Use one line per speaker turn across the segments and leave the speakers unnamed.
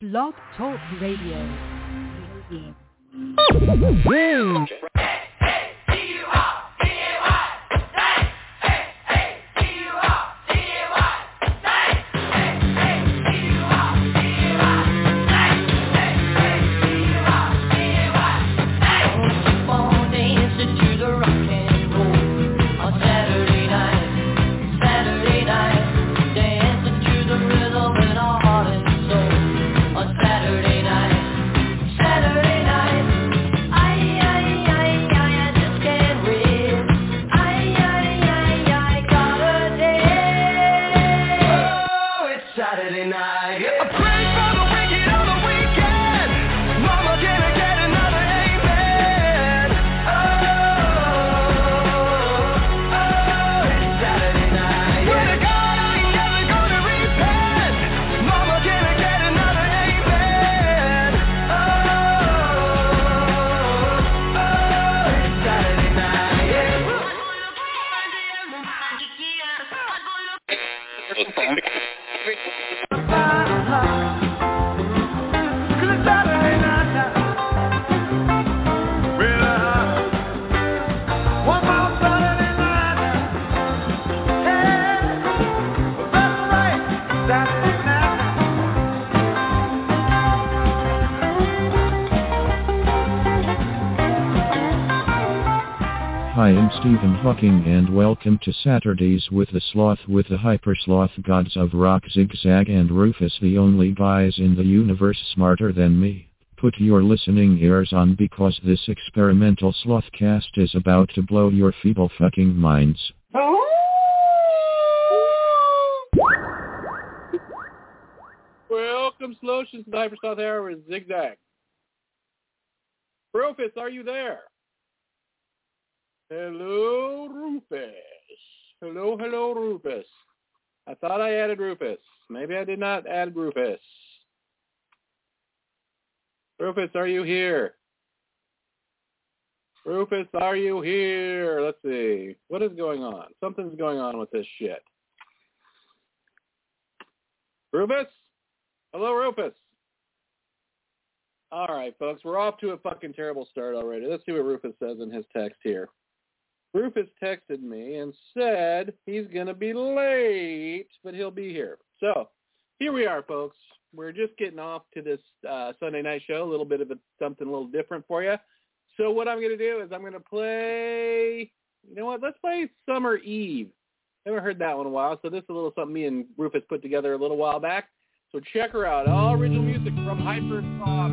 Blog Talk Radio.
Saturday night.
I prayed for the wicked on the weekend. Mama, can I get another amen? Oh, oh, it's Saturday night. Swear to God, I ain't never gonna repent. Mama, can I get another amen? Oh, oh, it's Saturday night.
Hi, I'm Stephen Hawking and welcome to Saturdays with the Sloth with the Hypersloth Gods of Rock Zigzag and Rufus the only guys in the universe smarter than me. Put your listening ears on because this experimental slothcast is about to blow your feeble fucking minds.
Welcome, Solutions to the Hypersouth Hour and Zigzag. Rufus, are you there? Hello, Rufus. Hello, hello, Rufus. I thought I added Rufus. Maybe I did not add Rufus. Rufus, are you here? Rufus, are you here? Let's see. What is going on? Something's going on with this shit. Rufus? Hello, Rufus. All right, folks, we're off to a fucking terrible start already. Let's see what Rufus says in his text here. Rufus texted me and said he's going to be late, but he'll be here. So here we are, folks. We're just getting off to this uh, Sunday night show, a little bit of a, something a little different for you. So what I'm going to do is I'm going to play, you know what, let's play Summer Eve. Haven't heard that one in a while, so this is a little something me and Rufus put together a little while back. So check her out. All original music from Hyper Bob.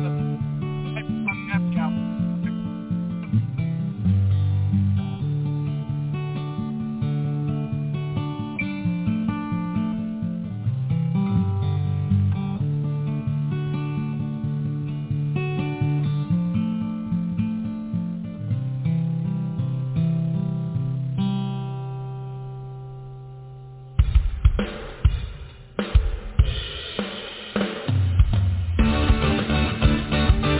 Thank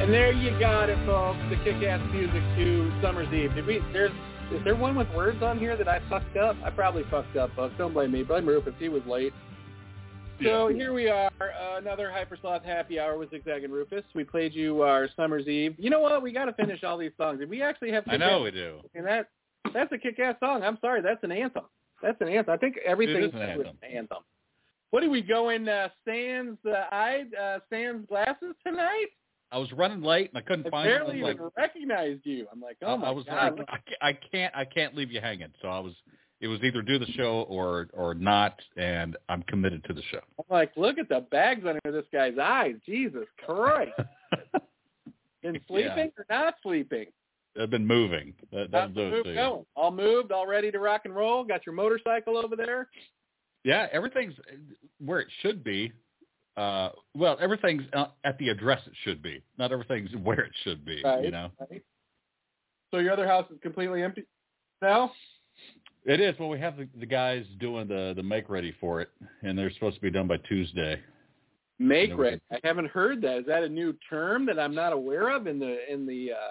And there you got it, folks. The kick-ass music to Summer's Eve. Did we? There's is there one with words on here that I fucked up? I probably fucked up, folks. Don't blame me. Blame Rufus. He was late. So here we are, uh, another Hypersloth Happy Hour with Zigzag and Rufus. We played you our Summer's Eve. You know what? We got to finish all these songs. And we actually have
I know we do.
and that that's a kick-ass song. I'm sorry, that's an anthem. That's an anthem. I think everything
It is an
with
anthem.
anthem. What do we go in uh, Sans uh, eye uh, Sans glasses tonight?
I was running late and I couldn't
I
find it. I was
barely
like,
even recognized you. I'm like, oh
I-
my
I was
god,
like, I ca- I can't, I can't leave you hanging. So I was, it was either do the show or or not, and I'm committed to the show.
I'm like, look at the bags under this guy's eyes. Jesus Christ. Been sleeping or not sleeping?
I've been moving. That,
How's
that
the
does it
move
to you.
going? All moved, all ready to rock and roll. Got your motorcycle over there.
Yeah, everything's uh, where it should be. Uh, well, everything's uh, at the address it should be. Not everything's where it should be. You
Right.
know,
Right? So your other house is completely empty now?
it is. Well, we have the, the guys doing the the make ready for it, and they're supposed to be done by Tuesday.
Make
Never
ready. I haven't heard that. Is that a new term that I'm not aware of in the in the uh,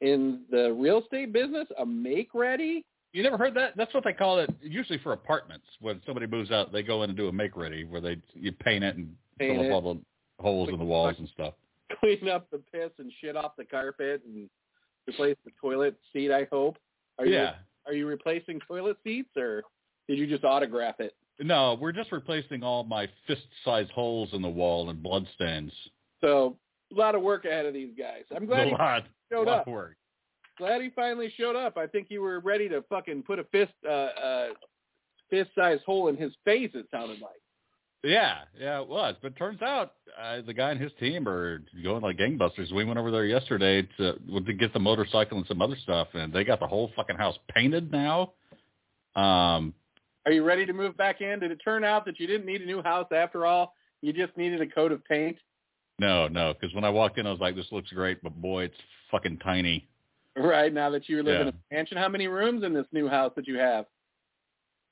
in the real estate business? A make ready?
You never heard that? That's what they call it usually for apartments. When somebody moves out, they go in and do a make ready where they you paint it and
Paint
fill
it.
up all the holes in the walls and stuff.
Clean up the piss and shit off the carpet and replace the toilet seat. I hope. Are you
yeah.
Are you replacing toilet seats or did you just autograph it?
No, we're just replacing all my fist-sized holes in the wall and bloodstains.
So a lot of work ahead of these guys. I'm
A
glad he
lot,
showed
lot
up.
of work.
Glad he finally showed up. I think you were ready to fucking put a fist uh, uh fist sized hole in his face it sounded like.
Yeah, yeah, it was. But turns out uh, the guy and his team are going like gangbusters. We went over there yesterday to to get the motorcycle and some other stuff, and they got the whole fucking house painted now. Um,
Are you ready to move back in? Did it turn out that you didn't need a new house after all? You just needed a coat of paint?
no, no, because when I walked in, I was like, "This looks great," but boy, it's fucking tiny.
Right, now that you live in
Yeah.
a mansion. How many rooms in this new house that you have?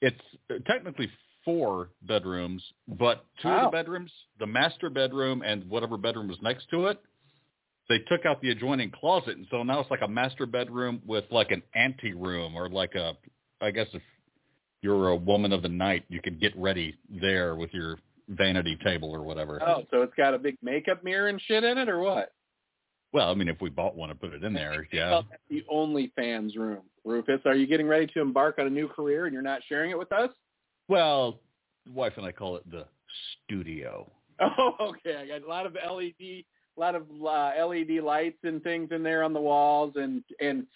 It's uh, technically four bedrooms, but two
Wow.
of the bedrooms, the master bedroom and whatever bedroom was next to it, they took out the adjoining closet, and so now it's like a master bedroom with like an ante room or like a, I guess if you're a woman of the night, you could get ready there with your vanity table or whatever.
Oh, so it's got a big makeup mirror and shit in it or what?
Well, I mean, if we bought one and put it in there, yeah.
Well, that's the only fans room. Rufus, are you getting ready to embark on a new career and you're not sharing it with us?
Well, wife and I call it the studio.
Oh, okay. I got a lot of LED, a lot of uh, LED lights and things in there on the walls and and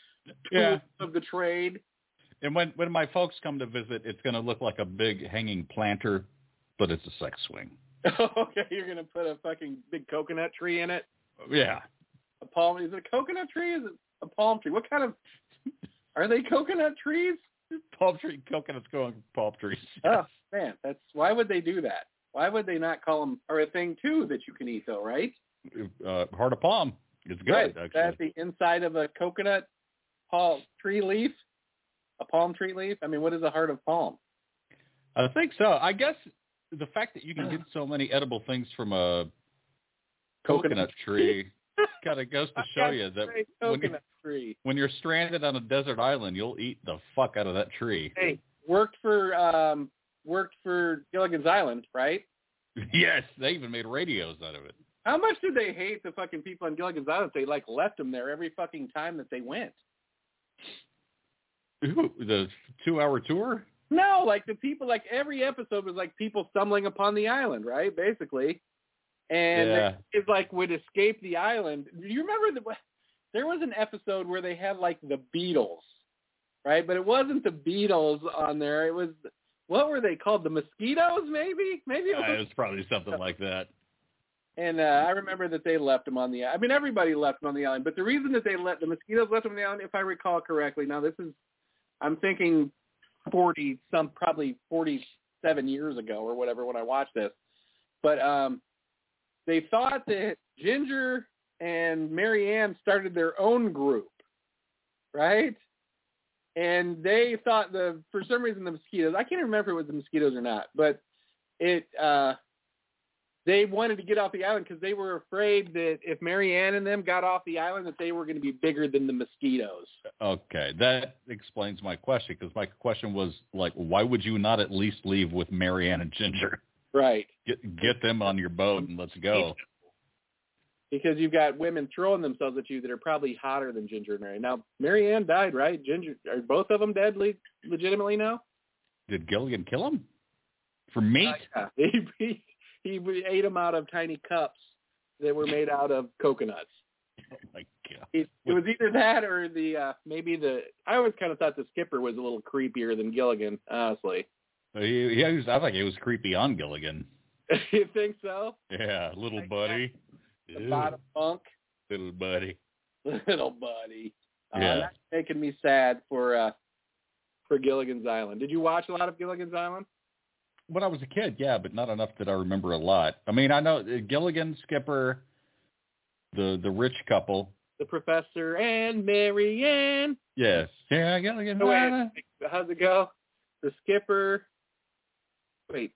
tools
Yeah.
of the trade.
And when when my folks come to visit, it's going to look like a big hanging planter, but it's a sex swing.
okay, you're gonna put a fucking big coconut tree in it.
Yeah.
A palm? Is it a coconut tree? Is it a palm tree? What kind of? Are they coconut trees?
Palm tree coconuts going palm trees.
Oh man, that's why would they do that? Why would they not call them or a thing too that you can eat though, right?
Uh, heart of palm. It's good
right.
actually.
That's the inside of a coconut palm tree leaf, a palm tree leaf. I mean, what is the heart of palm?
I think so. I guess the fact that you can get so many edible things from a coconut, tree kind of goes to show you that
Great
when, you,
coconut tree.
when you're stranded on a desert island, you'll eat the fuck out of that tree.
Hey, worked for um worked for Gilligan's Island, right?
yes, they even made radios out of it.
How much did they hate the fucking people on Gilligan's Island? They like left them there every fucking time that they went.
Ooh, the two-hour tour.
No, like the people, like every episode was like people stumbling upon the island, right? Basically, and
Yeah.
it's like would escape the island. Do you remember the? There was an episode where they had like the Beatles, right? But it wasn't the Beatles on there. It was what were they called? The mosquitoes, maybe? Maybe it
Uh,
was
it was probably something like that.
And uh, I remember that they left him on the. I mean, everybody left him on the island. But the reason that they let the mosquitoes left him on the island, if I recall correctly, now this is, I'm thinking, forty some probably forty seven years ago or whatever when I watched this. But um, they thought that Ginger and Mary Ann started their own group, right? And they thought the for some reason the mosquitoes. I can't remember if it was the mosquitoes or not, but it. uh they wanted to get off the island because they were afraid that if Marianne and them got off the island, that they were going to be bigger than the mosquitoes.
Okay, that explains my question because my question was like, why would you not at least leave with Marianne and Ginger?
Right.
Get get them on your boat and let's go.
Because you've got women throwing themselves at you that are probably hotter than Ginger and Mary. Now, Marianne died, right? Ginger, are both of them dead le- legitimately now?
Did Gilligan kill him for meat?
Uh, yeah. he, he, he ate them out of tiny cups that were made out of coconuts.
oh my god!
It, it was either that or the uh maybe the. I always kind of thought the skipper was a little creepier than Gilligan, honestly.
He, he was, I think it was creepy on Gilligan.
you think so?
Yeah, little
Like
buddy.
The
Ew,
bottom bunk,
little buddy.
little buddy.
Yeah.
Uh, that's making me sad for uh for Gilligan's Island. Did you watch a lot of Gilligan's Island?
When I was a kid, yeah, but not enough that I remember a lot. I mean, I know uh, Gilligan, Skipper, the the rich couple.
The Professor and Marianne.
Yes. Yeah, Gilligan.
Oh, wait, how's it go? The skipper. Wait,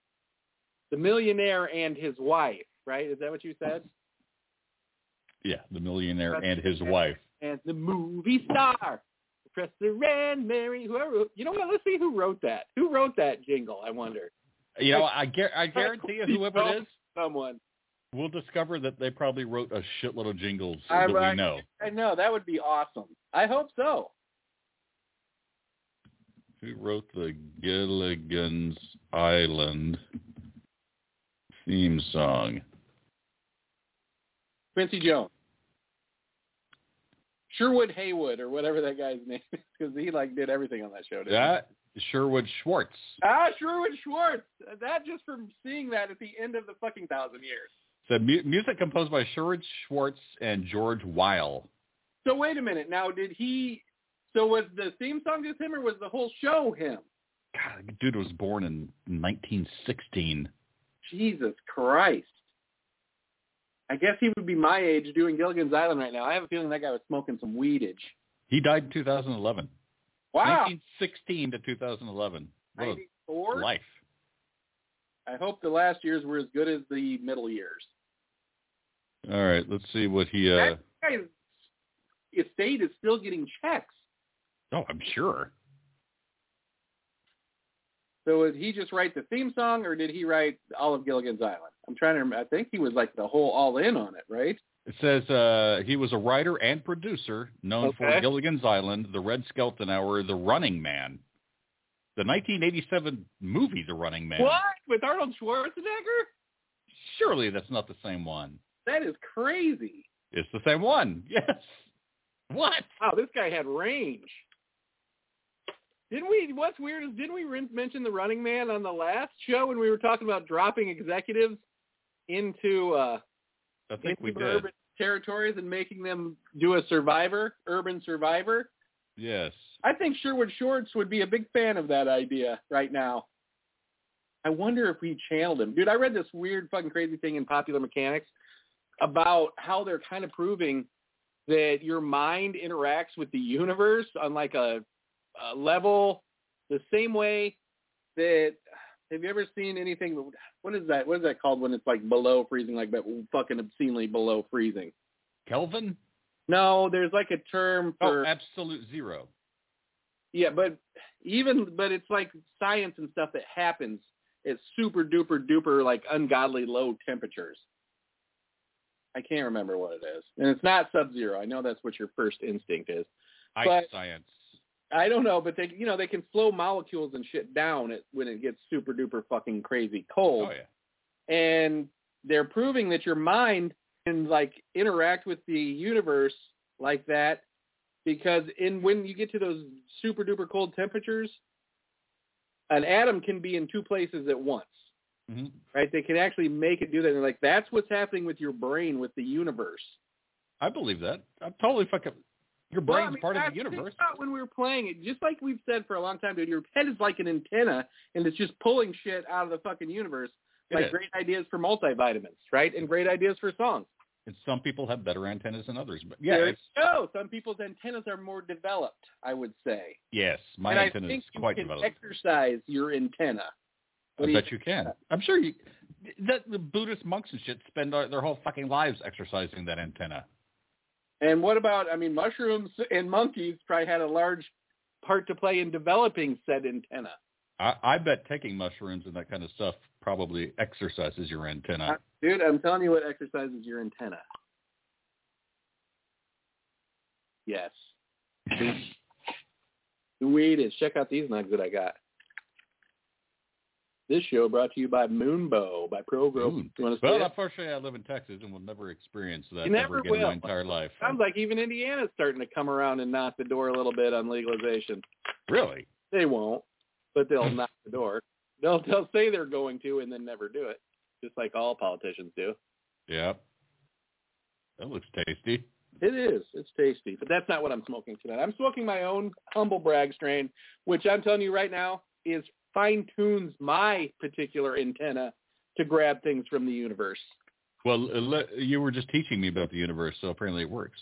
the millionaire and his wife. Right? Is that what you said?
Yeah, the millionaire
That's-
and his wife.
and the movie star. Professor Rand Mary, whoever you know what, let's see who wrote that. Who wrote that jingle, I wonder.
You know, I, guar I guarantee you, whoever it is,
Someone.
we'll discover that they probably wrote a shitload of jingles
I-
that
I-
we know.
I know, that would be awesome. I hope so.
Who wrote the Gilligan's Island theme song?
Quincy Jones. Sherwood Haywood or whatever that guy's name is, because he like did everything on that show. didn't he?
That Sherwood Schwartz.
Ah, Sherwood Schwartz. That just from seeing that at the end of the fucking thousand years.
The mu- music composed by Sherwood Schwartz and George Weil.
So wait a minute. Now did he so was the theme song just him or was the whole show him?
God, the dude was born in 1916.
Jesus Christ. I guess he would be my age doing Gilligan's Island right now. I have a feeling that guy was smoking some weedage.
He died in 2011.
Wow.
1916 to 2011. What a
94?
life.
I hope the last years were as good as the middle years.
All right, let's see what he. uh
That guy's estate is still getting checks.
Oh, I'm sure.
So did he just write the theme song or did he write all of Gilligan's Island? I'm trying to remember. I think he was like the whole all in on it, right?
It says uh, he was a writer and producer known
Okay.
for Gilligan's Island, The Red Skeleton Hour, The Running Man, the 1987 movie The Running Man.
What? With Arnold Schwarzenegger?
Surely that's not the same one.
That is crazy.
It's the same one. Yes. What?
Wow, this guy had range. Didn't we? What's weird is didn't we rin- mention the Running Man on the last show when we were talking about dropping executives into uh,
I think
into
we did.
urban territories and making them do a survivor, urban survivor?
Yes.
I think Sherwood Shorts would be a big fan of that idea right now. I wonder if we channeled him. Dude, I read this weird fucking crazy thing in Popular Mechanics about how they're kind of proving that your mind interacts with the universe on like a, a level the same way that have you ever seen anything what is that what is that called when it's like below freezing like but fucking obscenely below freezing
Kelvin?
no there's like a term for
Oh, absolute zero.
yeah, but even but it's like science and stuff that happens at super duper duper like ungodly low temperatures. I can't remember what it is. And it's not sub zero. I know that's what your first instinct is.
Ice
But-
science.
I don't know, but they you know, they can slow molecules and shit down at, when it gets super duper fucking crazy cold
Oh, yeah.
and they're proving that your mind can like interact with the universe like that because in when you get to those super duper cold temperatures an atom can be in two places at once
hmm
right they can actually make it do that and like that's what's happening with your brain with the universe
I believe that. I'm totally fucking... Your
Well, I
brain's
mean,
part of
that's-
the universe.
think about when we were playing it just like we've said for a long time dude your head is like an antenna and it's just pulling shit out of the fucking universe
It
like
is.
great ideas for multivitamins right and great ideas for songs
And some people have better antennas than others. But yeah,
There
it's,
you go. Some people's antennas are more developed, I would say.
yes, my
and I
antenna
think
is
you
quite
can
developed.
exercise your antenna. What do
I
you-
bet you can. I'm sure you. That the Buddhist monks and shit spend their, their whole fucking lives exercising that antenna.
And what about, I mean, mushrooms and monkeys probably had a large part to play in developing said antenna.
I, I bet taking mushrooms and that kind of stuff probably exercises your antenna.
Dude, I'm telling you what exercises your antenna. Yes. The weed is. Check out these nugs that I got. This show brought to you by Moonbow by ProGrow.
Ooh.
You want to see
Well,
it?
unfortunately, I live in Texas and will never experience that
You
ever
never
again in
will.
my entire life.
Sounds like even Indiana's starting to come around and knock the door a little bit on legalization.
Really?
They won't, but they'll knock the door. They'll they'll say they're going to and then never do it, just like all politicians do.
Yeah. That looks tasty.
It is. It's tasty, but that's not what I'm smoking tonight. I'm smoking my own humble brag strain, which I'm telling you right now is fine tunes my particular antenna to grab things from the universe.
Well, uh, le- you were just teaching me about the universe, so apparently it works.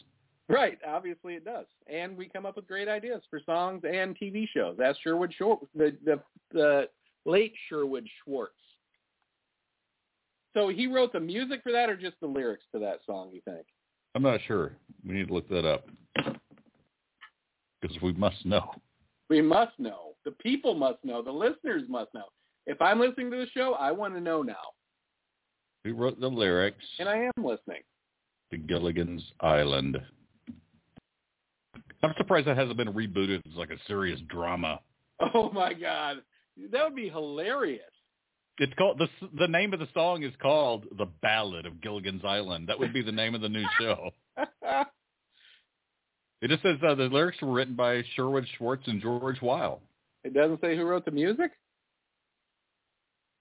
Right, obviously it does, and we come up with great ideas for songs and TV shows. That's Sherwood Schwartz, the the, the late Sherwood Schwartz. So he wrote the music for that, or just the lyrics to that song? You think?
I'm not sure. We need to look that up because we must know.
We must know. The people must know. The listeners must know. If I'm listening to the show, I want to know now.
Who wrote the lyrics
And I am listening.
to Gilligan's Island? I'm surprised that hasn't been rebooted as like a serious drama.
Oh my God. That would be hilarious.
It's called the s- the name of the song is called "The Ballad of Gilligan's Island." That would be the name of the new show. It just says uh, the lyrics were written by Sherwood Schwartz and George Weil.
it doesn't say who wrote the music?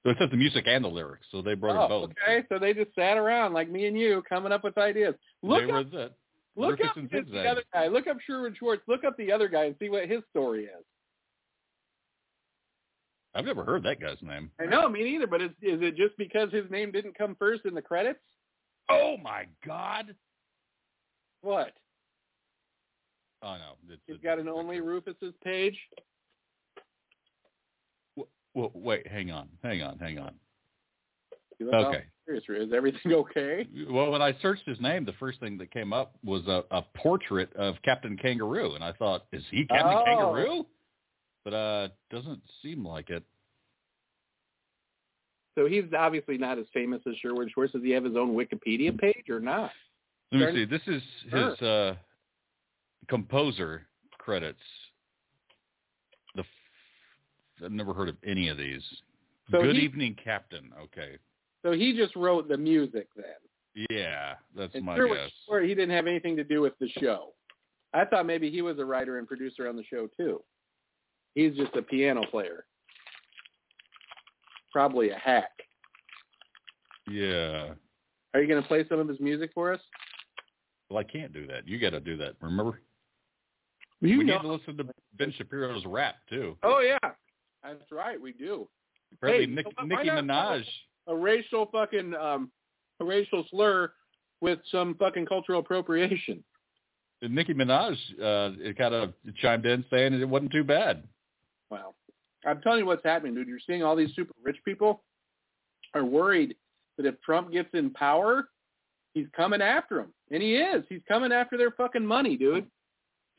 So it says the music and the lyrics, so they brought it
Oh,
both.
okay. So they just sat around like me and you coming up with ideas. Look
they
up,
were the,
look
Rufus
up
and
this-
Zigzag.
the other guy. Look up Sherwood Schwartz. Look up the other guy and see what his story is.
I've never heard that guy's name.
I know, me neither, but is, is it just because his name didn't come first in the credits?
Oh my God!
What?
Oh no, it's,
He's
it's-
got an Only Rufus's page?
Well, wait, hang on, hang on, hang on.
You look all
Okay.
oh, serious. Is everything okay?
Well, when I searched his name, the first thing that came up was a, a portrait of Captain Kangaroo, and I thought, is he Captain
Oh.
Kangaroo? But uh, doesn't seem like it.
So he's obviously not as famous as Sherwood Schwartz. Does he have his own Wikipedia page or not?
Let
Turn-
me see. This is his uh, composer credits. The f- I've never heard of any of these.
So
Good
he-
evening, Captain. Okay,
So he just wrote the music then.
yeah, that's
And
my
Sherwood
guess.
Schwartz, he didn't have anything to do with the show. I thought maybe he was a writer and producer on the show too. He's just a piano player. Probably a hack.
Yeah.
Are you going to play some of his music for us?
Well, I can't do that. You got to do that. Remember,
You
we need to listen to Ben Shapiro's rap too.
Oh yeah, that's right. We do
Apparently,
Hey,
Nick,
why
Nicki
not? uh,
Minaj.
a racial fucking um, a racial slur with some fucking cultural appropriation.
Nicki Minaj uh, it kind of chimed in saying it wasn't too bad.
Wow. I'm telling you what's happening, dude. You're seeing all these super rich people are worried that if Trump gets in power, he's coming after them. And he is. He's coming after their fucking money, dude.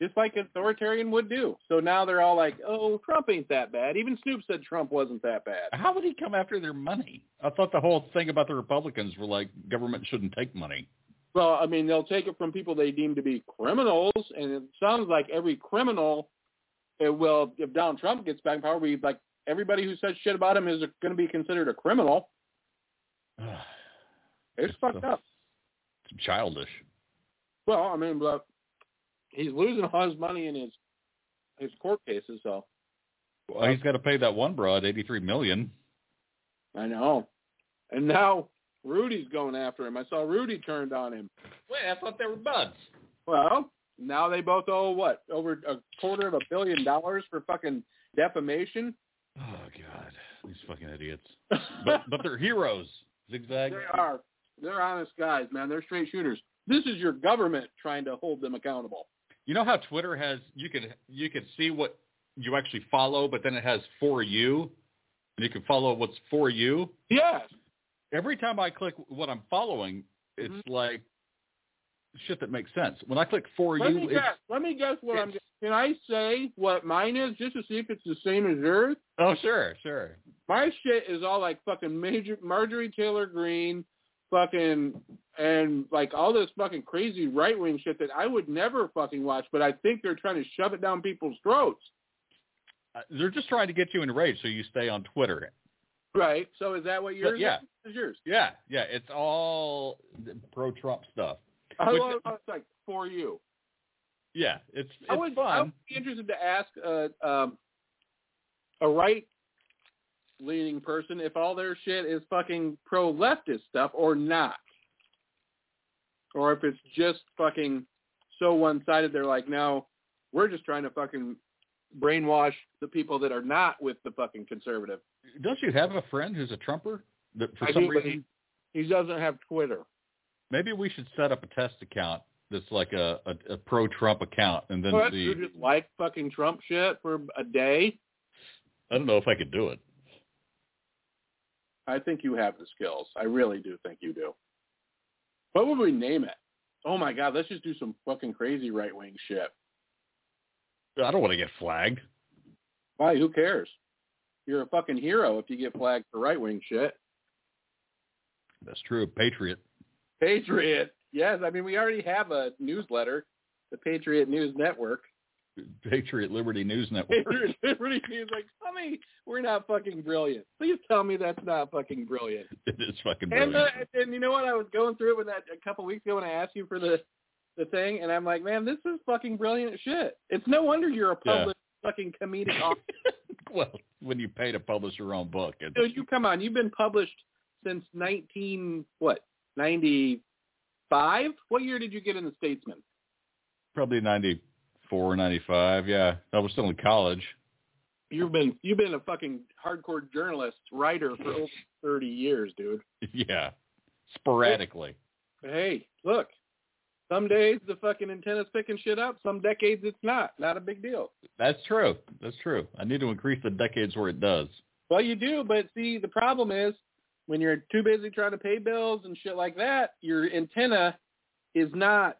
Just like authoritarian would do. So now they're all like, oh, Trump ain't that bad. Even Snoop said Trump wasn't that bad.
How would he come after their money? I thought the whole thing about the Republicans were like government shouldn't take money.
Well, I mean, they'll take it from people they deem to be criminals. And it sounds like every criminal, it will, if Donald Trump gets back in power, we like everybody who says shit about him is going to be considered a criminal. It's
It's
fucked
a-
up.
It's childish.
Well, I mean, but he's losing all his money in his his court cases. So
Well, he's got to pay that one broad eighty three million.
I know. And now Rudy's going after him. I saw Rudy turned on him.
Wait, I thought they were buds.
Well, now they both owe what over a quarter of a billion dollars for fucking defamation.
Oh God, these fucking idiots. But but they're heroes. Zigzag.
they are they're honest guys, man. They're straight shooters. This is your government trying to hold them accountable.
You know how Twitter has you can you can see what you actually follow, but then it has for you. and you can follow what's for you.
Yeah.
Every time I click what I'm following, it's
Mm-hmm.
like shit that makes sense. When I click for
Let
you,
me
it's,
guess. Let me guess what I'm.
it's-
Can I say what mine is just to see if it's the same as yours?
oh sure, sure.
My shit is all like fucking major Marjorie Taylor Green, fucking and like all this fucking crazy right wing shit that I would never fucking watch, but I think they're trying to shove it down people's throats.
Uh, They're just trying to get you enraged so you stay on Twitter.
Right. So is that what yours?
yeah.
Is? Is yours?
Yeah, yeah. It's all pro Trump stuff.
I
Which-
love how Oh, it's like for you.
yeah, it's it's
I would, I
fun.
would be interested to ask a um, a right leaning person if all their shit is fucking pro leftist stuff or not, or if it's just fucking so one sided. They're like, no, we're just trying to fucking brainwash the people that are not with the fucking conservative.
Don't you have a friend who's a Trumper? That for
I
some
do, but
reason
He doesn't have Twitter.
Maybe we should set up a test account that's like a, a, a pro Trump account, and then
Well, that's- you
the
just like fucking Trump shit for a day.
I don't know if I could do it.
I think you have the skills. I really do think you do. What would we name it? Oh my god, let's just do some fucking crazy right wing shit.
I don't want to get flagged.
Why? Who cares? You're a fucking hero if you get flagged for right wing shit.
That's true, patriot.
Patriot. Yes, I mean we already have a newsletter, the Patriot News Network.
Patriot Liberty News Network.
Patriot Liberty News. Like, tell me we're not fucking brilliant. Please tell me that's not fucking brilliant.
it is fucking
And,
brilliant.
uh, and you know what? I was going through it with that a couple weeks ago when I asked you for the the thing, and I'm like, man, this is fucking brilliant shit. It's no wonder you're a
Yeah.
public fucking comedic author.
well, when you pay to publish your own book, it's,
Dude, you come on, you've been published since 19 what 95? What year did you get in the Statesman?
probably ninety four, ninety five. Yeah, I was still in college.
You've been you've been a fucking hardcore journalist writer for over 30 years, dude.
yeah, sporadically.
But hey, look, some days the fucking antenna's picking shit up. Some decades it's not. Not a big deal.
That's true. That's true. I need to increase the decades where it does.
Well, you do, but see, the problem is when you're too busy trying to pay bills and shit like that, your antenna is not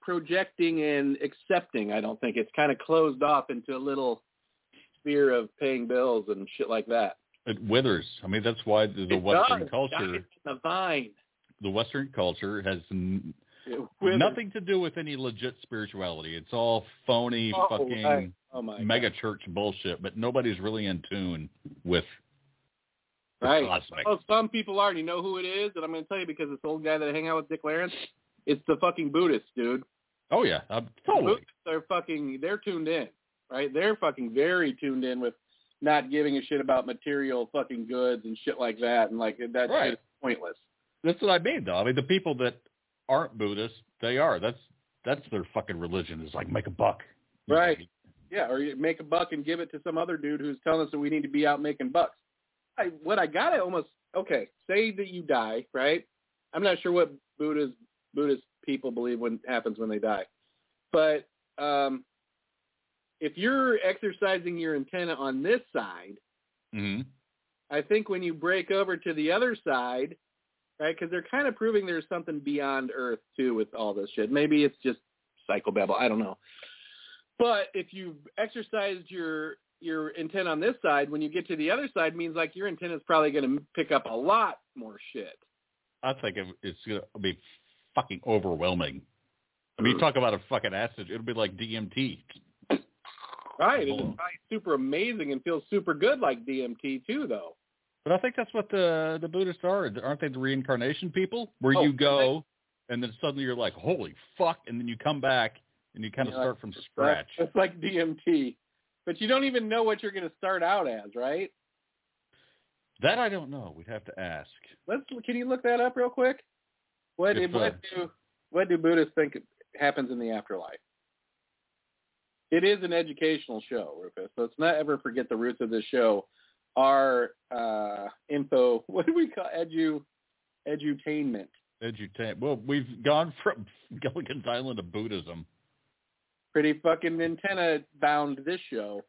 projecting and accepting. I don't think it's kind of closed off into a little sphere of paying bills and shit like that.
It withers. I mean, that's why the, the
It
Western
does.
culture.
Dies in the vine.
the Western culture has n-
It withers.
nothing to do with any legit spirituality. It's all phony
Oh,
fucking
right. Oh my
mega church bullshit, but nobody's really in tune with the
God. Right. Oh.
cosmic.
Well, some people are. And you know who it is? And I'm going to tell you because this old guy that I hang out with, Dick Lawrence, it's the fucking Buddhists, dude.
Oh yeah, I'm
The
totally.
Buddhists are fucking they're tuned in, right? They're fucking very tuned in with not giving a shit about material fucking goods and shit like that and like that
Right.
shit is pointless.
That's what I mean though. I mean the people that aren't Buddhist, they are. That's that's their fucking religion. Is like make a buck.
Right. Yeah, or you make a buck and give it to some other dude who's telling us that we need to be out making bucks. I what I got to almost okay, say that you die, right? I'm not sure what Buddha's Buddhist people believe when happens when they die. But um if you're exercising your antenna on this side
hmm
I think when you break over to the other side, right, because they're kind of proving there's something beyond Earth too with all this shit. Maybe it's just psychobabble. I don't know. But if you've exercised your your intent on this side, when you get to the other side, means like your intent is probably going to pick up a lot more shit.
I think it- it's gonna be fucking overwhelming. I mean, you talk about a fucking acid. It'll be like DMT.
Right? And it's probably super amazing and feels super good like DMT too, though.
But I think that's what the the Buddhists are. Aren't they the reincarnation people? Where
Oh,
you
are
go and then suddenly you're like, holy fuck, and then you come back and you kind of
Yeah,
start from scratch.
It's like DMT, but you don't even know what you're going to start out as, right?
That I don't know. We'd have to ask.
Let's can you look that up real quick? What
If,
what
uh,
do what do Buddhists think happens in the afterlife? It is an educational show, Rufus. Let's not ever forget the roots of this show. Our uh, info, what do we call edu edutainment?
Edutain. Well, we've gone from Gilligan's Island to Buddhism.
Pretty fucking antenna bound this show.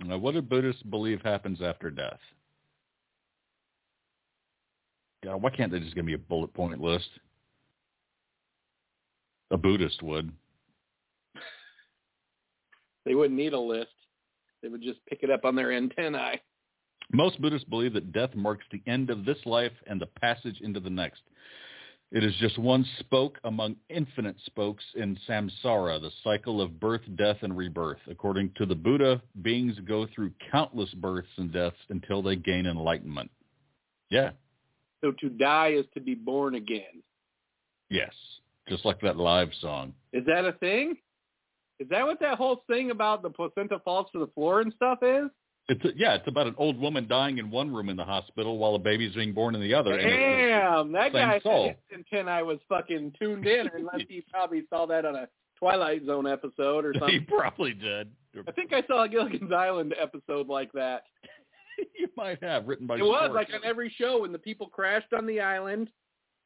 Now, what do Buddhists believe happens after death? God, why can't they just give me a bullet point list? A Buddhist would.
They wouldn't need a list. They would just pick it up on their antennae.
Most Buddhists believe that death marks the end of this life and the passage into the next. It is just one spoke among infinite spokes in samsara, the cycle of birth, death, and rebirth. According to the Buddha, beings go through countless births and deaths until they gain enlightenment. Yeah.
So to die is to be born again.
Yes. Just like that live song.
Is that a thing? Is that what that whole thing about the placenta falls to the floor and stuff is?
It's a, yeah, it's about an old woman dying in one room in the hospital while a baby's being born in the other. and it's-
Damn,
same
that guy
soul.
his antennae was fucking tuned in, unless he probably saw that on a Twilight Zone episode or
he
something.
probably did.
I think I saw a Gilligan's Island episode like that.
you might have written by.
it was
Stork.
like on every show when the people crashed on the island,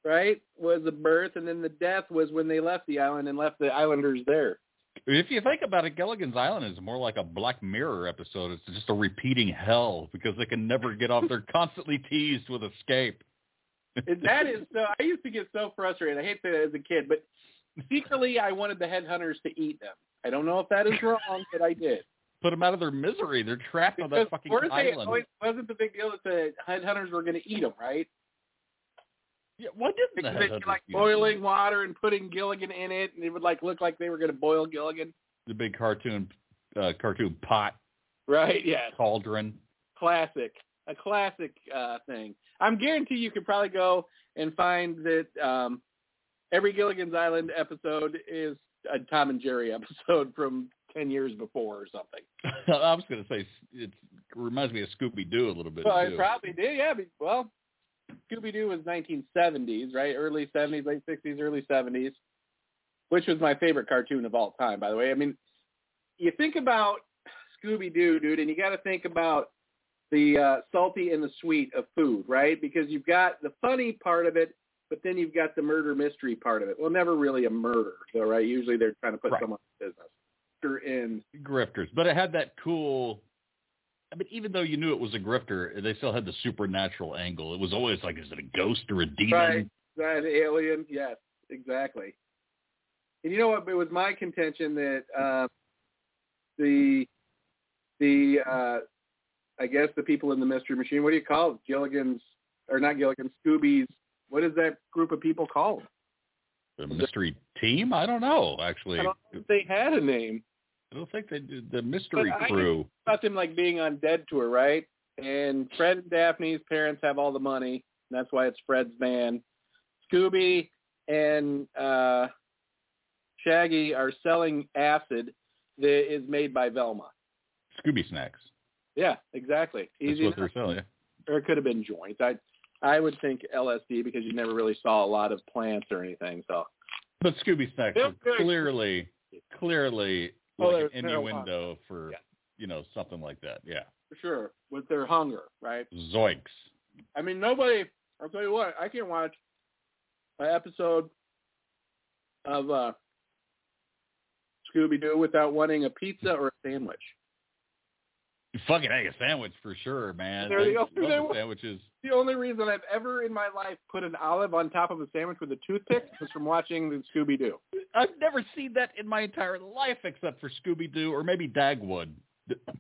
right? Was the birth, and then the death was when they left the island and left the islanders there.
If you think about it, Gilligan's Island is more like a Black Mirror episode. It's just a repeating hell because they can never get off. They're constantly teased with escape.
And that is so. I used to get so frustrated. I hate that as a kid, but secretly I wanted the headhunters to eat them. I don't know if that is wrong, but I did.
Put them out of their misery. They're trapped on that fucking
weren't they
island.
always- wasn't the big deal that the headhunters were going to eat them, right?
yeah, why didn't
Because
that
they'd
other
be like
dude?
boiling water and putting Gilligan in it, and it would like look like they were going to boil Gilligan.
the big cartoon uh, cartoon pot
Right? Yeah.
cauldron?
Classic. A classic uh, thing. I'm guarantee you could probably go and find that um, every Gilligan's Island episode is a Tom and Jerry episode from ten years before or something.
I was going to say it reminds me of Scooby Doo a little bit
Well,
too.
it probably did. Yeah. be- Well, Scooby Doo was 1970s, right? Early 70s, late 60s, early 70s, which was my favorite cartoon of all time. By the way, I mean, you think about Scooby Doo, dude, and you got to think about the uh, salty and the sweet of food, right? Because you've got the funny part of it, but then you've got the murder mystery part of it. Well, never really a murder, though, right? Usually they're trying to put
Right.
someone in business. Or in
grifters, but it had that cool. I mean, even though you knew it was a grifter, they still had the supernatural angle. It was always like, is it a ghost or a demon?
Right. An alien. Yes, exactly. And you know what? It was my contention that uh, the the uh, I guess the people in the Mystery Machine. What do you call it? Gilligan's or not Gilligan's? Scooby's. What is that group of people called?
The mystery team? I don't know. Actually,
I don't think they had a name.
I don't think they did the mystery
But I-
crew.
About them like being on Dead Tour, right? And Fred and Daphne's parents have all the money, and that's why it's Fred's van. Scooby and uh, Shaggy are selling acid that is made by Velma.
Scooby snacks.
Yeah, exactly.
That's
Easy.
what they're selling. yeah.
Or it could have been joint. I I would think LSD because you never really saw a lot of plants or anything. So
But Scooby snacks
They're
are
very-
clearly, clearly
Oh,
like
they're-
an
they're a lot.
innuendo for
Yeah.
you know something like that. Yeah.
for sure, with their hunger, right?
Zoinks.
I mean, nobody. I'll tell you what. I can watch an episode of uh, Scooby Doo without wanting a pizza or a sandwich.
Fucking egg a sandwich for sure, man.
There they
I
go.
love
They
the
were-
sandwiches.
The only reason I've ever in my life put an olive on top of a sandwich with a toothpick was from watching the Scooby Doo.
I've never seen that in my entire life except for Scooby Doo or maybe Dagwood.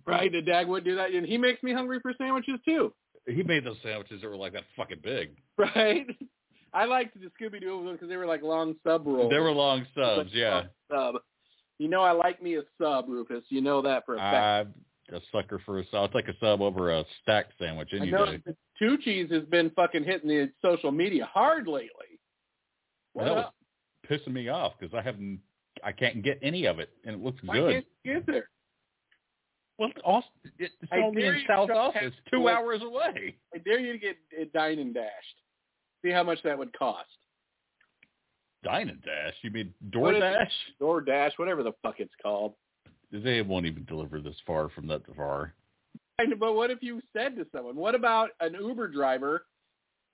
Right? Did Dagwood do that? And he makes me hungry for sandwiches too.
He made those sandwiches that were like that fucking big.
Right? I liked the Scooby Doo ones because they were like long sub rolls.
They were long subs,
Like,
yeah.
long Sub. You know, I like me a sub, Rufus. You know that for a fact.
I'm a sucker for a sub. I'll take a sub over a stack sandwich
I
any
know
day.
that Tucci's has been fucking hitting the social media hard lately.
That was pissing me off because I haven't, I can't get any of it, and it looks
Why
good.
can't you get there?
Well, it's also, it's
I
only
dare
in
you
South
to
Austin.
have
It's two
to-
hours away.
I dare you to get it dine and dashed. See how much that would cost.
Dine and Dash? You mean
What is it?
DoorDash?
Or dash, whatever the fuck it's called.
They won't even deliver this far from that far.
I know, But what if you said to someone, what about an Uber driver?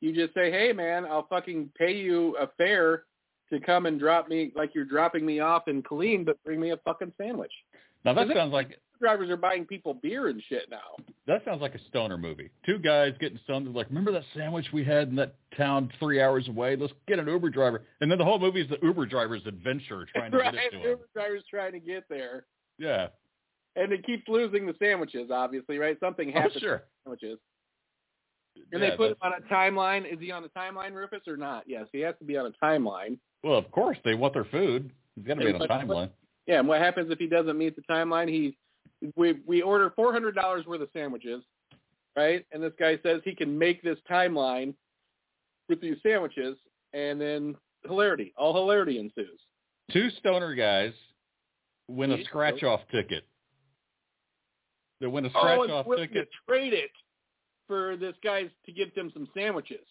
You just say, hey, man, I'll fucking pay you a fare to come and drop me like you're dropping me off in Colleen, but bring me a fucking sandwich.
Now that
Is it-
sounds like
Drivers are buying people beer and shit now.
that sounds like a stoner movie. Two guys getting stoned. They're like, remember that sandwich we had in that town three hours away? Let's get an Uber driver. And then the whole movie is the Uber driver's adventure trying to
right?
get it to him.
Uber drivers trying to get there,
Yeah.
and they keep losing the sandwiches. Obviously, right? Something
Oh,
happens. to
sure.
the Sandwiches. And
Yeah,
they put him
that's-
on a timeline. Is he on the timeline, Rufus, or not? Yes, he has to be on a timeline.
well, of course they want their food. It's got to be
They
on a
put-
timeline.
Yeah, and what happens if he doesn't meet the timeline? He we we order four hundred dollars worth of sandwiches, right? And this guy says he can make this timeline with these sandwiches, and then hilarity, all hilarity ensues.
Two stoner guys win a
Yeah.
scratch off ticket. They win a
oh,
scratch
and
off
willing to
ticket.
trade it for this guy's to give them some sandwiches.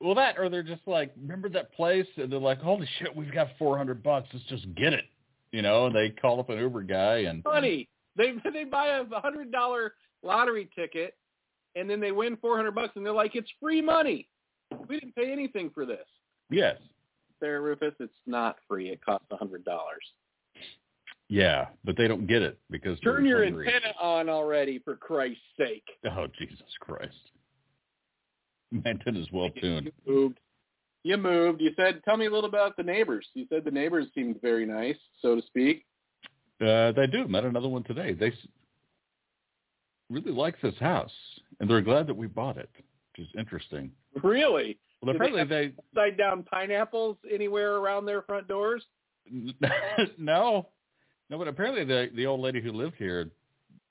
Well, that or they're just like, remember that place? And they're like, holy shit, we've got four hundred bucks. Let's just get it. You know, and they call up an Uber guy and
Funny, they they buy a hundred dollar lottery ticket, and then they win four hundred bucks, and they're like, it's free money. We didn't pay anything for this.
yes,
there, Rufus. It's not free. It costs a hundred dollars.
yeah, but they don't get it because they're
Turn your
hungry.
antenna on already, for Christ's sake.
Oh Jesus Christ, my antenna's well tuned.
You moved. You moved. You said, "Tell me a little about the neighbors." You said the neighbors seemed very nice, so to speak.
Uh, they do. Met another one today. They s- really like this house, and they're glad that we bought it, which is interesting.
Really,
Well,
Do they
apparently they,
upside down pineapples anywhere around their front doors?
no, no, but apparently the the old lady who lived here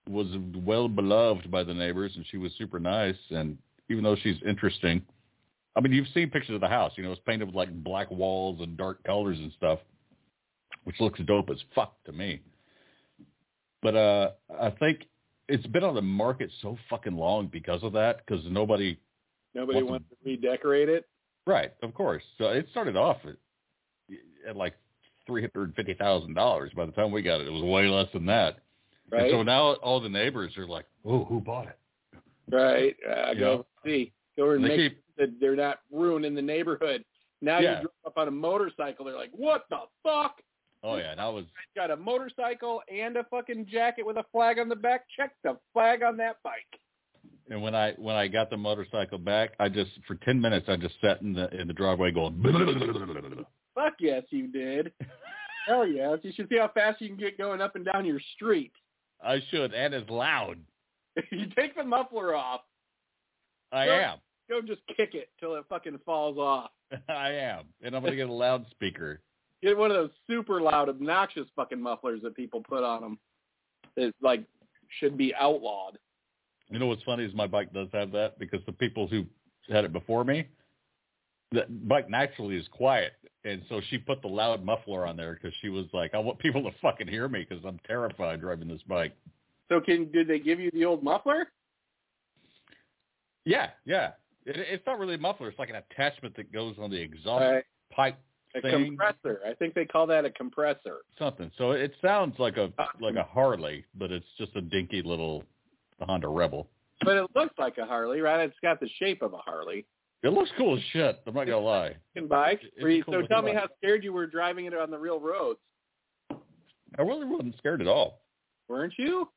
was well beloved by the neighbors, and she was super nice. And even though she's interesting, I mean, you've seen pictures of the house. You know, it's painted with like black walls and dark colors and stuff, which looks dope as fuck to me. But uh I think it's been on the market so fucking long because of that, because nobody
Nobody
What's-
wants to redecorate it.
Right, of course. So it started off at, at like three hundred fifty thousand dollars. By the time we got it, it was way less than that. And
Right,
so now all the neighbors are like, "Oh, who bought it?"
right. Uh,
You
go
know?
see. Go and
And they
make
keep-
sure that they're not ruining the neighborhood. Now you
Yeah.
drove up on a motorcycle. They're like, "What the fuck?"
Oh yeah, and I was
got a motorcycle and a fucking jacket with a flag on the back. Check the flag on that bike.
and when I when I got the motorcycle back, I just for ten minutes I just sat in the in the driveway going.
Fuck yes, you did. Hell yes. You should see how fast you can get going up and down your street.
I should, and it's loud.
you take the muffler off,
I
Sure.
am,
go just kick it till it fucking falls off.
I am, and I'm gonna get a loudspeaker.
Get one of those super loud, obnoxious fucking mufflers that people put on them. That like should be outlawed.
You know what's funny is my bike does have that because the people who had it before me, the bike naturally is quiet, and so she put the loud muffler on there because she was like, "I want people to fucking hear me because I'm terrified driving this bike."
So can did they give you the old muffler?
Yeah, yeah. It, it's not really a muffler; it's like an attachment that goes on the exhaust
Right.
pipe,
Uh, A
Thing.
compressor. I think they call that a compressor.
something. So it sounds like a like a Harley, but it's just a dinky little Honda Rebel.
But it looks like a Harley, right? It's got the shape of a Harley.
It looks cool as shit. I'm not gonna lie.
fucking bike.
It's
Were you-
a cool
so
looking
tell me
bike.
how scared you were driving it on the real roads,
I really wasn't scared at all.
weren't you?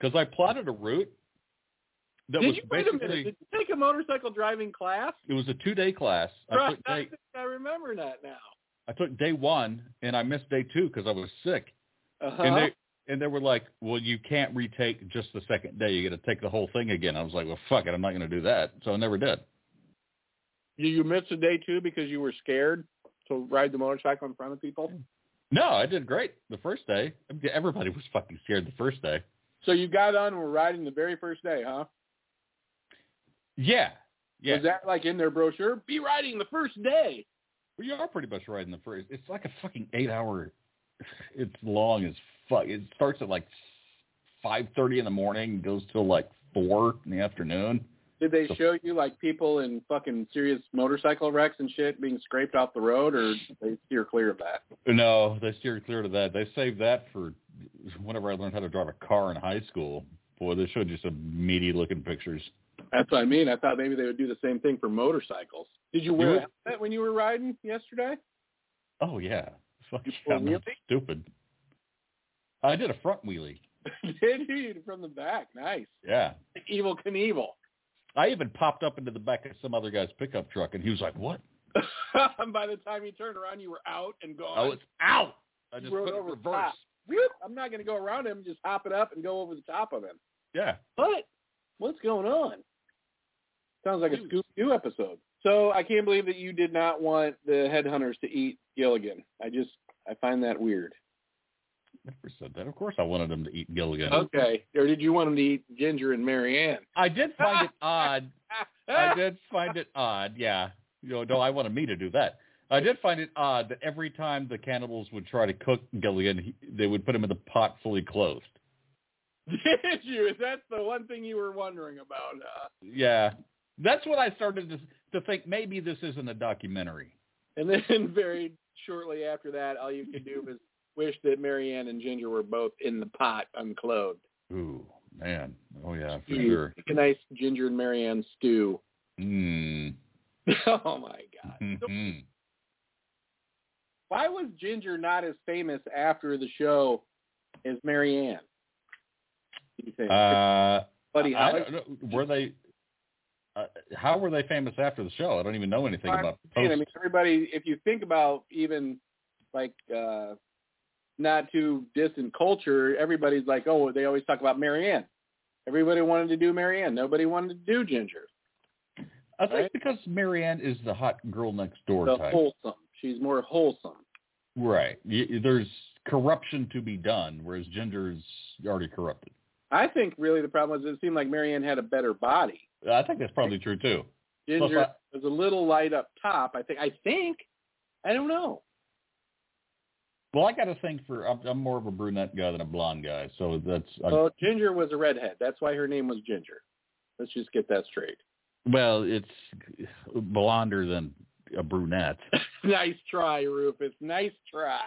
because I plotted a route that
Did
was
you wait a
basically
minute? Did you take a motorcycle driving class?
it was a two day class. I
Right,
took
I
day
think I remember that now.
I took day one and I missed day two because I was sick.
Uh-huh.
And they and they were like, well, you can't retake just the second day. You got to take the whole thing again. I was like, well, fuck it, I'm not going to do that. So I never did.
you, you missed a day too because you were scared to ride the motorcycle in front of people.
No, I did great the first day. Everybody was fucking scared the first day.
So you got on and were riding the very first day, huh?
Yeah, yeah.
Was that like in their brochure? Be riding the first day.
Well, you are pretty much riding the first. It's like a fucking eight hour. It's long as fuck. It starts at like five thirty in the morning, goes till like four in the afternoon.
Did they
So-
show you like people in fucking serious motorcycle wrecks and shit being scraped off the road, or they steer clear of that?
No, they steer clear to that. They saved that for whenever I learned how to drive a car in high school. Boy, they showed you some meaty looking pictures.
That's what I mean. I thought maybe they would do the same thing for motorcycles. Did you wear
were-
a helmet when you were riding yesterday?
Oh yeah, fuck
You
yeah, I'm not
really?
stupid. I did a front wheelie.
Indeed, from the back. Nice.
Yeah.
Like evil Knievel.
I even popped up into the back of some other guy's pickup truck, and he was like, "What?"
and by the time you turned around, you were out and gone.
I was out. I just
rode
put it
over the
reverse.
top. Whoop, I'm not going to go around him. Just hop it up and go over the top of him.
Yeah.
But what's going on? Sounds like a
Dude.
Scooby Doo episode. So I can't believe that you did not want the headhunters to eat Gilligan. I just I find that weird.
Never said that. Of course, I wanted him to eat Gilligan.
Okay. Or did you want them to eat Ginger and Marianne?
I did find it odd. I did find it odd. Yeah. You know, no, I wanted me to do that. I did find it odd that every time the cannibals would try to cook Gilligan, he, they would put him in the pot fully clothed.
Did you? That's the one thing you were wondering about. Uh,
Yeah. That's what I started to, to think. Maybe this isn't a documentary.
and then very shortly after that, all you could do was wish that Marianne and Ginger were both in the pot unclothed.
Ooh, man. Oh, yeah, for
Ooh.
sure.
Make a nice Ginger and Marianne stew.
Mm.
oh my god. So
Mhm.
why was Ginger not as famous after the show as Marianne? Do you think?
Uh,
Buddy
I
Holly?
don't know. Were they? Uh, how were they famous after the show? I don't even know anything
I'm
about.
saying, I
post-
mean, everybody, if you think about even like uh not too distant culture, everybody's like, oh, they always talk about Marianne. Everybody wanted to do Marianne. Nobody wanted to do Ginger.
I think
right?
because Marianne is the hot girl next door
The
type,
wholesome. She's more wholesome.
right? Y- y- there's corruption to be done, whereas Ginger's already corrupted.
I think really the problem was it seemed like Marianne had a better body.
I think that's probably true too.
Ginger
Plus,
was a little light up top. I think. I think. I don't know.
Well, I got a thing for I'm, I'm more of a brunette guy than a blonde guy, so that's I,
Well, Ginger was a redhead. That's why her name was Ginger. Let's just get that straight.
well, it's blonder than a brunette.
nice try, Rufus. Nice try.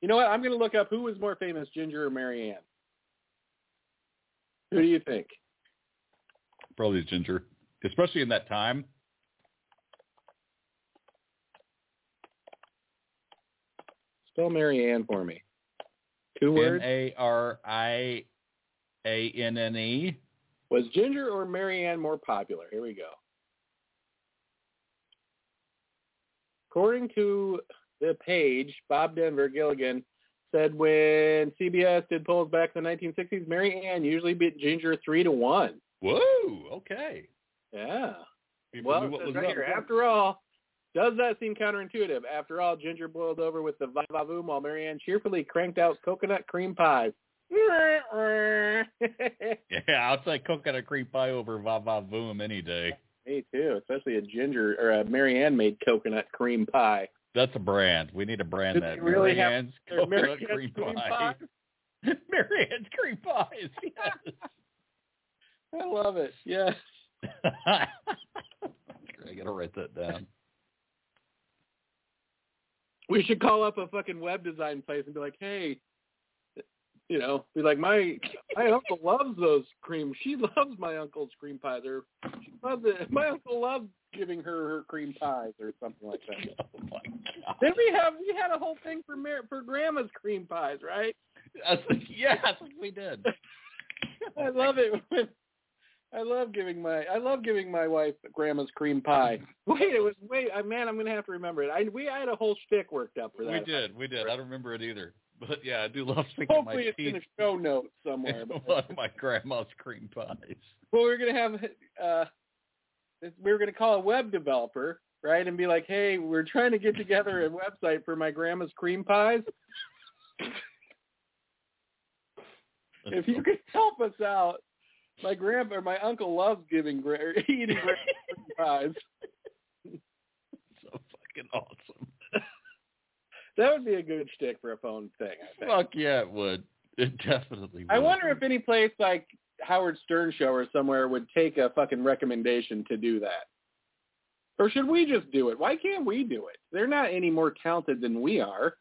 You know what? I'm going to look up who was more famous, Ginger or Marianne. Who do you think?
probably is Ginger, especially in that time.
Spell Marianne for me. Two
M
words.
A R I A N N E.
Was Ginger or Marianne more popular? Here we go. According to the page, Bob Denver Gilligan said when CBS did polls back in the 1960s, Marianne usually beat Ginger three to one.
Whoa, okay.
Yeah.
People
Well,
knew
it
what
says
was
right
up.
here, after all, does that seem counterintuitive? After all, Ginger boiled over with the va va voom while Marianne cheerfully cranked out coconut cream pies. Me
Yeah, I'll take coconut cream pie over va va voom any day.
too, especially a Ginger or a Marianne made coconut cream pie.
That's a brand. We need to brand
Did
that.
they really have-
Marianne's
Or
coconut
Marianne's
cream, pie. Marianne's cream pies. Yes.
I love it. Yes.
I gotta write that down.
We should call up a fucking web design place and be like, hey, you know, be like, my my uncle loves those cream. She loves my uncle's cream pies. Or she loves it. My uncle loves giving her her cream pies or something like that.
Oh my god.
Then we have we had a whole thing for Mar- for grandma's cream pies, right?
I was like, yes, we did.
I love it. When, I love giving my I love giving my wife grandma's cream pie. Wait, it was wait, I, man, I'm gonna have to remember it. I we had a whole shtick worked up for that.
We did, we did. I don't remember it either. But yeah, I do love sticking my
Hopefully, it's
teeth
in a show note
in
somewhere.
one
But,
of my grandma's cream pies.
well, we are gonna have uh, this- we were gonna call a web developer, right, and be like, hey, we're trying to get together a website for my grandma's cream pies. if you could help us out, my grandpa, my uncle loves giving gra- eating grandma pies.
so fucking awesome.
That would be a good shtick for a phone thing. I think.
Fuck yeah, it would. It definitely would.
I wonder if any place like Howard Stern show or somewhere would take a fucking recommendation to do that. Or should we just do it? Why can't we do it? They're not any more talented than we are.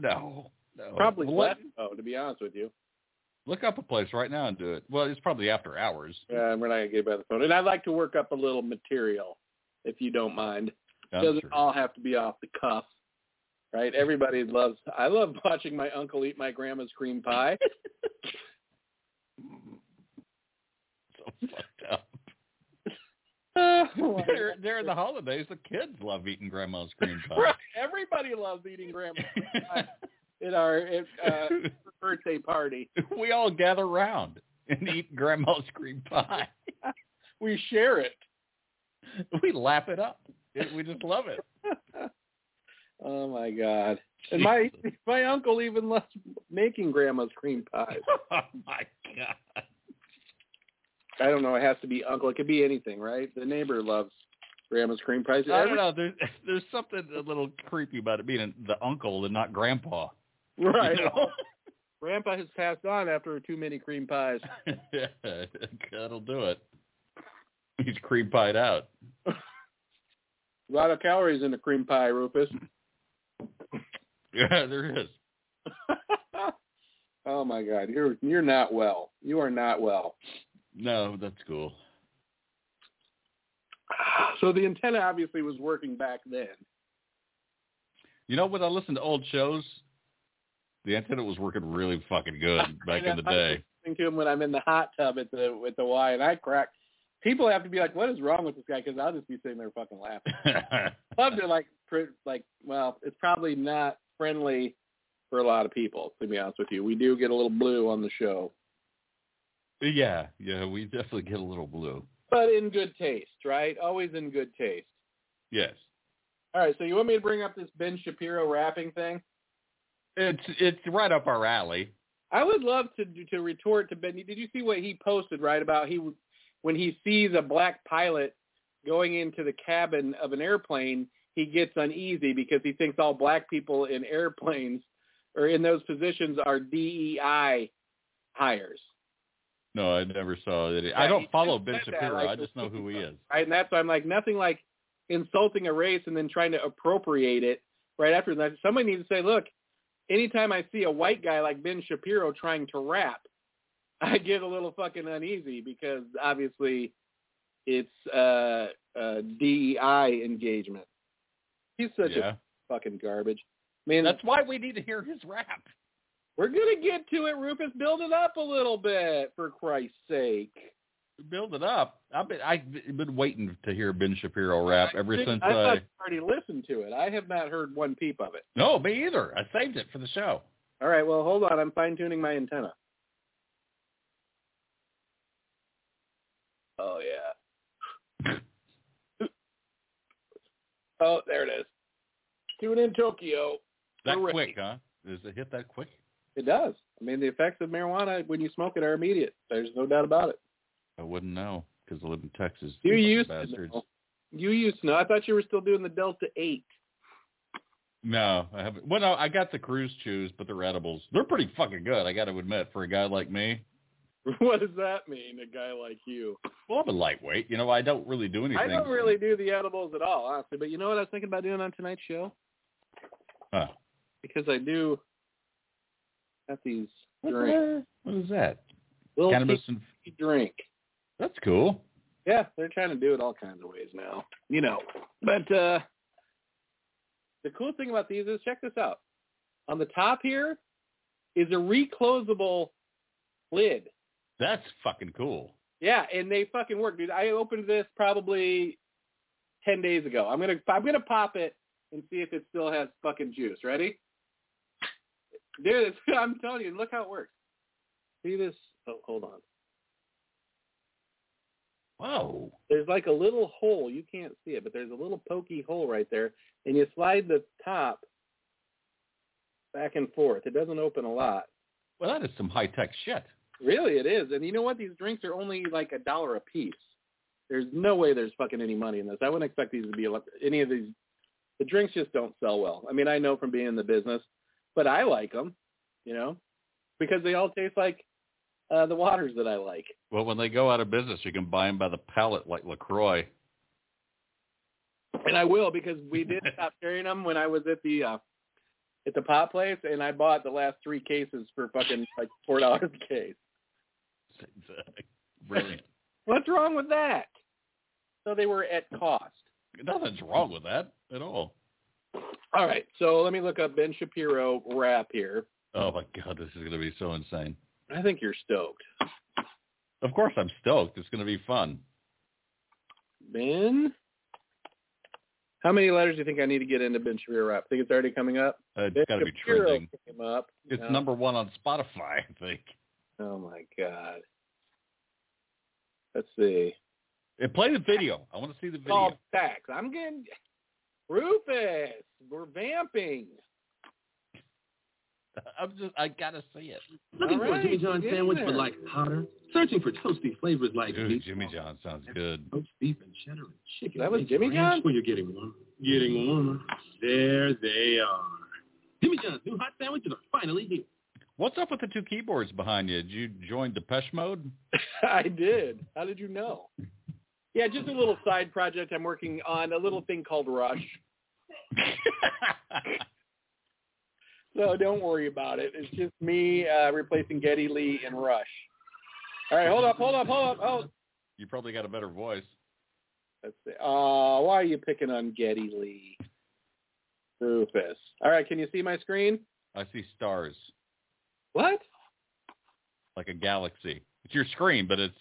no, no.
Probably
Oh, Well,
less, though, to be honest with you.
Look up a place right now and do it. Well, it's probably after hours.
Uh, we're not going to get by the phone. And I'd like to work up a little material, if you don't mind.
I'm
doesn't
sure.
all have to be off the cuff. right? Everybody loves. I love watching my uncle eat my grandma's cream pie.
So fucked up.
right.
They're, they're the holidays. The kids love eating grandma's cream pie.
Everybody loves eating grandma's cream pie at our at, uh, birthday party.
we all gather round and eat grandma's cream pie.
We share it.
We lap it up. It- we just love it.
Oh my god! And my
Jesus.
my uncle even loves making grandma's cream pies.
oh my god.
I don't know. It has to be uncle. It could be anything, right? The neighbor loves grandma's cream pies.
I don't know. There's there's something a little creepy about it being the uncle and not grandpa.
Every-
you
Right.
know?
Grandpa has passed on after too many cream pies.
That'll do it. He's cream pied out.
A lot of calories in a cream pie, Rufus.
Yeah, there is.
oh my God, you're you're not well. You are not well.
No, that's cool.
So the antenna obviously was working back then.
You know, when I listen to old shows, the antenna was working really fucking good back in the
I was
day.
listening to him when I'm in the hot tub at the with the Y, and I crack. People have to be like, "What is wrong with this guy?" Because I'll just be sitting there fucking laughing. Clubs are like, pr- like, well, it's probably not friendly for a lot of people. To be honest with you, we do get a little blue on the show,
yeah, yeah, we definitely get a little blue.
but in good taste, right? Always in good taste.
Yes.
All right, so you want me to bring up this Ben Shapiro rapping thing?
It's it's right up our alley.
I would love to to retort to Ben. Did you see what he posted right about he when he sees a black pilot going into the cabin of an airplane, he gets uneasy because he thinks all black people in airplanes or in those positions are DEI hires.
No, I never saw that.
Yeah,
I
he
don't follow
just
Ben
said that,
Shapiro.
like,
I just know who he is.
right? And that's why I'm like nothing like insulting a race and then trying to appropriate it right after that. Somebody needs to say, look, anytime I see a white guy like Ben Shapiro trying to rap, I get a little fucking uneasy because obviously it's uh, uh, DEI engagement. He's such
yeah.
a fucking garbage. Man,
That's why we need to hear his rap.
we're gonna get to it, Rufus. Build it up a little bit, for Christ's sake.
Build it up. I've been I've been waiting to hear Ben Shapiro rap ever
I
since
I
I.
thought you already listened to it. I have not heard one peep of it.
No, me either. I saved it for the show.
All right, well, hold on. I'm fine tuning my antenna. Oh yeah. oh, there it is. Tune in Tokyo.
That
Correct.
quick, huh? Does it hit that quick?
It does. I mean, the effects of marijuana when you smoke it are immediate. There's no doubt about it.
I wouldn't know because I live in Texas.
You
Fucking
used to
bastards.
know. You used to know. I thought you were still doing the Delta Eight.
No, I haven't. Well, no, I got the cruise chews, but they're edibles. They're pretty fucking good. I got to admit, for a guy like me,
what does that mean? A guy like you.
well, I'm a lightweight. You know, I don't really do anything.
I don't really do the edibles at all, honestly. But you know what I was thinking about doing on tonight's show?
Huh.
Because I do have these
What the
drinks.
hell? what is that?
Little
Cannabis and
tasty drink.
that's cool.
Yeah, they're trying to do it all kinds of ways now. You know. But uh the cool thing about these is check this out. On the top here is a reclosable lid.
That's fucking cool.
Yeah, and they fucking work, dude. I opened this probably ten days ago. I'm gonna I'm gonna pop it and see if it still has fucking juice. Ready? Dude, it's- I'm telling you, look how it works. See this? Oh, hold on.
Whoa.
There's like a little hole. You can't see it, but there's a little pokey hole right there, and you slide the top back and forth. It doesn't open a lot.
Well, that is some high tech shit.
Really, it is. And you know what? These drinks are only like a dollar a piece. There's no way there's fucking any money in this. I wouldn't expect these to be a lot- any of these. The drinks just don't sell well. I mean, I know from being in the business, but I like them, you know, because they all taste like uh, the waters that I like.
Well, when they go out of business, you can buy them by the pallet like Lacroix.
And I will because we did stop carrying them when I was at the uh, at the pot place, and I bought the last three cases for fucking like four dollars a case.
Brilliant.
What's wrong with that? So they were at cost.
Nothing's wrong with that at all.
All right, so let me look up Ben Shapiro rap here.
Oh my god, this is going to be so insane.
I think you're stoked.
Of course, I'm stoked. It's going to be fun.
Ben? How many letters do you think I need to get into Ben Shapiro rap? Think it's already coming up?
Uh,
Ben
it's got to be
Shapiro
trending.
Came up.
It's
No.
number one on Spotify, I think.
Oh my god. Let's see.
It played the video. I want to see the video.
Call tax. I'm getting Rufus. We're vamping.
I'm just. I gotta see it.
Looking for
Alright,
a Jimmy John
get in
sandwich,
there.
but like hotter? Searching for toasty flavors like
Dude,
meat,
Jimmy John sounds good.
roast beef and cheddar and chicken.
That was
bacon
Jimmy
ranch.
John?
Well, you're getting warm. Getting warm. There they are. Jimmy John's new hot sandwiches are finally here.
What's up with the two keyboards behind you? Did you join Depeche Mode?
I did. How did you know? Yeah, just a little side project I'm working on, a little thing called Rush. So don't worry about it. It's just me uh, replacing Getty Lee and Rush. All right, hold up, hold up, hold up. Oh,
you probably got a better voice.
Let's see. Oh, why are you picking on Getty Lee? Rufus. All right, can you see my screen?
I see stars
What?
like a galaxy. It's your screen, but it's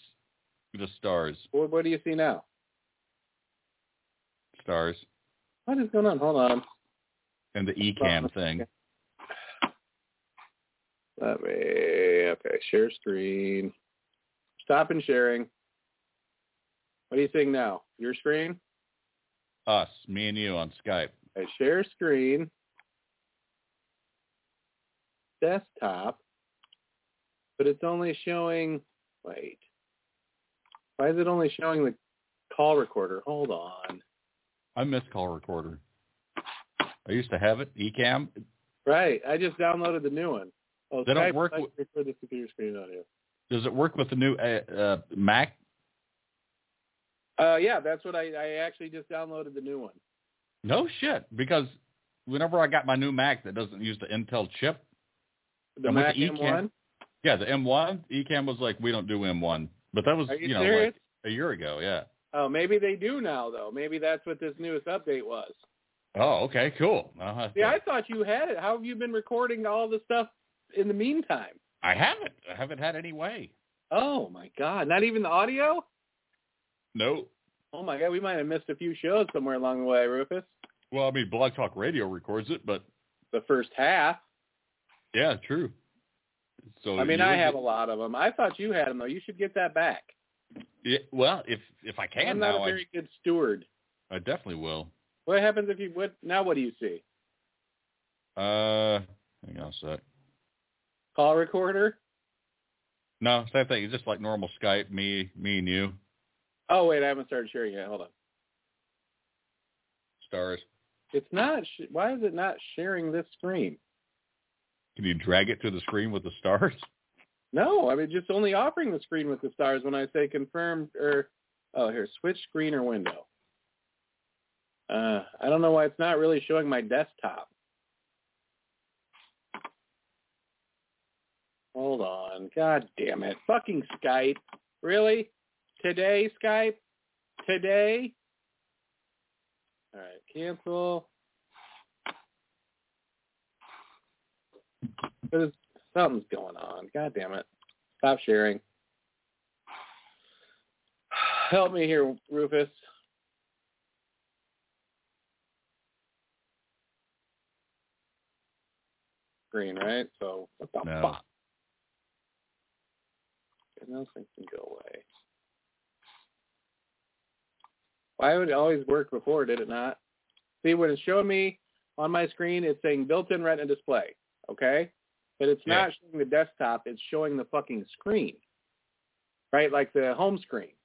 the stars.
What, what do you see now?
Stars
What is going on? Hold on.
and the ecam thing.
Let me. Okay, share screen. Stop and sharing. What are you seeing now? Your screen?
Us, me and you on Skype.
I share screen. Desktop. But it's only showing. Wait. Why is it only showing the call recorder? Hold on.
I miss call recorder. I used to have it. Ecam.
Right. I just downloaded the new one. Oh,
They don't
Skype
work
does
with-
record the computer screen audio.
Does it work with the new uh, uh, Mac?
Uh, yeah, that's what I, I actually just downloaded the new one.
No shit. Because whenever I got my new Mac that doesn't use the Intel chip,
The
And with
Mac
the E
M1.
eCam- Yeah, the M1 Ecamm was like, we don't do M1, but that was
Are you
know
serious?
like a year ago. Yeah.
oh, maybe they do now though. Maybe that's what this newest update was.
Oh, okay, cool. I'll have to-
Yeah, I thought you had it. How have you been recording all the stuff in the meantime?
I haven't. I haven't had any way.
Oh my God! Not even the audio?
No.
Oh my God! We might have missed a few shows somewhere along the way, Rufus.
Well, I mean, Blog Talk Radio records it, but
The first half.
yeah, true. So
I mean,
Oh, you-
I have a lot of them. I thought you had them though. You should get that back.
Yeah, well, if if I
I'm
can
not
now,
a very good steward.
I I definitely will.
What happens if you what? Now what do you see?
Uh, hang on a sec.
Call recorder?
No, same thing. It's just like normal Skype. Me, me and you.
Oh wait, I haven't started sharing yet. Hold on.
Stars.
It's not. Sh- why is it not sharing this screen?
Can you drag it to the screen with the stars?
No, I mean just only offering the screen with the stars when I say confirmed or oh here switch screen or window. Uh, I don't know why it's not really showing my desktop. Hold on, god damn it, fucking Skype, really? Today Skype, today. All right, cancel. There's something's going on. God damn it. Stop sharing. Help me here, Rufus. Green, right? So what the
No.
fuck? And those things can go away. Why would it always work before, did it not? See, when it's showing me on my screen, it's saying built-in retina display, okay? But it's
Yeah.
not showing the desktop. It's showing the fucking screen, right? Like the home screen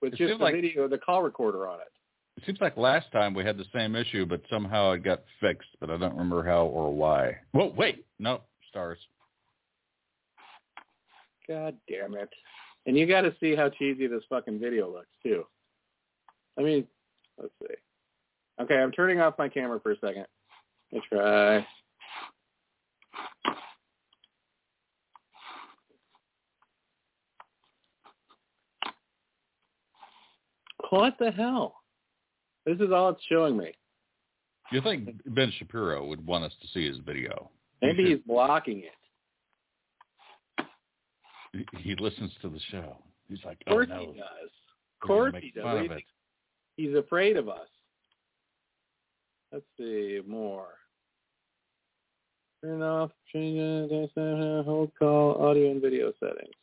with
It
just
seemed
the
like-
video, the call recorder on it.
It seems like last time we had the same issue, but somehow it got fixed, but I don't remember how or why. Whoa, wait. No, stars.
God damn it. And you got to see how cheesy this fucking video looks, too. I mean, let's see. Okay, I'm turning off my camera for a second. Let me try. What the hell? This is all it's showing me.
Do you think Ben Shapiro would want us to see his video?
Maybe
should-
he's blocking it.
He- He listens to the show. He's like,
Of course
oh no,
he
they're
does.
gonna
Of course
make
he does.
fun
What do
of
you
it.
think? He's afraid of us. Let's see more. Turn off, change, it, uh, hold call, audio and video settings.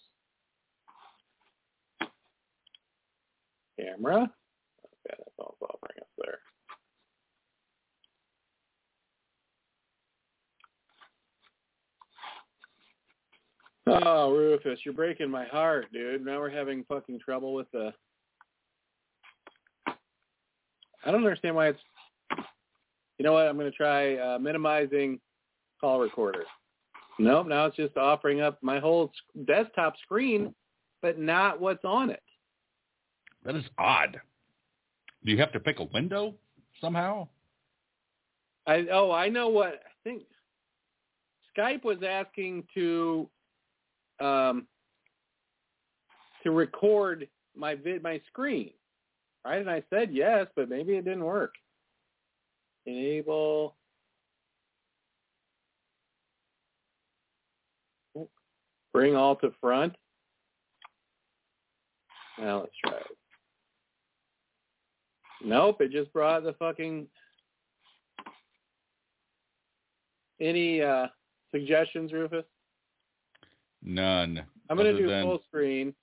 Camera. Okay, that's all it's offering us there. Oh, Rufus, you're breaking my heart, dude. Now we're having fucking trouble with the. I don't understand why it's. You know what? I'm going to try uh, minimizing call recorder. Nope, now it's just offering up my whole s- desktop screen, but not what's on it.
That is odd. Do you have to pick a window somehow?
I oh I know what I think. Skype was asking to um, to record my vid my screen, right? And I said yes, but maybe it didn't work. Enable. Bring all to front. Now let's try it. Nope, it just brought the fucking any uh, suggestions, Rufus?
None.
I'm going to
Other
do
than-
full screen.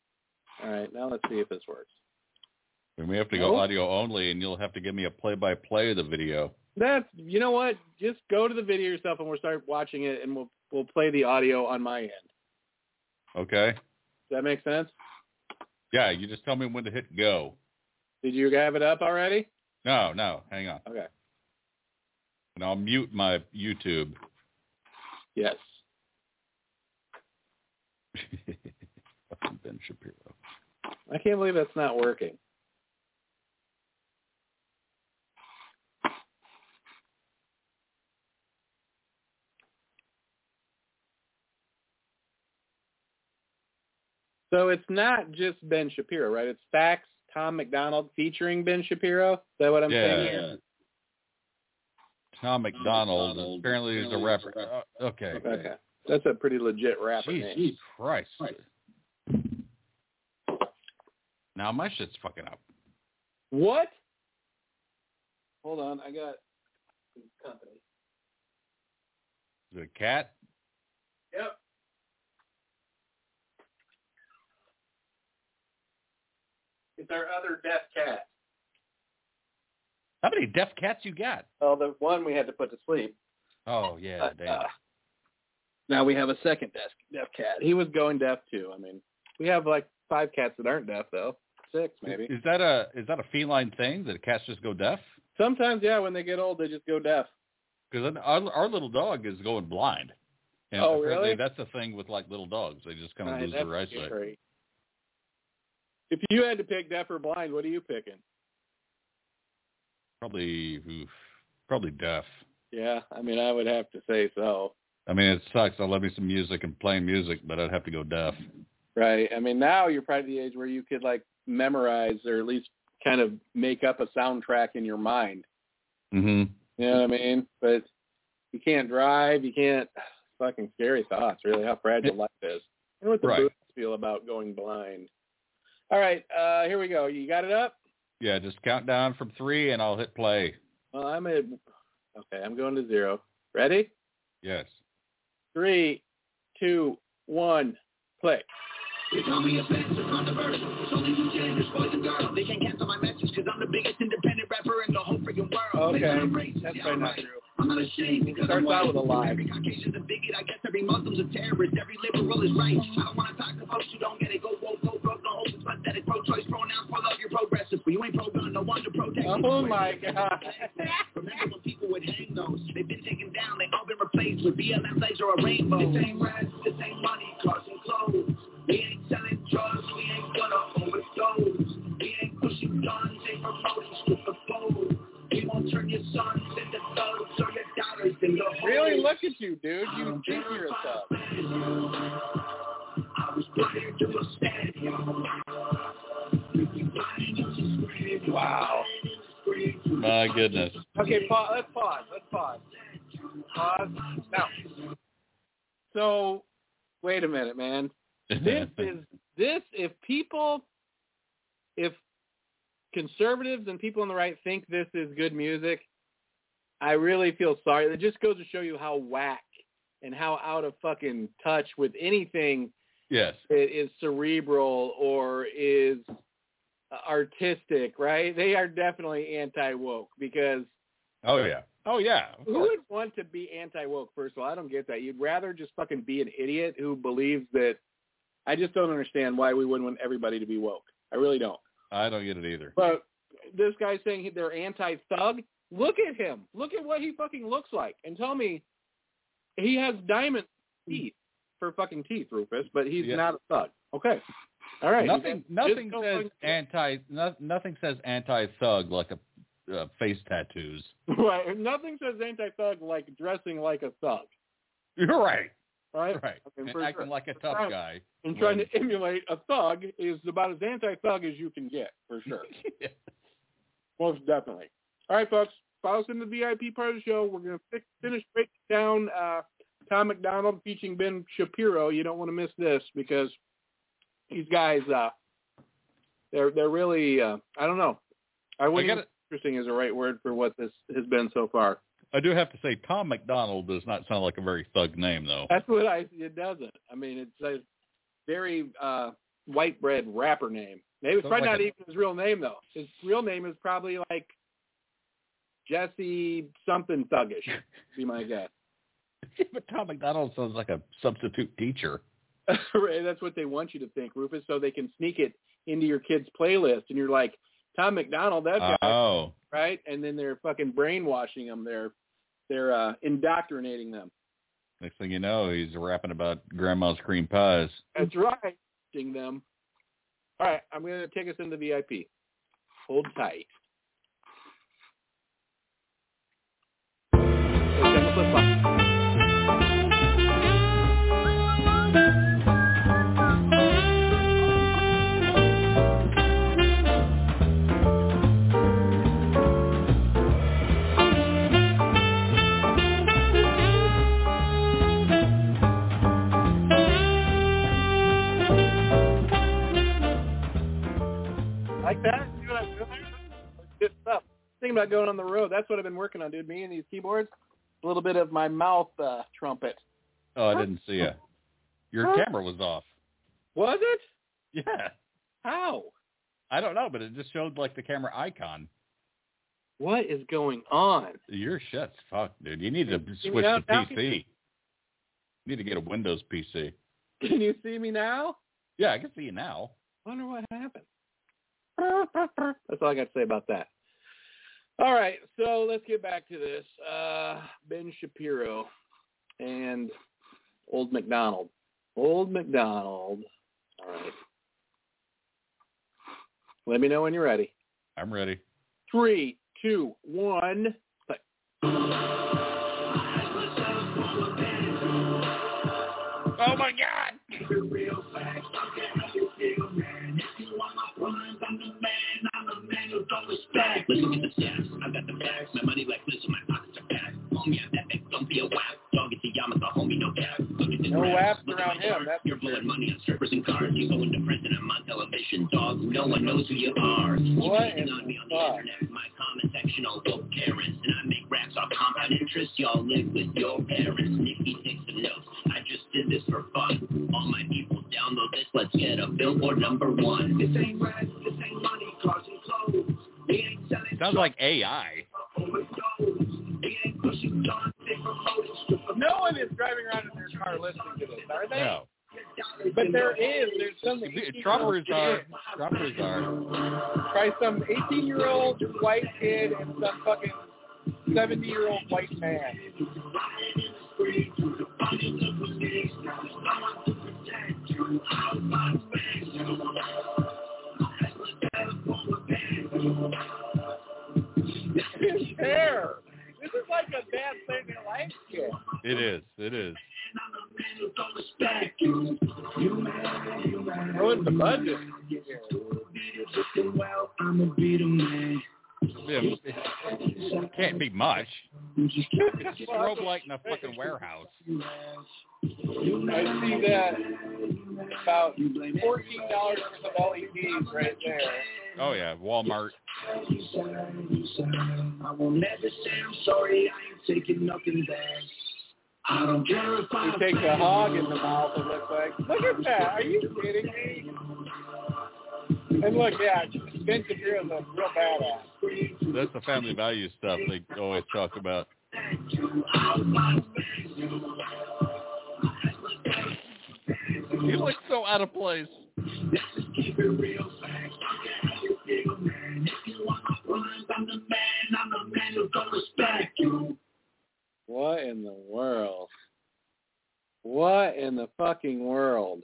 All right, now let's see if this works.
We may have to go
Nope.
audio only, and you'll have to give me a play-by-play of the video.
That's you know what? Just go to the video yourself, and we'll start watching it, and we'll we'll play the audio on my end.
Okay?
Does that make sense?
Yeah, you just tell me when to hit go.
Did you have it up already?
No, no, hang on.
Okay.
And I'll mute my YouTube.
Yes.
Fucking ben Shapiro.
I can't believe that's not working. So it's not just Ben Shapiro, right? It's Facts, Tom McDonald featuring Ben Shapiro. Is that what I'm saying?
yeah. Tom McDonald.
McDonald.
Apparently he's a
Apparently he's
rapper.
a rapper.
Uh, okay.
Okay. That's a pretty legit rapper
Jesus
name.
Christ.
Christ.
Now my shit's fucking up.
What? Hold on, I got company.
Is it a cat?
Yep. It's our other deaf cat.
How many deaf cats you got?
Well, the one we had to put to sleep.
Oh yeah,
but,
damn.
uh, now we have a second deaf, deaf cat. He was going deaf too. I mean, we have like five cats that aren't deaf though. Six maybe.
Is that a is that a feline thing that cats just go deaf?
Sometimes, yeah, when they get old, they just go deaf.
Because our, our little dog is going blind. And
Oh,
apparently
really?
That's the thing with like little dogs; they just kind of
Right,
lose
that's
their eyesight.
scary. If you had to pick deaf or blind, what are you picking?
Probably, oof, probably deaf.
Yeah, I mean, I would have to say so.
I mean, it sucks. I love me some music and playing music, but I'd have to go deaf.
Right. I mean, now you're probably the age where you could like memorize or at least kind of make up a soundtrack in your mind.
Mm-hmm.
You know what I mean? But you can't drive. You can't. Fucking scary thoughts. Really, how fragile life is. And what the
Right.
boots feel about going blind. All right, uh, here we go. You got it up.
Yeah, just count down from three, and I'll hit play.
Well, I'm at. Okay, I'm going to zero. Ready?
Yes.
Three, two, one, play.
They call me offensive, I'm the verdict. It's only you dangerous, boys and girls. They can't cancel my message, cause I'm the biggest independent rapper in the whole freaking world.
Okay,
Man, I'm racist,
that's
yeah,
probably
I'm
not
right.
true.
I'm not ashamed because
Starts
I'm white.
out with a lie.
Every Caucasian's a bigot, I guess every Muslim's a terrorist. Every liberal is right. I don't wanna talk to folks who don't get it. Go woke, go broke, no hope, it's pathetic. Pro-choice, pronoun, pull up your progressive. But you ain't pro-gun, no wonder protest.
Oh my god.
Remember when people would hang those? They've been taken down, they all been replaced with BLM flags or a rainbow. This ain't rats, this ain't money, cars and clothes. We ain't selling drugs, we ain't gonna overdose. We ain't pushing guns, ain't promoting strip of foes. We won't turn your sons into thugs or your daughters into hoes.
Really? Look at you, dude.
I
You
don't
think
care
you're a
about
sub.
failure. I was wired to a stand. Wow.
My goodness.
Okay, pause. Let's pause. Let's pause. Pause. Now,
So, wait a minute, man. This is this. If people, if conservatives and people on the right think this is good music, I really feel sorry. It just goes to show you how whack and how out of fucking touch with anything
yes.
that is cerebral or is uh, artistic. Right? They are definitely anti woke because
Oh yeah. Oh yeah. Of
who
course.
would want to be anti woke? First of all, I don't get that. You'd rather just fucking be an idiot who believes that. I just don't understand why we wouldn't want everybody to be woke. I really don't.
I don't get it either.
But this guy's saying he- they're anti thug. Look at him. Look at what he fucking looks like, and tell me he has diamond teeth for fucking teeth, Rufus. But he's
Yeah.
not a thug. Okay. All right.
Nothing.
Just
Nothing
go
says anti. No, nothing says anti thug like a uh, face tattoos.
fucking- right. Nothing says anti thug like dressing like a thug.
You're right.
All right.
Right.
And
And
for
acting
sure.
like a
For
tough
sure.
guy.
and trying to emulate a thug is about as anti-thug as you can get, for sure.
Yeah.
Most definitely. All right, folks, follow us in the VIP part of the show. We're going to fi- finish breaking down uh, Tom McDonald featuring Ben Shapiro. You don't want to miss this because these guys, uh, they're they're really, uh, I don't know. I
I
wouldn't.
got.
Interesting is the right word for what this has been so far.
I do have to say, Tom McDonald does not sound like a very thug name, though.
That's what I. It doesn't. I mean, it's a very uh, white bread rapper name. Maybe it's
Sounds
probably
like
not
a-
even his real name though. His real name is probably like Jesse something thuggish. be my guess.
but Tom McDonald sounds like a substitute teacher.
Right, That's what they want you to think, Rufus, so they can sneak it into your kid's playlist, and you're like Tom McDonald. That guy,
Oh,
right? And then they're fucking brainwashing them. They're they're uh, indoctrinating them.
next thing you know, he's rapping about grandma's cream pies.
That's right. Ding them. All right, I'm going to take us into VIP. Hold tight. Like that? See what I'm doing there? Good stuff. Thinking about going on the road. That's what I've been working on, dude. Me and these keyboards. A little bit of my mouth uh, trumpet.
Oh, I didn't see you. Your camera was off.
Was it?
Yeah.
How?
I don't know, but it just showed like the camera icon.
What is going on?
Your shit's fucked, dude. You need to
You
switch
know,
to
now-
PC. need to get a Windows PC.
Can you see me now?
Yeah, I can see you now.
Wonder what happened. That's all I got to say about that. All right, so let's get back to this. Uh, ben Shapiro and Old McDonald. Old McDonald. All right. Let me know when you're ready.
I'm ready.
Three, two, one. play.
Oh my god.
Listen to the stats, I got the facts. My money like this, and my pockets are packed. Homie, I'm epic, don't be a whack. Dog, it's a Yamaha, homie, no cap. Look at this
No
rap.
laughs
Look at
around
my
him,
chart.
that's
You're blowing money on strippers and cars. You're going to prison. I'm on television, dog. No one knows who you are.
What
You're hating
in
on me on
the fuck?
the internet. My comment section all woke Karens, and I make raps on compound interest. Y'all live with your parents. Nikki takes some notes. I just did this for fun. All my people download this. Let's get a billboard number one. This ain't rap. This ain't money. Cars and clothes. We ain't selling
Sounds like AI.
No one is driving around in their car listening to this, are they?
No.
But there is. There's something.
Trumpers are Trumpers are
by some 18 year old white kid and some fucking 70 year old white man. His hair. This is like a bad thing in life kid.
it is. It is.
Ruined the budget.
Well, I'm a beat man.
it, it can't be much. Just robe like in a fucking warehouse.
I see that about fourteen dollars worth of LEDs right there.
Oh yeah, Walmart.
I won't ever say I'm sorry. I ain't taking nothing back. I don't care if I
He takes a hog in the mouth. It looks like. Look at that. Are you kidding me? And look, yeah, Ben Shapiro's a real badass.
That's the family value stuff they always talk about. You look so out of place.
keep it real facts. Fuck it, how you feel, man. If you want my rhymes, I'm the man. I'm the man who's gonna respect you.
What in the world? What in the fucking world?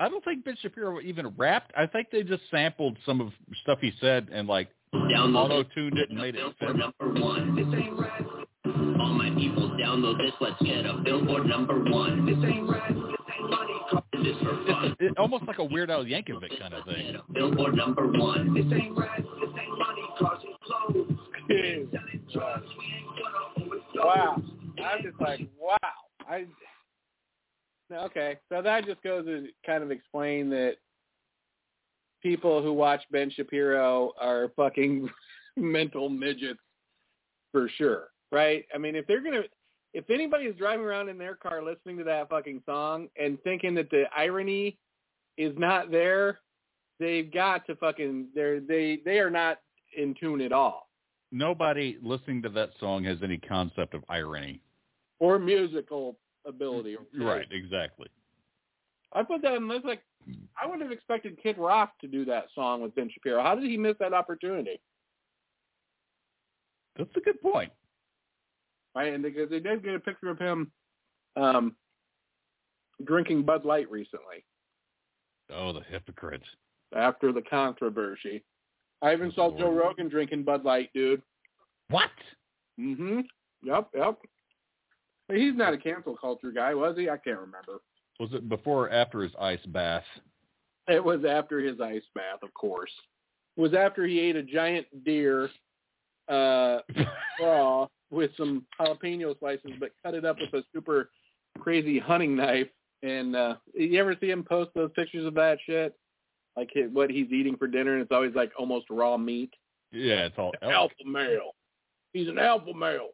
I don't think Ben Shapiro even rapped. I think they just sampled some of stuff he said and like auto
Download
tuned it and made it.
for number one. This ain't rap. All my people download this. Let's get a billboard number one. This ain't rap. This ain't money. This is for fun.
It's it, almost like a Weird Al Yankovic kind of thing.
Get a billboard number one. This ain't rap. This ain't money. Cars and clothes. We ain't selling drugs. We ain't gonna overdose.
Wow. I'm just like, wow. I okay. So that just goes to kind of explain that people who watch Ben Shapiro are fucking mental midgets for sure, right? I mean, if they're gonna, if anybody is driving around in their car listening to that fucking song and thinking that the irony is not there, they've got to fucking they're they they are not in tune at all.
Nobody listening to that song has any concept of irony.
or musical ability.
Right, exactly.
I put that in this like I would have expected Kid Rock to do that song with Ben Shapiro. How did he miss that opportunity?
That's a good point.
Right, and because they did get a picture of him um, drinking Bud Light recently
Oh, the hypocrites.
after the controversy. I even saw
Lord.
Joe Rogan drinking Bud Light, dude.
What?
Mm-hmm. Yep, yep. But he's not a cancel culture guy, was he? I can't remember.
Was it before or after his ice bath?
It was after his ice bath, of course. It was after he ate a giant deer uh, raw with some jalapeno slices, but cut it up with a super crazy hunting knife. And uh, you ever see him post those pictures of that shit? Like hi- what he's eating for dinner, and it's always like almost raw meat.
Yeah, it's all elk.
Alpha male. He's an alpha male.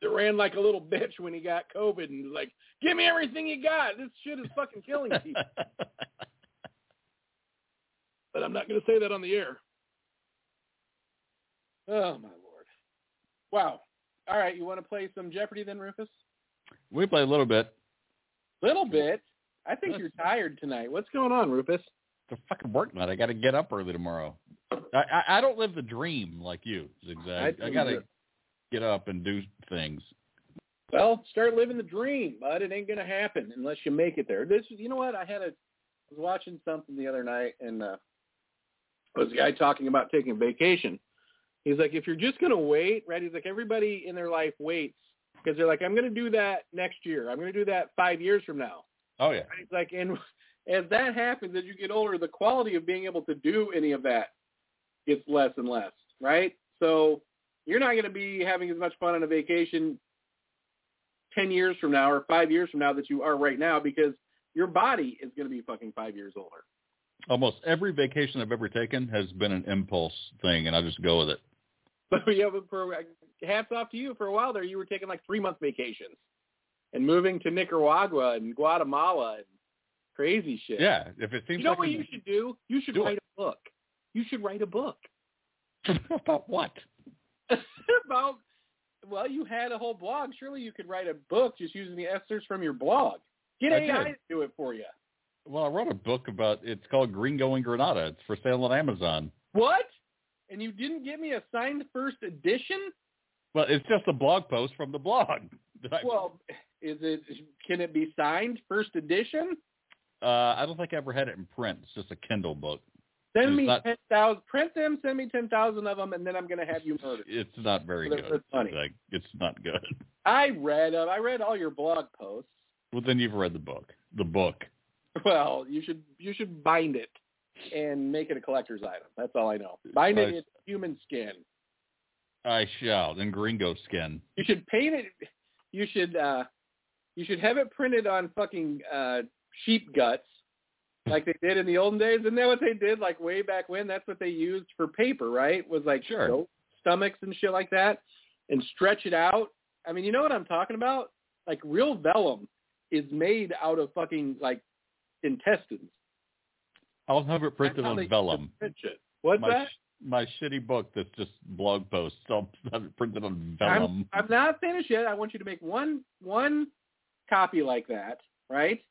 That ran like a little bitch when he got COVID and was like, "Give me everything you got. This shit is fucking killing people." but I'm not going to say that on the air. Oh my lord! Wow. All right, you want to play some Jeopardy then, Rufus?
we play a little bit.
Little bit. I think you're tired tonight. What's going on, Rufus?
It's a fucking work night. I got to get up early tomorrow. I, I, I don't live the dream like you, Zigzag.
I
I, got to
do.
get up and do things.
Well, start living the dream, bud. It ain't gonna happen unless you make it there. This, you know what? I had a, I was watching something the other night, and uh, was a guy talking about taking a vacation. He's like, if you're just gonna wait, right? He's like, everybody in their life waits because they're like, I'm gonna do that next year. I'm gonna do that five years from now.
Oh yeah,
It's like, and as that happens, as you get older, the quality of being able to do any of that gets less and less, right? So you're not going to be having as much fun on a vacation 10 years from now or five years from now that you are right now because your body is going to be fucking five years older.
almost every vacation I've ever taken has been an impulse thing, and I just go with it.
But yeah, but for hats off to you. For a while there, you were taking like three month vacations and moving to Nicaragua and Guatemala and crazy shit.
Yeah, if it seems
You know
like
what
an-
you should do? You should
Do it.
write a book. You should write a book.
about what?
about well, you had a whole blog. Surely you could write a book just using the excerpts from your blog. Get
I
AI
did.
to do it for you.
Well, I wrote a book about. It's called Gringo in Granada. It's for sale on Amazon.
What? And you didn't give me a signed first edition?
Well, it's just a blog post from the blog. that I-
Well, is it? Can it be signed first edition?
uh, I don't think I ever had it in print. It's just a Kindle book.
Send
It's
me
not-
ten thousand. Print them. Send me ten thousand of them, and then I'm gonna have you murdered.
It's not very
But it's
good.
funny.
Like, it's not good.
I read. Uh, I read all your blog posts.
Well, then you've read the book. The book.
Well, you should. You should bind it. and make it a collector's item. That's all I know. Mine
Nice.
is human skin.
I shall. In gringo skin.
You should paint it. You should uh, you should have it printed on fucking uh, sheep guts, like they did in the olden days. Isn't that what they did? Like way back when, that's what they used for paper, right? Was like
Sure.
goat stomachs and shit like that, and stretch it out. I mean, you know what I'm talking about? Like real vellum is made out of fucking like intestines.
I'll have it printed
That's how
on
they
vellum.
print shit. What's
my
that?
sh- my shitty book that's just blog posts. I'll have it printed on
I'm,
vellum.
I'm not finished yet. I want you to make one one copy like that, right?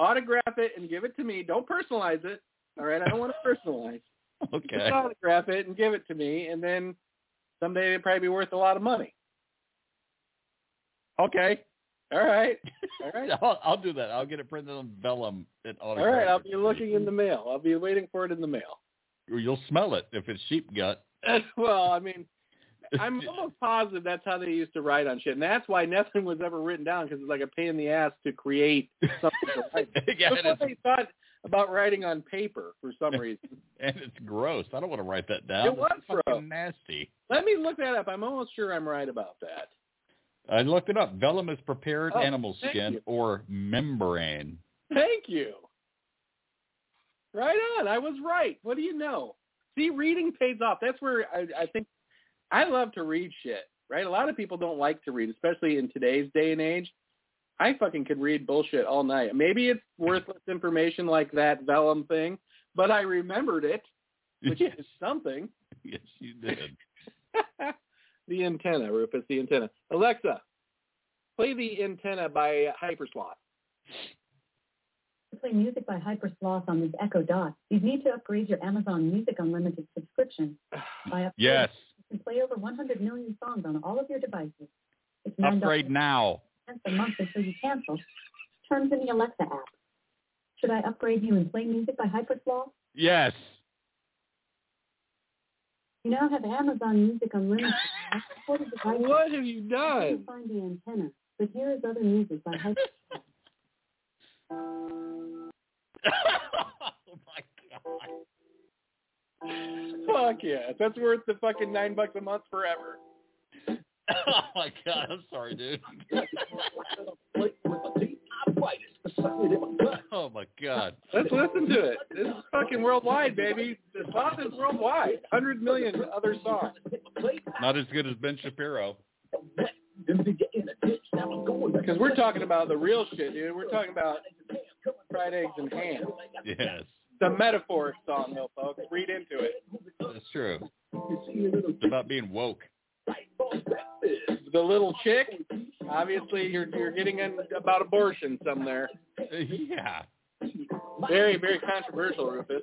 Autograph it and give it to me. Don't personalize it. All right, I don't want to personalize.
okay.
Just autograph it and give it to me, and then someday it'd probably be worth a lot of money.
Okay.
All right, all right,
I'll, I'll do that. I'll get it printed on vellum and
all
autographed.
right. I'll be
for you.
looking in the mail. I'll be waiting for it in the mail.
You'll smell it if it's sheep gut.
well, I mean, I'm almost positive that's how they used to write on shit, and that's why nothing was ever written down because it's like a pain in the ass to create something to write.
yeah,
That's
and
what
it's,
they thought about writing on paper for some reason.
and it's gross. I don't want to write that down.
It was
It's fucking
gross.
nasty.
Let me look that up. I'm almost sure I'm right about that.
I looked it up. Vellum is prepared
Oh,
animal
thank
skin
you.
or membrane.
Thank you. Right on. I was right. What do you know? See, reading pays off. That's where I, I think I love to read shit, right? A lot of people don't like to read, especially in today's day and age. I fucking could read bullshit all night. Maybe it's worthless information like that vellum thing, but I remembered it, which
yes,
is something.
yes, you did.
the antenna, Rufus, the antenna. Alexa, play the antenna by Hypersloth.
To play music by Hypersloth on these Echo Dots, you'd need to upgrade your Amazon Music Unlimited subscription. By upgrade,
Yes.
you can play over 100 million songs on all of your devices. It's
Upgrade
$9
now.
a month until you cancel. Terms in the Alexa app. Should I upgrade you and play music by Hypersloth?
Yes.
You now have Amazon Music Unlimited. on all the devices.
What have you
I couldn't
done?
find the antenna, but here is other music by Hypersloth.
oh my god.
Fuck yes. That's worth the fucking nine bucks a month forever.
Oh my god. I'm sorry, dude. Oh my god.
Let's listen to it. This is fucking worldwide, baby. The song is worldwide. 100 million other songs.
Not as good as Ben Shapiro.
Because we're talking about the real shit, dude. We're talking about fried eggs and ham.
Yes.
It's a metaphoric song, though, folks. Read into it.
That's true. It's about being woke.
The little chick, obviously, you're, you're getting in about abortion some there.
Yeah.
Very, very controversial, Rufus.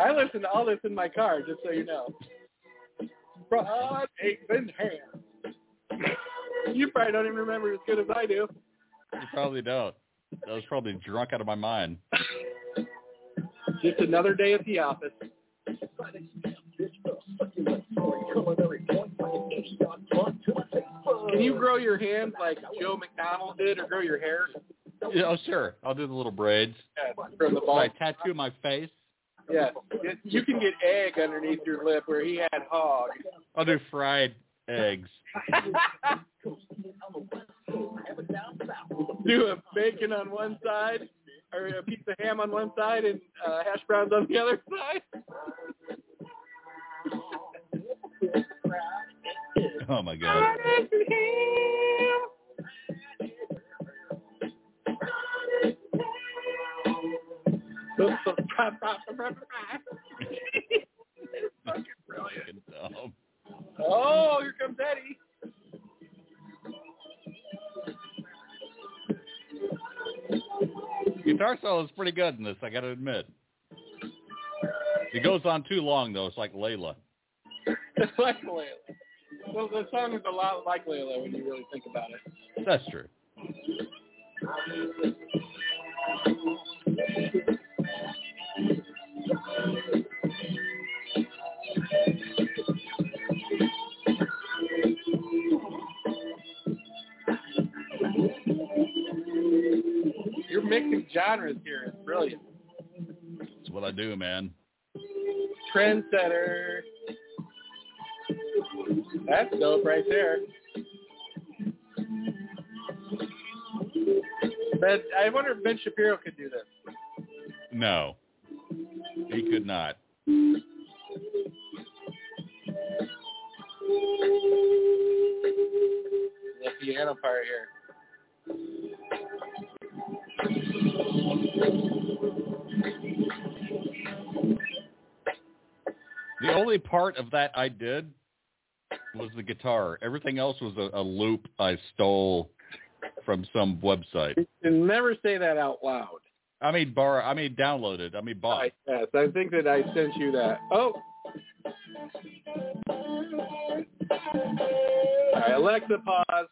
I listen to all this in my car, just so you know. Broad eggs and ham. You probably don't even remember as good as I do.
You probably don't. I was probably drunk out of my mind.
Just another day at the office. Can you grow your hands like Joe McDonald did, or grow your hair
Yeah, oh, sure. I'll do the little braids.
Yes, from the
Should I
ball?
tattoo my face?
Yes. You can get egg underneath your lip where he had hog.
I'll do fried eggs.
do a bacon on one side or a piece of ham on one side and uh, hash browns on the other side.
Oh my god. Fucking dumb.
oh, here comes Eddie.
Guitar solo is pretty good in this, I gotta admit. It goes on too long though, it's like Layla.
like Layla. Well, the song is a lot like Layla when you really think about it.
That's true.
mixing genres here. It's brilliant.
That's what I do, man.
Trendsetter. That's dope right there. But I wonder if Ben Shapiro could do this.
No, he could not.
The piano part here.
The only part of that I did was the guitar. Everything else was a, a loop I stole from some website.
You can never say that out loud.
I mean, borrow. I mean, downloaded. I mean, bought.
I, yes, I think that I sent you that. Oh. All right, Alexa, pause.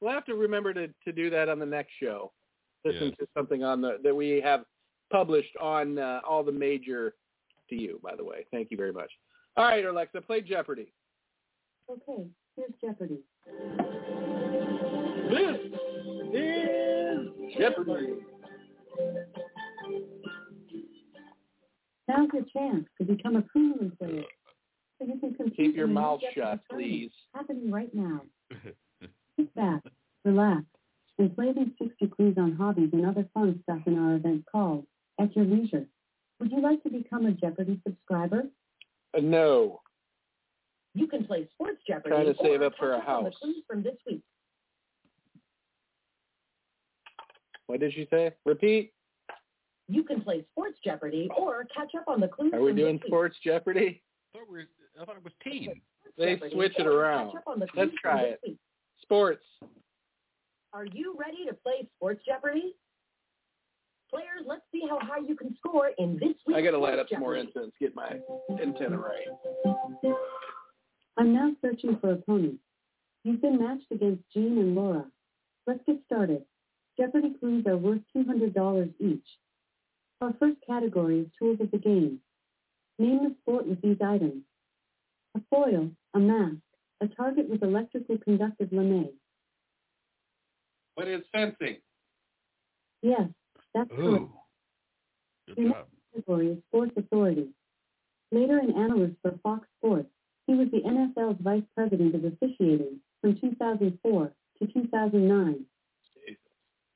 We'll have to remember to, to do that on the next show. Listen
Yes.
to something on the that we have published on uh, all the major to you. By the way, thank you very much. All right, Alexa, play Jeopardy.
Okay, here's Jeopardy.
This is Jeopardy.
Now's your chance to become a premium employee. So you can compete
Keep your
in the
mouth
Jeopardy
shut,
tournament
please.
Happening right now. Sit back, relax, and play these six degrees on hobbies and other fun stuff in our event called At Your Leisure. Would you like to become a Jeopardy subscriber?
Uh, no.
You can play Sports Jeopardy.
Trying to
or
save up for a
catch up on the
house.
clues From this week.
What did you say? Repeat.
You can play Sports Jeopardy or catch up on the clues.
Are we
from this
doing
week.
sports Jeopardy?
I thought, we were, I thought it was teen.
Sports
They
Jeopardy
switch it
or
around.
catch up on the
Let's
clues
try
from this
it.
week.
Sports.
Are you ready to play Sports Jeopardy? Players, let's see how high you can score in this week's
I gotta light up
Sports
some more
Jeopardy.
incense. Get my antenna right.
I'm now searching for opponents. You've been matched against Gene and Laura. Let's get started. Jeopardy clues are worth $200 each. Our first category is tools of the game. Name the sport with these items. A foil, a mask, a target with electrically conductive lame.
What is fencing?
Yes, that's correct.
Ooh. Good job.
category is sports authority. Later an analyst for Fox Sports, he was the NFL's vice president of officiating from 2004 to 2009.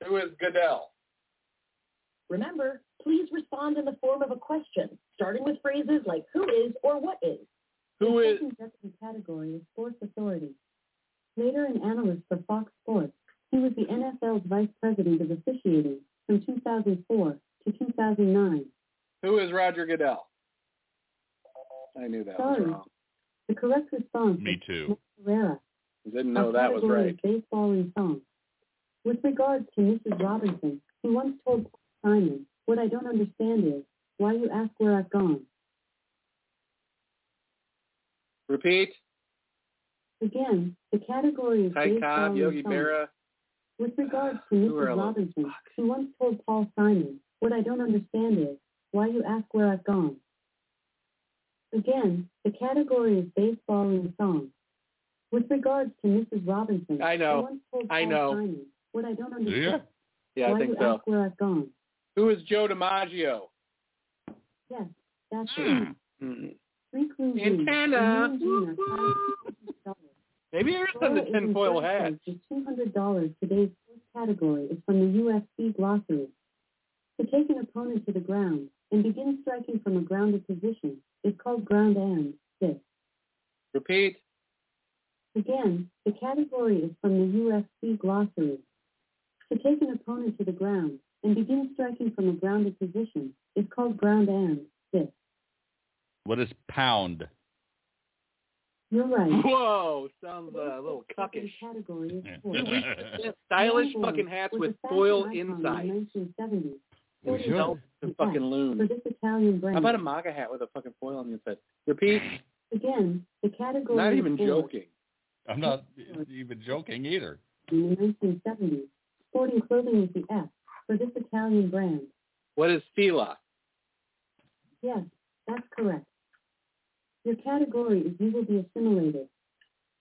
Who is Goodell?
Remember, please respond in the form of a question, starting with phrases like who is or what is.
Who
the
is
second deputy category is sports authority. Later an analyst for Fox Sports, he was the NFL's vice president of officiating from 2004 to 2009.
who is Roger Goodell? I knew that was
Sorry.
wrong.
The correct response
Me
is
too.
Herrera.
Didn't know
Our
that was
category
right.
is Baseball and song. With regards to Mrs. Robinson, who once told Simon, "What I don't understand is why you ask where I've gone."
Repeat.
Again, the category is
Ty
baseball
Cobb,
and
Yogi
song.
Berra.
With regards to
Who are
Mrs.
all-
Robinson,
Fuck.
who once told Paul Simon, "What I don't understand is why you ask where I've gone." Again, the category is baseball and song. With regards to Mrs. Robinson,
I know.
who once told
I
Paul
know.
Simon, "What I don't
Do
understand."
you?
Yeah,
why
I think
you
so.
ask where I've gone?
Who is Joe DiMaggio?
Yes, that's it. Three clues each.
Antenna.
The new and Gina tied for $200.
Maybe there's
Laura
some
is in
tinfoil
first
hat.
place with $200. Today's first category is from the UFC glossary. To take an opponent to the ground and begin striking from a grounded position is called ground and this.
Repeat.
Again, the category is from the UFC glossary. To take an opponent to the ground and begin striking from a grounded position is called ground and this.
What is pound?
You're
Oh,
right.
Whoa, sounds uh, a little cuckish.
Category is
Yeah.
sports.
Stylish
Cowboy
fucking hats
was
with
a fashion
foil
icon in the
inside.
1970s.
We
Forty
should.
dollars
The fucking
For
loon.
this Italian brand.
How about a MAGA hat with a fucking foil on the inside? Repeat.
Again, the category
Not
is
even
sports.
joking.
I'm not even joking either.
In the 1970s, sporting clothing with the F for this Italian brand.
What is Fila?
Yes, that's correct. Your category is you will be assimilated.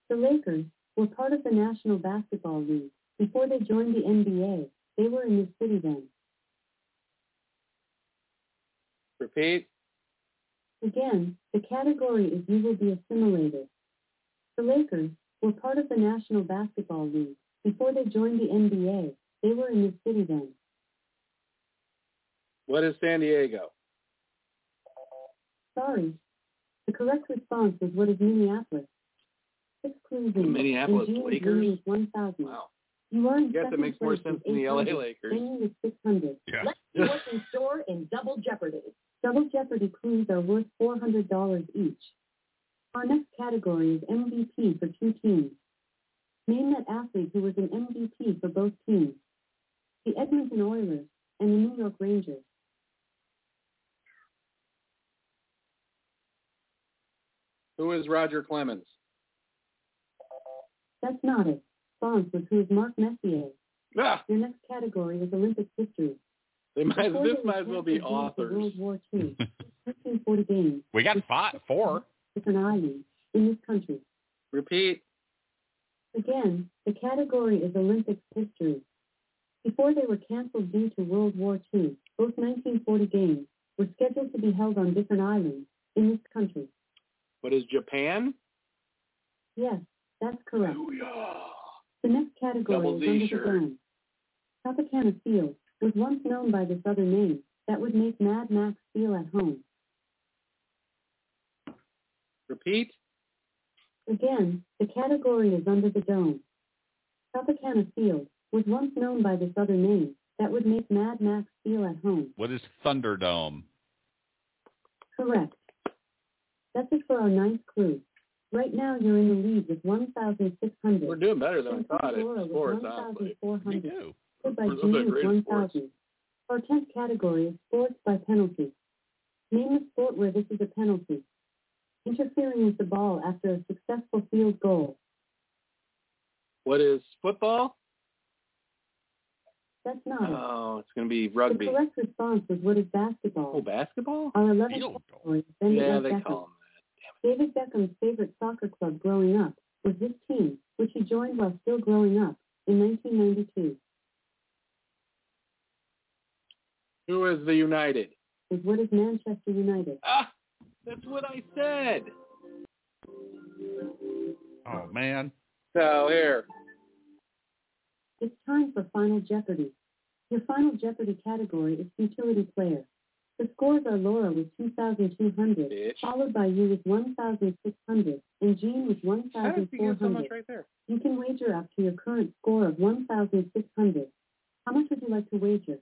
The Lakers were part of the National Basketball League. Before they joined the NBA, they were in this city then.
Repeat.
Again, the category is you will be assimilated. The Lakers were part of the National Basketball League. Before they joined the NBA, they were in this city then.
What is San Diego?
Sorry. The correct response was what is Minneapolis. Six clues in.
Minneapolis
and June
Lakers?
Is 1,000.
Wow.
You are in
I guess it
second
makes more
place with
sense than the LA
800,
Lakers.
winning with 600.
Yeah.
Let's see what's in store in Double Jeopardy.
Double Jeopardy clues are worth $400 each. Our next category is MVP for two teams. Name that athlete who was an MVP for both teams. The Edmonton Oilers and the New York Rangers.
Who is Roger Clemens?
That's not it. Response was who is Mark Messier.
Ah,
Your next category is Olympic history.
they might,
Before
this
they were
might as well be
champions of the
authors.
World War II, 1940 games,
We got five, four.
different islands in this country.
Repeat.
Again, the category is Olympics history. Before they were canceled due to World War II, both 1940 games were scheduled to be held on different islands in this country.
What is Japan?
Yes, that's correct.
Booyah.
The next category
Double
is
Z
Under
shirt.
the Dome. Tropicana Field was once known by this other name that would make Mad Max feel at home.
Repeat.
Again, the category is Under the Dome. Tropicana Field was once known by this other name that would make Mad Max feel at home.
What is Thunderdome?
Correct. That's it for our ninth clue. Right now you're in the lead with 1,600.
We're doing better than
And
I thought at
Laura with
sports, honestly.
1,400.
do.
Followed by
We're not
Jimmy
that
with
great at sports.
1,000. Our tenth category is sports by penalty. Name a sport where this is a penalty. Interfering with the ball after a successful field goal.
What is football?
That's not it.
Oh, it's going to be
The
rugby.
correct response was what is
Oh,
basketball.
basketball?
Our 11th
Field goal.
category is Benedict
Yeah, they
Beckham.
call them
David Beckham's favorite soccer club growing up was this team, which he joined while still growing up in 1992.
that. Who is the United?
Is what is Manchester United?
Ah, that's what I said.
Oh, man.
So here.
It's time for Final Jeopardy. Your Final Jeopardy category is Futility Player. The scores are Laura with 2,200,
Bitch.
followed by you with 1,600, and Jean with
How did you get so much
1,400.
right there?
You can wager up to your current score of 1,600. How much would you like to wager?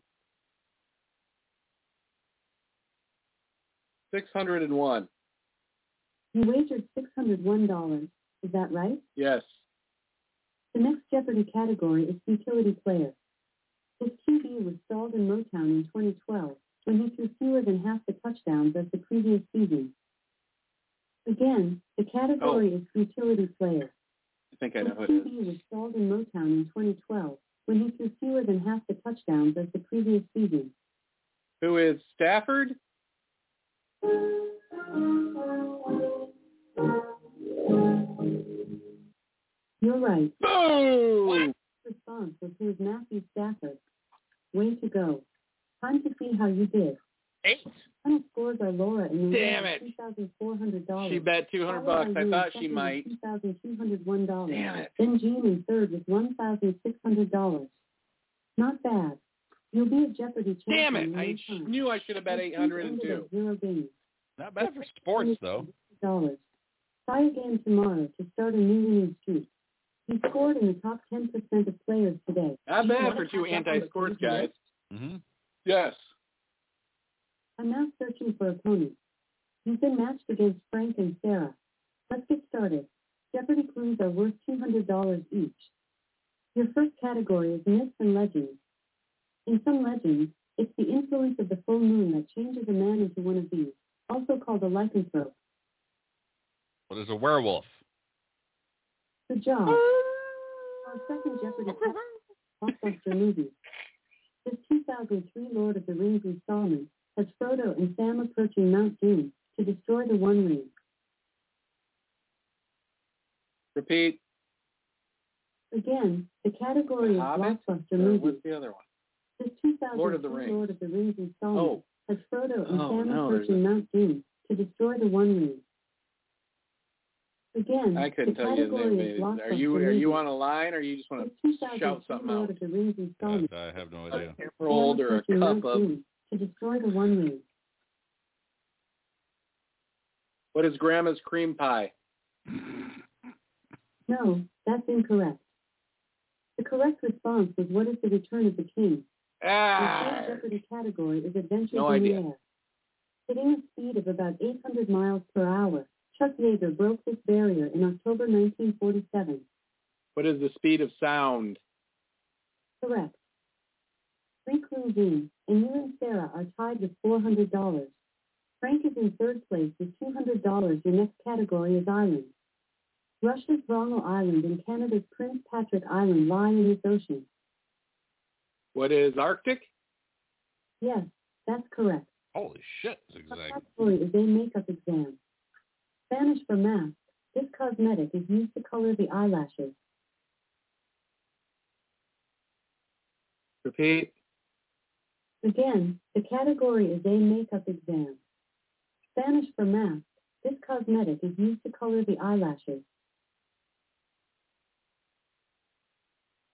601.
You wagered $601. Is that right?
Yes.
The next Jeopardy category is futility player. His QB was stalled in Motown in 2012 when he threw fewer than half the touchdowns as the previous season. Again, the category is futility player.
I think Oh. I
His
know who it is.
QB was stalled in Motown in 2012 when he threw fewer than half the touchdowns as the previous season.
Who is Stafford?
You're right.
Boom!
Response was who is Matthew Stafford. Way to go. Time to see how you did.
Eight.
Final scores are Laura in the
Damn
lead with $2,400.
She bet 200
Followed
bucks.
by
I
you
thought
in
she
second with
might.
$2,201.
Damn it.
Then Jean in third with $1,600. Not bad. You'll be a Jeopardy champion
Damn it! I
in no time.
knew I should have bet
Your team ended
802.
at Zero games.
Not bad for sports, though.
Dollars. Try again tomorrow to start a new winning streak. You scored in the top 10% of players today.
Not
Do you
bad
wanna
for two
catch up on the
anti-sports
previous
guys.
hmm
Yes.
I'm now searching for opponents. You've been matched against Frank and Sarah. Let's get started. Jeopardy clues are worth $200 each. Your first category is myths and legends. In some legends, it's the influence of the full moon that changes a man into one of these, also called a lycanthrope.
What is a werewolf?
Good job. Our second Jeopardy blockbuster movie. This 2003 Lord of the Rings installment has Frodo and Sam approaching Mount Doom to destroy the One Ring.
Repeat.
Again, the
The
category is
Hobbit?
blockbuster
Or what's
movies.
the other one?
This 2003
Lord of the Rings.
Lord of the Rings installment
Oh,
as Frodo and
Oh,
Sam
no,
approach
there's a-
in Mount Doom to destroy the One Ring. Again,
I couldn't
the
tell you the
category
name.
is
baby.
blocked
Are you are you on a line or you just want to shout something out?
of the Rings
I,
installment.
I have no idea.
Or older, a
Sam approaches
cup
Mount
of
Doom to destroy the One Ring.
what is grandma's cream pie?
No, that's incorrect. The correct response was What is the Return of the King?
Ah,
The Jeopardy category is Adventures
No
in
idea.
the Air. Hitting a speed of about 800 miles per hour, Chuck Yeager broke this barrier in October 1947.
what is the speed of sound?
Correct. Three clues in, and you and Sarah are tied with $400. Frank is in third place with $200. Your next category is Island. Russia's Wrangel Island and Canada's Prince Patrick Island lie in this ocean.
What is Arctic?
Yes, that's correct.
Holy shit, Zigzag.
Category is a makeup exam. Spanish for mask. This cosmetic is used to color the eyelashes.
Repeat.
Again, the category is a makeup exam. Spanish for mask. This cosmetic is used to color the eyelashes.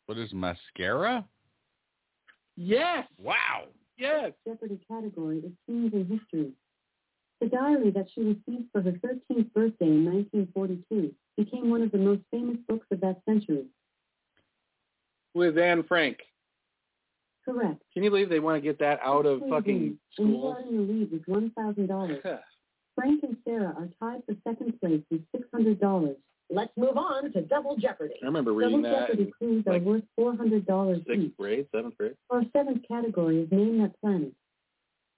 What is mascara?
Yes,
Wow.
yes.
Jeopardy category is teens and history. The diary that she received for her 13th birthday in 1942 became one of the most famous books of that century.
Who is Anne Frank?
Correct.
Can you believe they want to get that out of
Please
fucking
read, and you
schools?
are in the lead with $1,000. Frank and Sarah are tied for second place with six hundred dollars.
Let's move on to Double Jeopardy.
I remember
Double
reading that
Jeopardy
in
clues are
like,
worth four hundred dollars
sixth
each.
grade, seventh grade.
Our seventh category is name that planet.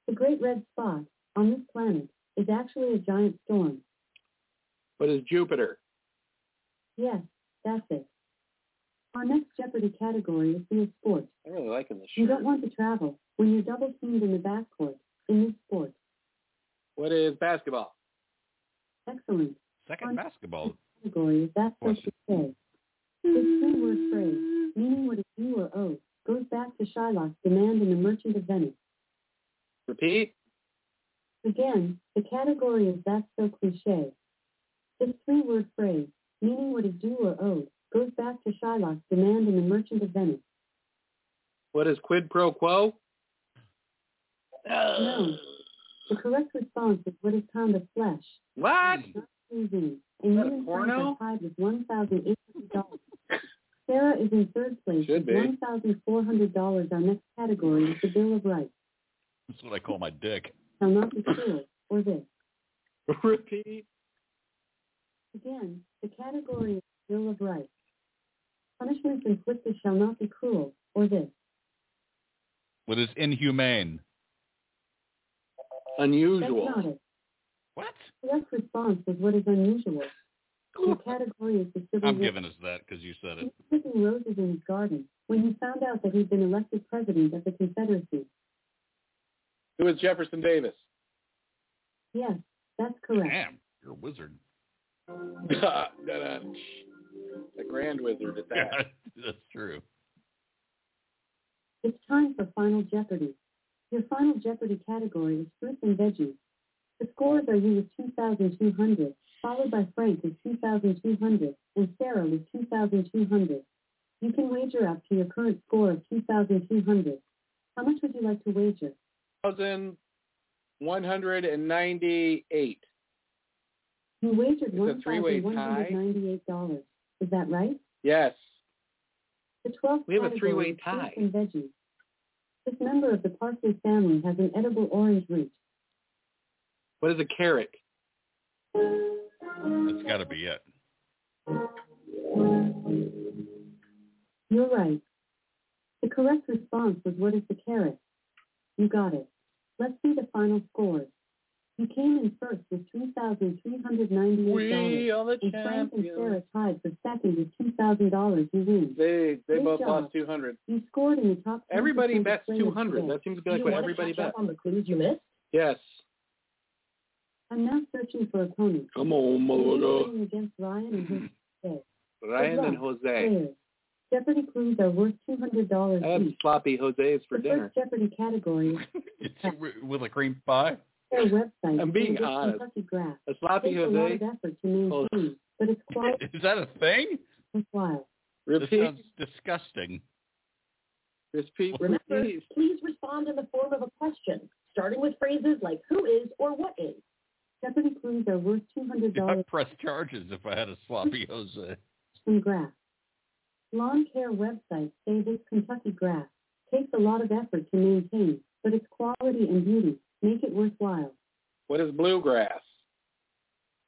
The Great Red Spot on this planet is actually a giant storm.
What is Jupiter?
Yes, that's it. Our next Jeopardy category is field sports.
I'm really liking this
You
shirt.
don't want to travel when you're double teamed in the backcourt in this sport.
What is basketball?
Excellent.
Second basketball.
category is that
What's
supposed to say. This three-word phrase, meaning what is you or O, goes back to Shylock's demand in The Merchant of Venice.
Repeat.
Again, the category is that's so cliche. This three-word phrase, meaning what is due or owed, goes back to Shylock's demand in The Merchant of Venice.
What is quid pro quo?
No. The correct response is what is pound of flesh.
What?
Hmm. Losing. Mm-hmm. And
Is that
you
a
and Frank
porno?
are tied with $1,800. Sarah is in third place
Should
with
be.
$1,400. Our next category is the Bill of Rights.
That's what I call my dick.
Shall not be killed or this.
Repeat.
Again, the category is Bill of Rights. Punishments inflicted shall not be cruel or this.
What is inhumane?
Unusual.
That's not it.
What?
The correct response was what is unusual. The category is the Civil
Mm-hmm.
I'm
War.
giving us that because you said
He
it.
was picking roses in his garden when he found out that he'd been elected president of the Confederacy.
Who is Jefferson Davis?
Yes, that's correct.
Damn, you're a wizard.
Da-da. the Grand Wizard at that.
That's true.
It's time for Final Jeopardy. Your Final Jeopardy category is fruits and veggies. The scores are you with 2,200, followed by Frank with 2,200, and Sarah with 2,200. You can wager up to your current score of 2,200. How much would you like to wager?
1,198.
You wagered
It's a three-way tie.
$1,198. Is that right?
Yes.
The 12th
We have a
category is
three-way
fruits and veggies. This member of the Parsley family has an edible orange root.
What is a carrot?
That's got to be it.
You're right. The correct response was what is the carrot? You got it. Let's see the final scores. You came in first with $3,398,
We are the
and Frank and
champions.
Sarah tied for second with $2,000. You win.
They they
Good
both
job.
lost 200.
You scored in the top 10%
Everybody
of
bets
players
200.
today.
That seems to be
Do
like
you
what
want to
everybody
catch up
bets.
on the clues you missed?
Yes.
I'm now searching for opponents.
Come on,
You're
motherfucker.
playing against Ryan and his
Ryan and
luck.
Jose.
players. Jeopardy clues are worth $200
I had
each.
sloppy Jose's for
The
dinner.
first Jeopardy category is
With a cream pie?
their website.
I'm being
uses
honest.
Kentucky Grass.
A sloppy
Takes a lot of
Jose. Oh.
effort to maintain,
Hold-
but it's quite
Is that a thing?
worthwhile.
This
Repeat.
sounds disgusting.
Repeat.
Remember,
Repeat.
please respond in the form of a question, starting with phrases like who is or what is.
Jeopardy clues are worth $200
I'd press charges if I had a sloppy Jose.
from grass. Lawn care websites say this Kentucky grass takes a lot of effort to maintain, but its quality and beauty make it worthwhile.
What is bluegrass?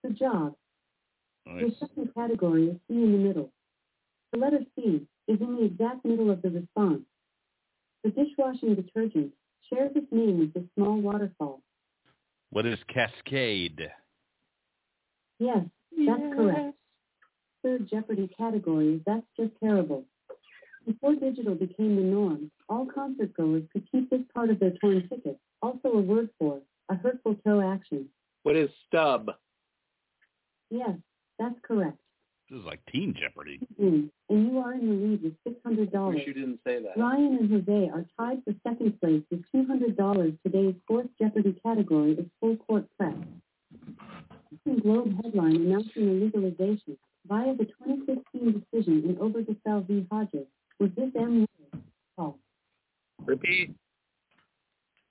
Good job. The
Nice.
second category is C in the middle. The letter C is in the exact middle of the response. The dishwashing detergent shares its name with the small waterfall.
What is cascade?
Yes, that's correct. Third Jeopardy category is That's Just Terrible. Before digital became the norm, all concert goers could keep this part of their torn ticket, also a word for a hurtful toe action.
What is stub?
Yes, that's correct.
This is like Teen Jeopardy.
Mm, And you are in the lead with
Wish
$600.
you didn't say that.
Ryan and Jose are tied for second place with $200. Today's fourth Jeopardy category is Full Court Press. Boston Globe headline announcing the legalization via the 2016 decision in Obergefell v. Hodges was this M word false?
Repeat.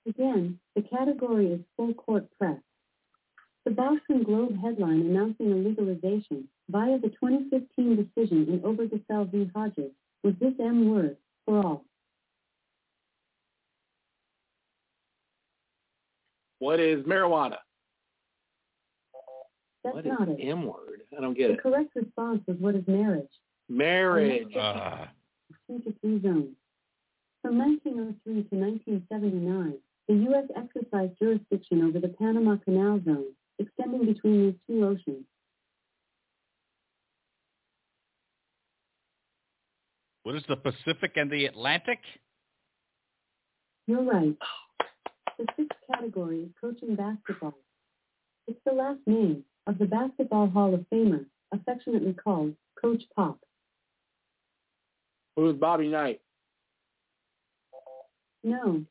Again, the category is full court press. The Boston Globe headline announcing the legalization via the 2015 decision in Obergefell v. Hodges was this M word for all?
What is marijuana?
That's
What is
not it.
M word? I don't get
The
it.
correct response was what is marriage?
Marriage.
Uh,
two to three zones. From 1903 to 1979, the U.S. exercised jurisdiction over the Panama Canal Zone, extending between these two oceans.
what is the Pacific and the Atlantic?
You're right. The sixth category is coaching basketball. It's the last name of the Basketball Hall of Famer, affectionately called Coach Pop.
Who's Bobby Knight?
No.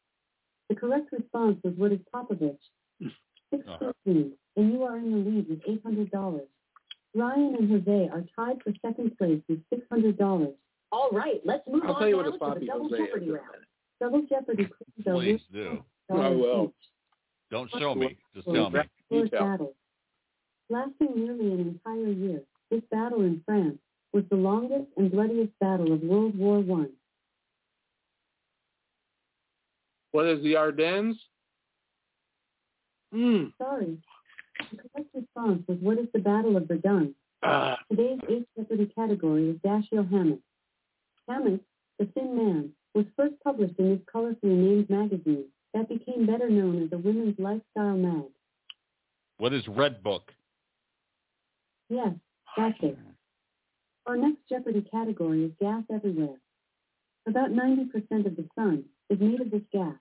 The correct response was what is Popovich? Six thirteen, and you are in the lead with eight hundred dollars. Ryan and Jose are tied for second place with six hundred dollars.
All right, let's move
I'll
on
tell you
now
what a
to
sloppy
the double
Jose is.
jeopardy
in a
round.
minute.
Double Jeopardy clues are
Please
worth
do.
$100
I will.
each.
Don't show me. Just tell me.
Floor
Detail.
battle. Lasting nearly an entire year, this battle in France was the longest and bloodiest battle of World War One.
What is the Ardennes? Mm.
Sorry. The correct response was what is the Battle of Verdun?
Ah,
Today's eighth Jeopardy category is Dashiell Hammett. Hammett, The Thin Man, was first published in this colorfully named magazine that became better known as the Women's Lifestyle Mag.
What is Red Book?
Yes, that's it. Our next Jeopardy category is gas everywhere. About 90% of the sun is made of this gas.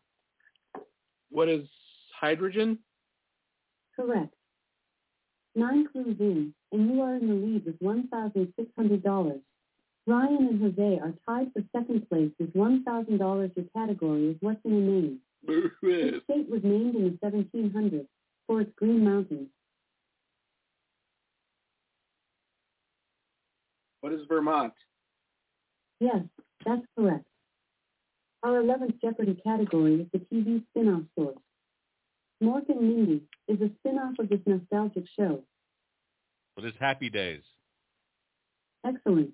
what is hydrogen?
Correct. Nine clues in, and you are in the lead with $1,600. Ryan and Jose are tied for second place with $1,000. Your category is What's in a Name. The state was named in the 1700s for its green mountains.
What is Vermont?
Yes, that's correct. Our 11th Jeopardy category is the TV spin-off source. Mork and Mindy is a spin-off of this nostalgic show.
What is Happy Days?
Excellent.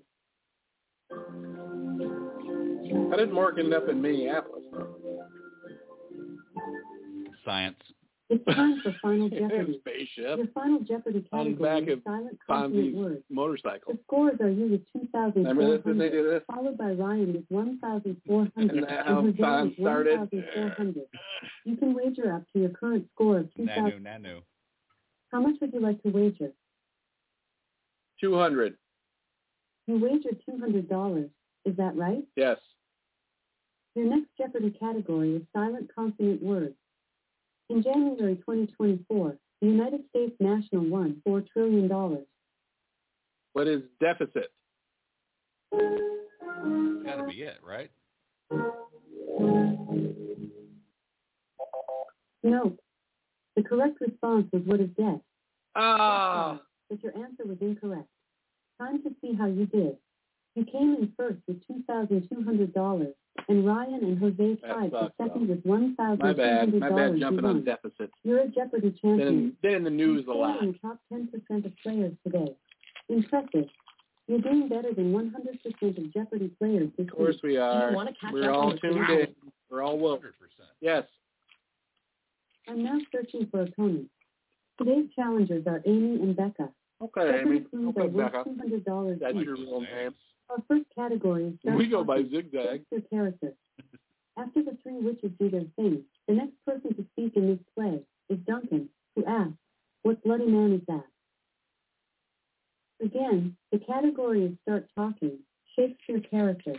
How did Mark end up in Minneapolis?
Science.
It's time for Final Jeopardy.
Spaceship.
Your Final Jeopardy
On the
category
back
is
of
silent consonant
Fonzie's
words.
motorcycle.
The scores are you with
Remember this? Did they
2,400,
do this?
followed by Ryan with 1,400,
And that how
and Jose
time
with
started?
1,400. You can wager up to your current score of 2,000.
Nanu, Nanu.
How much would you like to wager?
200.
You wagered $200, is that right?
Yes.
Your next Jeopardy category is silent consonant words. In January 2024, the United States national won $4 trillion.
What is deficit?
That's gotta be it, right?
No. The correct response was what is death,
Ah,
Oh.
but your answer was incorrect. Time to see how you did. You came in first with $2,200, and Ryan and Jose
That
tied for
sucks,
second with
My bad.
$1,200.
My bad
you
jumping on
won.
deficits.
You're a Jeopardy
Been
champion.
in, been in the news a
You're
lot.
in the top 10% of players today. Impressive. You're doing better than 100% of Jeopardy players this
Of course
week.
we are.
wanna catch
We're
up
all
on the
tuned
finale?
in. We're all woke.
Hundred percent.
Yes.
I'm now searching for opponents. Today's challengers are Amy and Becca.
Okay, Amy.
Jeopardy clues
Okay,
are worth
Becca.
$200
That's
each.
your real name.
Our first category is Dark
We go by
Pockets,
zigzag.
Trickster Character. After the three witches do their thing, the next person to speak in this play is Duncan, who asks, What bloody man is that? Again, the category is Start Talking, Shakespeare Character.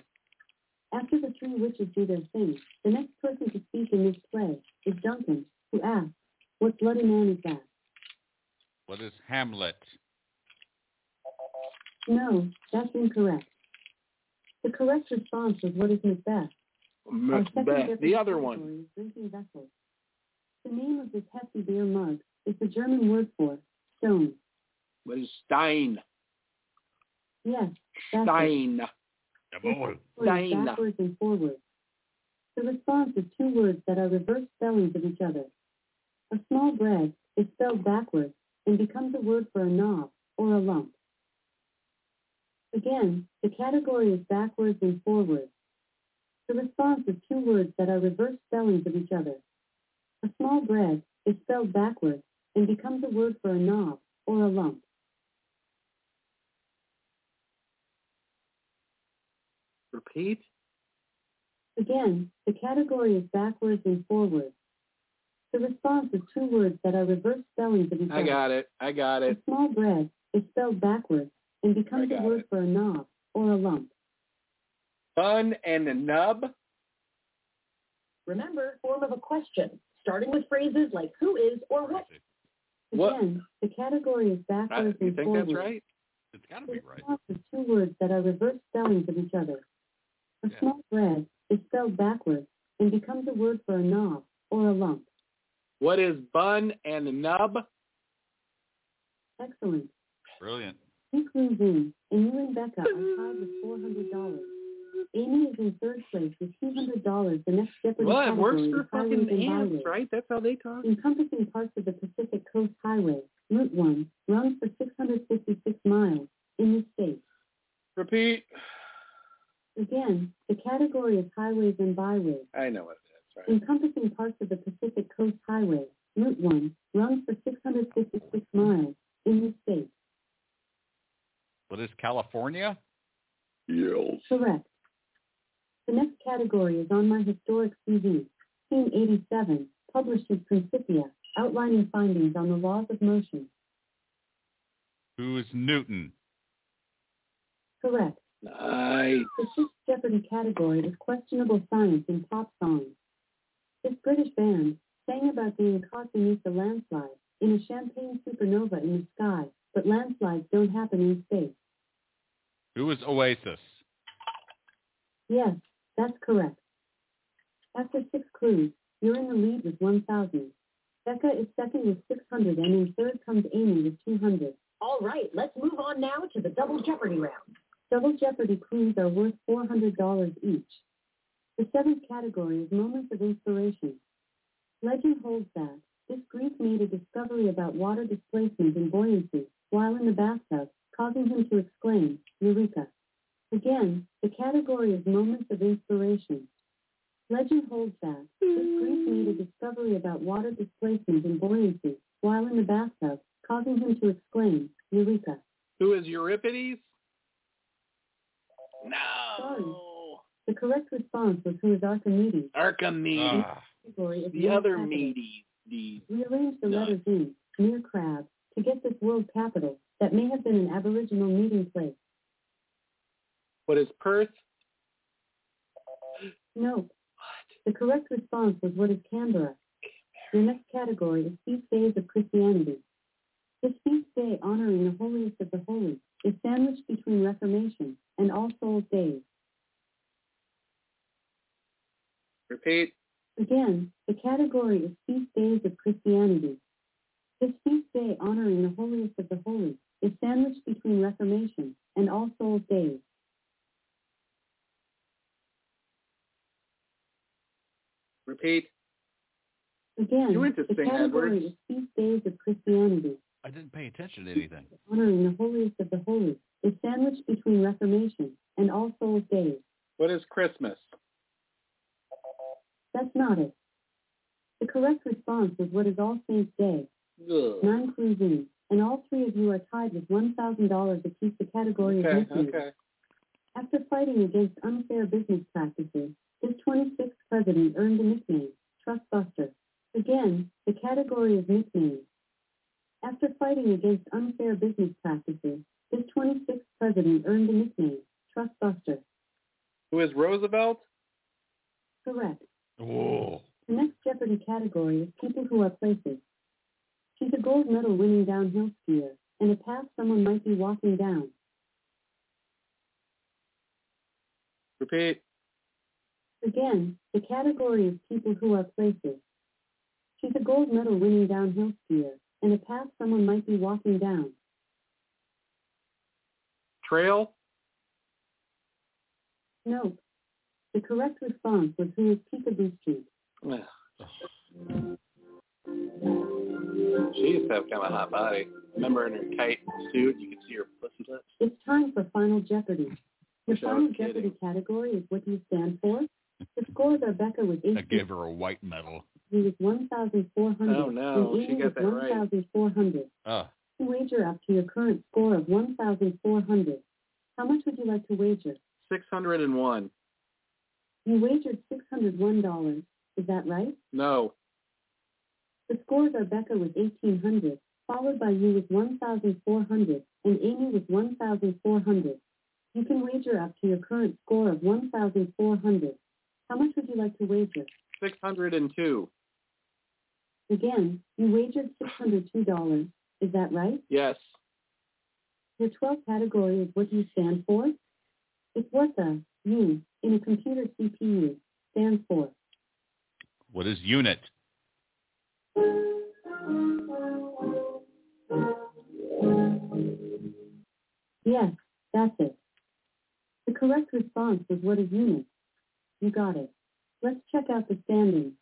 After the three witches do their thing, the next person to speak in this play is Duncan, who asks, What bloody man is that?
What is Hamlet?
No, that's incorrect. The correct response is what is Macbeth? Our second
Macbeth. The
different
other
category
one.
is Drinking vessels. The name of this hefty beer mug is the German word for stone.
What is Stein?
Yes, that's it.
Stein.
Or it's
Stein.
backwards and forwards. The response is two words that are reverse spellings of each other. A small bread is spelled backwards and becomes a word for a knob or a lump. Again, the category is backwards and forwards. The response is two words that are reverse spellings of each other. A small bread is spelled backwards and becomes a word for a knob or a lump.
Repeat.
Again, the category is backwards and forwards. The response is two words that are reverse spellings of each
I
other.
got it. I got
A
it.
small bread is spelled backwards and becomes
I
a
got
word
it.
for a knob or a lump.
Bun and a nub.
Remember, form of a question, starting with phrases like who is or what.
Right.
What-
Again, the category is
I,
backwards
you
and
think
forwards.
that's right?
It's gotta
The
be right.
response is two words that are reverse spellings of each other. A
Yeah.
small bread is spelled backwards and becomes a word for a knob or a lump.
What is bun and a nub?
Excellent.
Brilliant.
Two clues in, and you and Becca are tied with four hundred dollars. Amy is in third place with two hundred dollars. The next Jeopardy
Well, it works
category
for
is highways
fucking
and
ants,
byways.
right? That's how they talk.
encompassing parts of the Pacific Coast Highway, Route 1, runs for 656 miles in the state.
Repeat.
Again, the category is highways and byways.
I know what it is. Right?
Encompassing parts of the Pacific Coast Highway, Route 1, runs for 656 miles in the state.
What is California?
Correct. The next category is on my historic CV, Scene 87, published in Principia, outlining findings on the laws of motion.
Who is Newton?
Correct.
Nice.
The sixth Jeopardy category is questionable science in pop songs. This British band sang about being caught beneath a landslide in a champagne supernova in the sky, but landslides don't happen in space.
Who is Oasis?
Yes, that's correct. After six clues, you're in the lead with 1,000. Becca is second with 600 and in third comes Amy with 200.
All right, let's move on now to the double jeopardy round.
Double Jeopardy clues are worth $400 each. The seventh category is moments of inspiration. Legend holds that this Greek made a discovery about water displacement and buoyancy while in the bathtub, causing him to exclaim, Eureka! Again, the category is moments of inspiration. Legend holds that this Greek made a discovery about water displacement and buoyancy while in the bathtub, causing him to exclaim, Eureka!
Who is Euripides?
Sorry.
No.
The correct response was who is Archimedes.
Archimedes.
Ah,
category is
the
mere
other
capital.
meaty. The
We arranged the
Nice.
letters in, near crab, to get this world capital that may have been an aboriginal meeting place.
what is Perth?
No. The correct response was what is Canberra? Your next category is Feast Days of Christianity. This feast day honoring the holiest of the holy is sandwiched between Reformation and All Souls Days.
Repeat.
Again, the category is feast days of Christianity. This feast day honoring the holiest of the holy is sandwiched between Reformation and All Souls Days.
Repeat.
Again,
You went to
the
sing,
category
Edwards.
is feast days of Christianity.
I didn't pay attention to anything.
Honoring the holiest of the holy is sandwiched between Reformation and All Souls Days.
What is Christmas?
That's not it. The correct response is what is All Saints Day.
Ugh.
Nine clues in, and all three of you are tied with $1,000 apiece. The category is
Okay,
missing.
okay.
After fighting against unfair business practices, this 26th president earned the nickname Trustbuster. Again, the category is nickname. After fighting against unfair business practices, this 26th president earned the nickname Trustbuster.
Who is Roosevelt?
Correct.
Whoa.
The next Jeopardy category is people who are places. She's a gold medal winning downhill skier and a path someone might be walking down.
Repeat.
Again, the category is people who are places. She's a gold medal winning downhill skier and a path someone might be walking down.
Trail?
Nope. The correct response was who is Peekaboo Street.
Ugh. She used to have kind of a hot body. Remember in her tight suit, you could see her pussy lips.
It's time for Final Jeopardy. The
Wish I was
Final
kidding.
Jeopardy category is what do you stand for? The scores are Becca with
I
18
gave her a white medal.
He was 1,400.
Oh, no,
and
she
Amy
got
was
that right.
1,400.
Ah,
You Wager up to your current score of 1,400. How much would you like to wager?
601.
You wagered $601. Is that right?
No.
The scores are Becca with 1,800, followed by you with 1,400, and Amy with 1,400. You can wager up to your current score of 1,400. How much would you like to wager?
602.
Again, you wagered $602. Is that right?
Yes.
Your 12th category is what you stand for. It's what the U in a computer CPU stands for.
what is unit?
Yes, that's it. The correct response was what is unit. You got it. Let's check out the standings.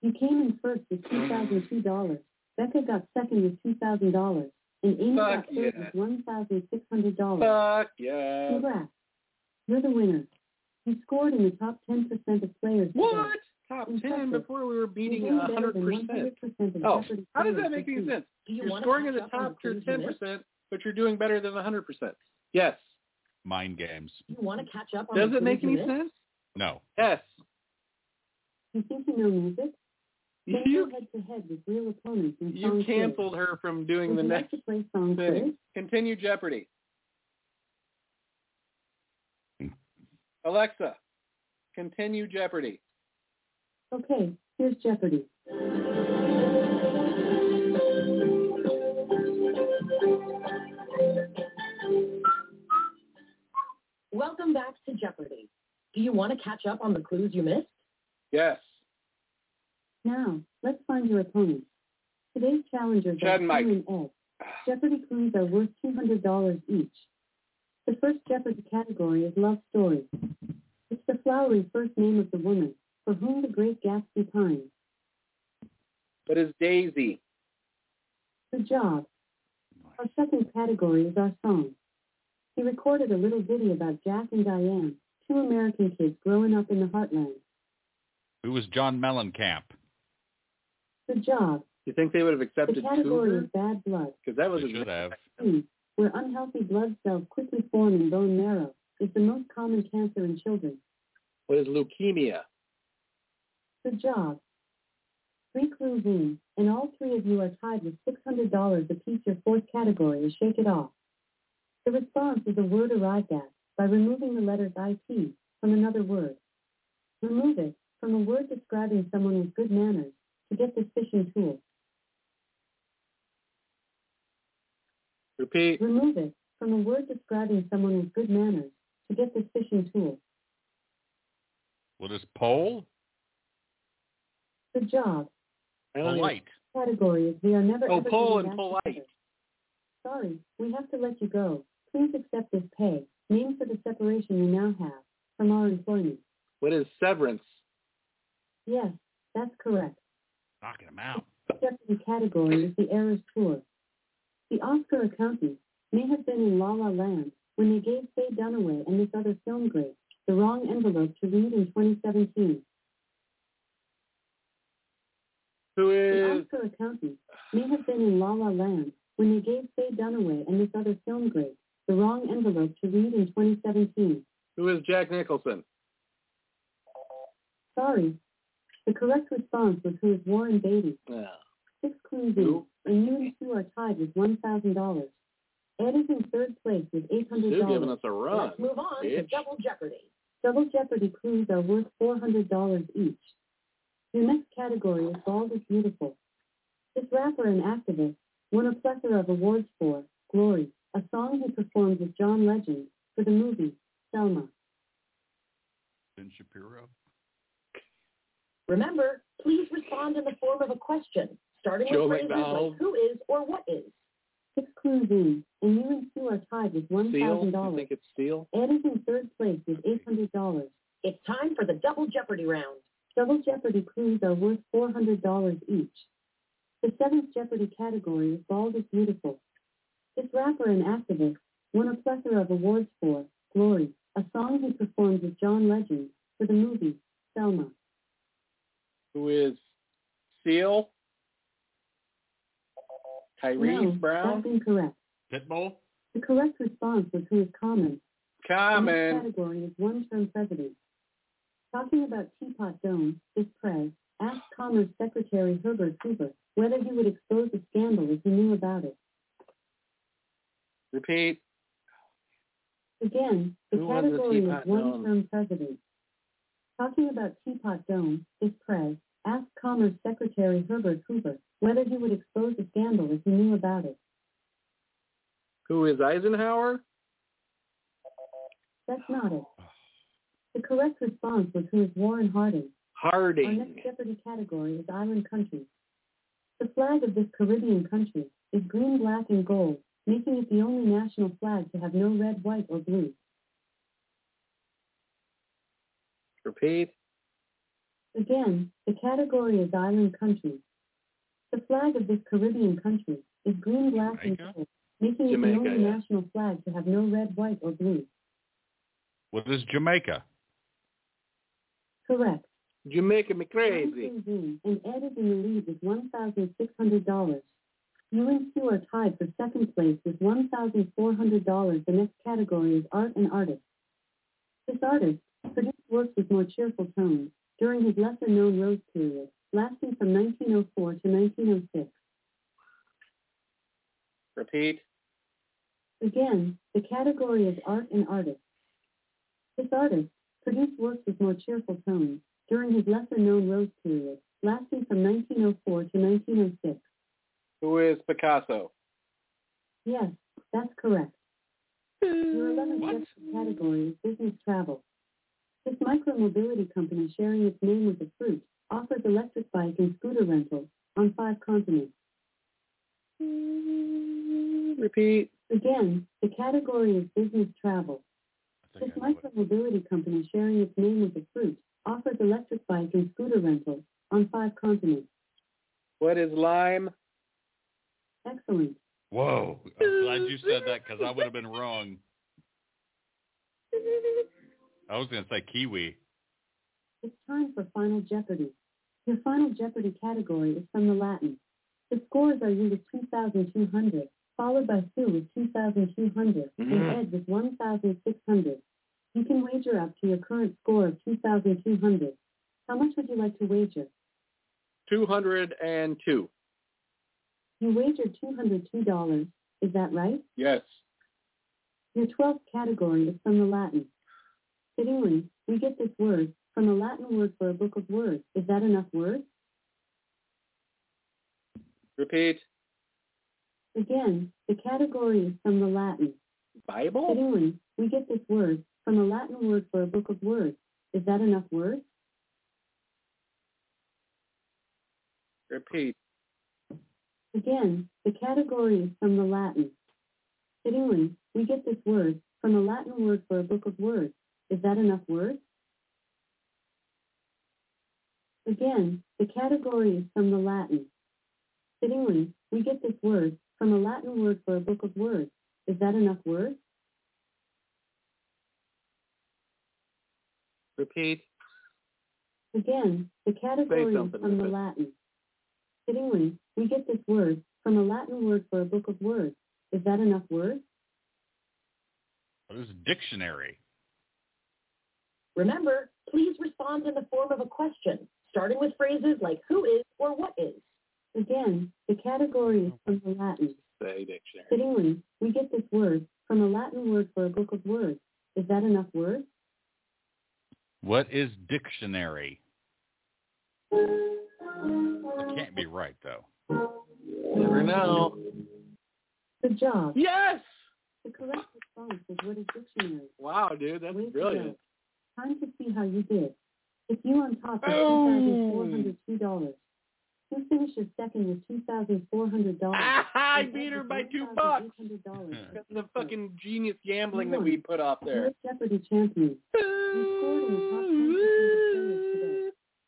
You came in first with $2,002. Becca got second with $2,000. And Amy got
Fuck
third
yeah.
with $1,600.
Fuck yeah.
Congrats. You're the winner. You scored in the top 10% of players. today.
What? Top
Impressive.
10 before we were beating
You're doing better than
100%.
100% of
Oh,
Jeopardy
how does
players
that make
this
any
week.
sense?
Do you
You're
want
scoring
to
in the
catch up on
top tier
clues in this?
10%, but you're doing better than 100%. Yes.
Mind games.
You want to catch up on
Does
the
it make
clues in
any
this?
sense?
No.
Yes.
You think you know music? Then go
You
head to head with real opponents in song
you
quiz.
canceled her from doing
Would
the
you like
next
to play song quiz?
thing. Continue Jeopardy. Alexa, continue Jeopardy.
Okay, here's Jeopardy.
Welcome back to Jeopardy. Do you want to catch up on the clues you missed?
Yes.
Now, let's find your opponents. Today's challengers
Chad
are
and Mike.
Sue and Ed. Jeopardy clues are worth $200 each. The first Jeopardy category is love story. It's the flowery first name of the woman for whom the great Gatsby pines.
What is Daisy?
Good job. Our second category is our song. He recorded a little ditty about Jack and Diane, two American kids growing up in the heartland.
Who was John Mellencamp?
Good job.
You think they would have
The
accepted
category
Cougar?
is bad blood.
Because that was
They
a
should have.
C, where unhealthy blood cells quickly form in bone marrow, is the most common cancer in children.
What is leukemia?
Good job. Three clues in, and all three of you are tied with $600 apiece. Your fourth category is Shake It Off. The response is a word arrived at by removing the letters IT from another word. Remove it from a word describing someone with good manners to get this fishing tool.
Repeat.
Remove it from a word describing someone with good manners to get this fishing tool.
What is pole?
Good job.
I don't even-
Polite.
Category is we are never
Oh,
ever
Paul
getting back
and Polite.
together. Sorry, we have to let you go. Please accept this pay, name for the separation you now have from our employment.
What is severance?
Yes, that's correct.
Knocking him out.
Deputy category is the Eras Tour. The Oscar accountant may have been in La La Land when they gave Faye Dunaway and this other film great the wrong envelope to read in 2017.
Who
The
is
Oscar accountant may have been in La La Land when they gave Faye Dunaway and this other film great the wrong envelope to read in 2017.
who is Jack Nicholson?
Sorry. The correct response was who is Warren Beatty.
Yeah.
Six clues in, and you and two are tied with $1,000. Ed is in third place with
You're giving
$800.
us a run.
Let's move on to
bitch.
Double Jeopardy.
Double Jeopardy clues are worth $400 each. Your next category is Bald is Beautiful. This rapper and activist won a plethora of awards for Glory, a song he performed with John Legend for the movie Selma.
Ben Shapiro.
Remember, please respond in the form of a question, starting
Joe
with phrases
McDonald.
like who is or what is.
Six clues in, and you and Sue are tied with
Seal? You
$1,000.
think it's Seal?
Ed is in third place with $800.
It's time for the Double Jeopardy round.
Double Jeopardy clues are worth $400 each. The seventh Jeopardy category is Bald is Beautiful. This rapper and activist won a plethora of awards for Glory, a song he performed with John Legend for the movie Selma.
Who is Seal? Tyrese
no,
Brown?
that's incorrect.
Pitbull.
The correct response was who is common. The next
Common.
category is one-term president. Talking about Teapot Dome, this prez asked Commerce Secretary Herbert Hoover whether he would expose the scandal if he knew about it.
Repeat.
Again, the
Who was the
category is
Teapot Dome?
one-term president. Talking about Teapot Dome, this prez asked Commerce Secretary Herbert Hoover whether he would expose the scandal if he knew about it.
Who is Eisenhower?
That's not it. The correct response was who is Warren Harding. Our
Harding.
next Jeopardy category is island countries. The flag of this Caribbean country is green, black, and gold, making it the only national flag to have no red, white, or blue.
Repeat.
Again, the category is island countries. The flag of this Caribbean country is green, black,
Jamaica?
and gold, making it
Jamaica,
the only
yeah.
national flag to have no red, white, or blue.
What is Jamaica?
Correct.
Jamaica me crazy.
Nine Zoom and Ed is in the lead with one thousand six hundred dollars. You and Sue are tied for second place with one thousand four hundred dollars. The next category is art and artist. This artist produced works with more cheerful tones during his lesser-known rose period, lasting from 1904 to 1906.
Repeat.
Again, the category is art and artist. This artist produced works with more cheerful tones during his lesser-known rose period, lasting from 1904 to 1906.
Who is Picasso?
Yes, that's correct. Your 11th guest category is business travel. This micromobility company sharing its name with the fruit offers electric bike and scooter rentals on five continents.
Repeat.
Again, the category is business travel.
I
This
think I know what-
micromobility company sharing its name with the fruit offers electric bike and scooter rentals on five continents.
What is Lime?
Excellent.
Whoa. I'm glad you said that because I would have been wrong. I was going to say Kiwi.
It's time for Final Jeopardy. Your Final Jeopardy category is from the Latin. The scores are you with 2,200, followed by Sue with 2,200, and
Mhm.
Ed with 1,600. You can wager up to your current score of 2,200. How much would you like to wager?
202.
You wagered $202. Is that right?
Yes.
Your 12th category is from the Latin. Fittingly, we get this word from the Latin word for a book of words. Is that enough words?
Repeat.
Again, the category is from the Latin.
Bible?
Fittingly, we get this word from the Latin word for a book of words. Is that enough words?
Repeat.
Again, the category is from the Latin. Fittingly, we get this word from a Latin word for a book of words. Is that enough words? Again, the category is from the Latin. Fittingly, we get this word from a Latin word for a book of words. Is that enough words?
Repeat.
Again, the category is
something
from the
with it.
Latin. Fittingly, we get this word from a Latin word for a book of words. Is that enough words?
There's a dictionary.
Remember, please respond in the form of a question, starting with phrases like who is or what is.
Again, the category is from the Latin.
Say dictionary.
Fittingly, we get this word from a Latin word for a book of words. Is that enough words?
What is dictionary? It can't be right though.
Never know.
Good job.
Yes.
The correct response is what is dictionary.
Wow, dude, that's
Way to go.
brilliant.
Time to see how you did. If you on top is
Oh.
$2,402, who finishes second with $2,400?
Ah, I beat her by two bucks. That's the fucking genius gambling that we put off there.
You're Jeopardy champion.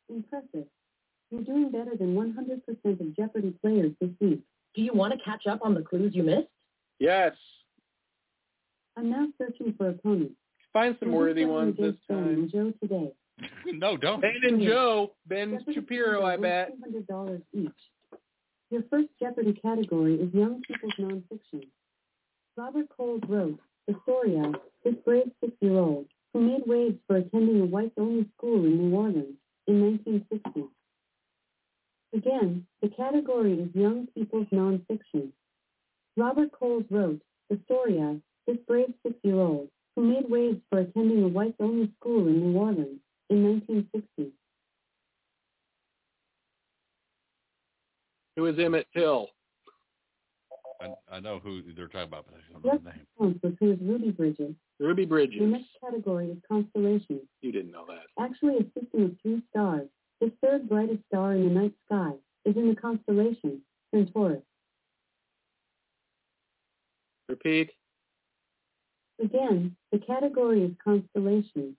Impressive. You're doing better than 100% of Jeopardy players this week.
Do you want to catch up on the clues you missed?
Yes.
I'm now searching for opponents.
Find some
I
worthy
looked up
ones this
against Ben
time.
and Joe today.
no, don't.
Ben and Joe. Ben
Jeopardy
Shapiro, I
players are
bet.
worth $200 each. Your first Jeopardy category is young people's nonfiction. Robert Cole wrote the story of this brave six-year-old who made waves for attending a whites-only school in New Orleans in 1960. Again, the category is young people's nonfiction. Robert Coles wrote the story of this brave six-year-old who made waves for attending a whites-only school in New Orleans in 1960.
Who is Emmett Till?
I, I know who they're talking about, but I don't
Let's
remember the name.
respond with who is Ruby Bridges.
Ruby Bridges.
The next category is constellations.
You didn't know that.
Actually, a system of three stars, the third brightest star in the night sky, is in the constellation Centaurus.
Repeat.
Again, the category is constellation.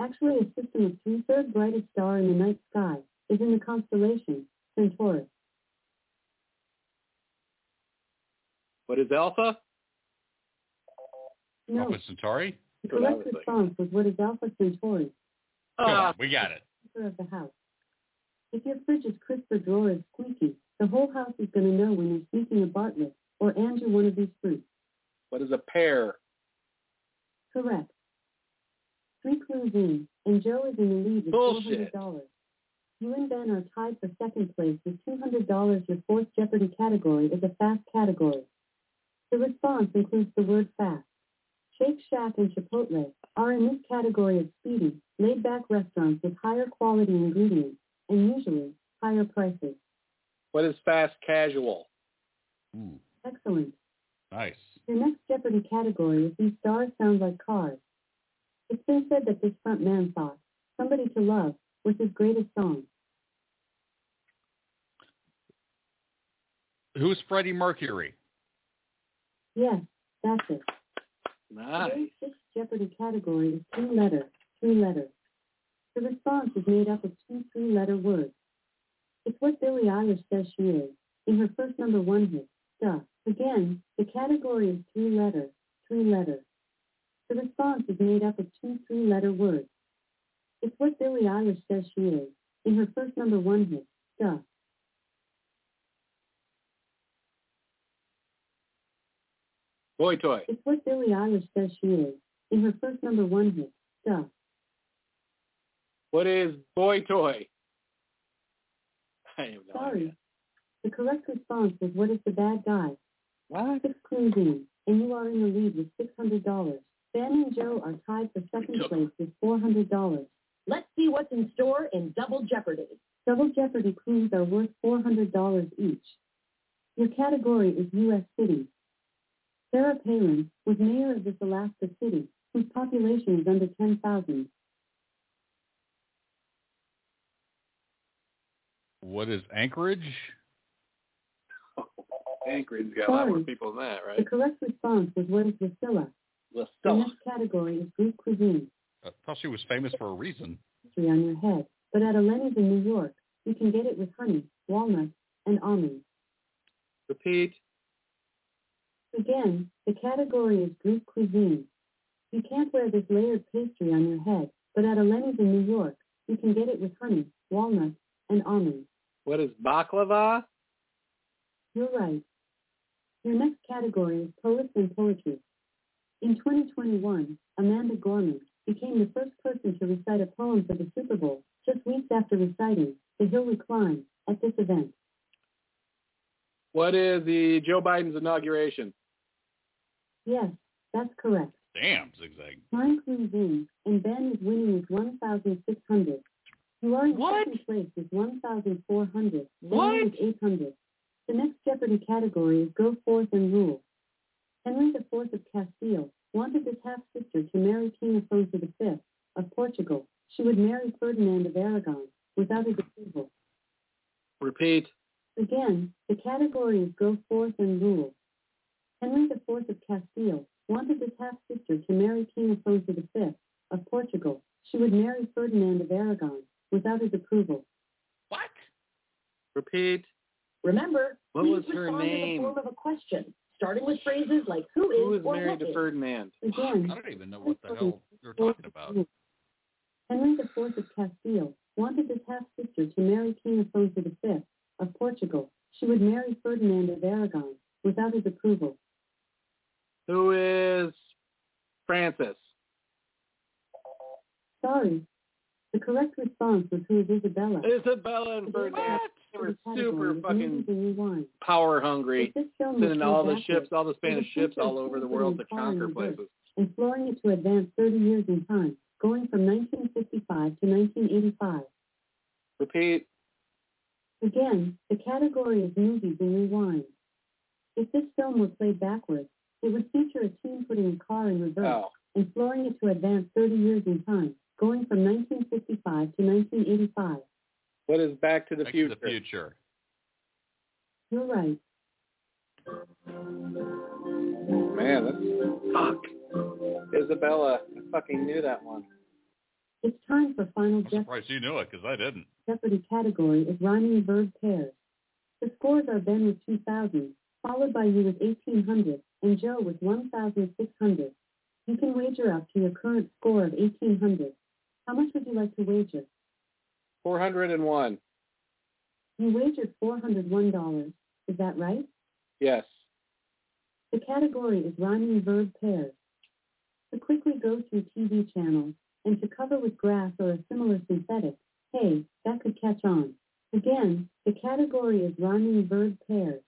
Actually, a system of three third brightest star in the night sky is in the constellation Centaurus.
What is Alpha?
No,
Alpha Centauri?
the
That's what I was
correct
thinking.
response was what is Alpha Centauri,
Come
Ah,
on, we got it.
keeper of the house. If your fridge is crisp or drawer is squeaky, the whole house is going to know when you're sneaking a Bartlett or Andrew one of these fruits.
what is a pear?
Correct. Three clues in, and Joe is in the lead with
Bullshit.
$400. You and Ben are tied for second place with $200. Your fourth Jeopardy category is a fast category. The response includes the word fast. Shake Shack and Chipotle are in this category of speedy, laid-back restaurants with higher quality ingredients and usually higher prices.
What is fast casual?
Ooh,
Excellent.
nice.
The next Jeopardy category is These Stars Sound Like Cars. It's been said that this front man thought Somebody to Love was his greatest song.
Who's Freddie Mercury?
Yes, that's it.
Nice.
The sixth Jeopardy category is two-letter, three-letter. The response is made up of two three-letter words. It's what Billie Eilish says she is in her first number one hit, Duh. Again, the category is three-letter, three-letter. The response is made up of two three-letter words. It's what Billie Eilish says she is in her first number one hit, Duh.
Boy toy.
It's what Billie Eilish says she is in her first number one hit, Duh.
What is boy toy? I have no idea.
Sorry. The correct response was what is the bad guy?
What?
Six clues in, and you are in the lead with six hundred dollars. Ben and Joe are tied for second place with four hundred dollars.
Let's see what's in store in Double Jeopardy.
Double Jeopardy clues are worth four hundred dollars each. Your category is U.S. cities. Sarah Palin was mayor of this Alaska city, whose population is under ten thousand.
What is Anchorage?
Anchorage's got a lot more
Sorry.
people than that,
The
right?
correct response was what is Vasilla?
The
The
Stella.
Mm-hmm.
next category is Greek cuisine,
I thought she was famous for a reason.
three on your head. But at a Lenny's in New York, you can get it with honey, walnuts, and almonds.
Repeat.
Again, the category is Greek cuisine. You can't wear this layered pastry on your head, but at a Lenny's in New York, you can get it with honey, walnuts, and almonds.
What is baklava?
You're right. Your next category is poets and poetry. In 2021, Amanda Gorman became the first person to recite a poem for the Super Bowl, just weeks after reciting The Hill We Climb at this event.
What is the Joe Biden's inauguration?
Yes, that's correct.
Damn, zigzag.
Mine comes in, and Ben is winning with 1,600. You are in
What?
second place with 1,400.
What?
Down with 800. The next Jeopardy category is Go Forth and Rule. Henry IV of Castile wanted his half-sister to marry King Afonso V of Portugal. She would marry Ferdinand of Aragon without his approval.
Repeat.
Again, the category is Go Forth and Rule. Henry IV of Castile wanted his half-sister to marry King Afonso V of Portugal. She would marry Ferdinand of Aragon without his approval.
What?
Repeat.
Remember,
What
please
was her
respond
name?
in the form of a question, starting with phrases like who is
Who is
or
married
what
to
is.
Ferdinand?
Fuck,
Again,
I don't even know what the hell they're talking about.
Henry IV of Castile wanted his half-sister to marry King Afonso V of Portugal. She would marry Ferdinand of Aragon without his approval.
Who is Francis?
Sorry. The correct response was who is Isabella.
Isabella and Ferdinand. They were super fucking power hungry, sending
sending
all the ships, all the Spanish ships all over the world to conquer places.
and flooring it to advance 30 years in time, going from 1955 to 1985.
Repeat.
Again, the category is movies and rewind. If this film were played backwards, it would feature a team putting a car in reverse
Oh,
and flooring it to advance 30 years in time, going from 1955 to 1985.
what is Back to the
Back to
Future?
the future.
You're right.
Man, that's fuck. Isabella, I fucking knew that one.
It's time for final
I'm
Jeopardy.
surprised you knew it because I didn't.
Jeopardy category is rhyming verb pairs. The scores are Ben with 2,000, followed by you with 1,800, and Joe with 1,600. You can wager up to your current score of 1,800. How much would you like to wager?
401.
You wagered $401. Is that right?
Yes.
The category is rhyming verb pairs. To quickly go through TV channels and to cover with grass or a similar synthetic, hey, that could catch on. Again, the category is rhyming verb pairs.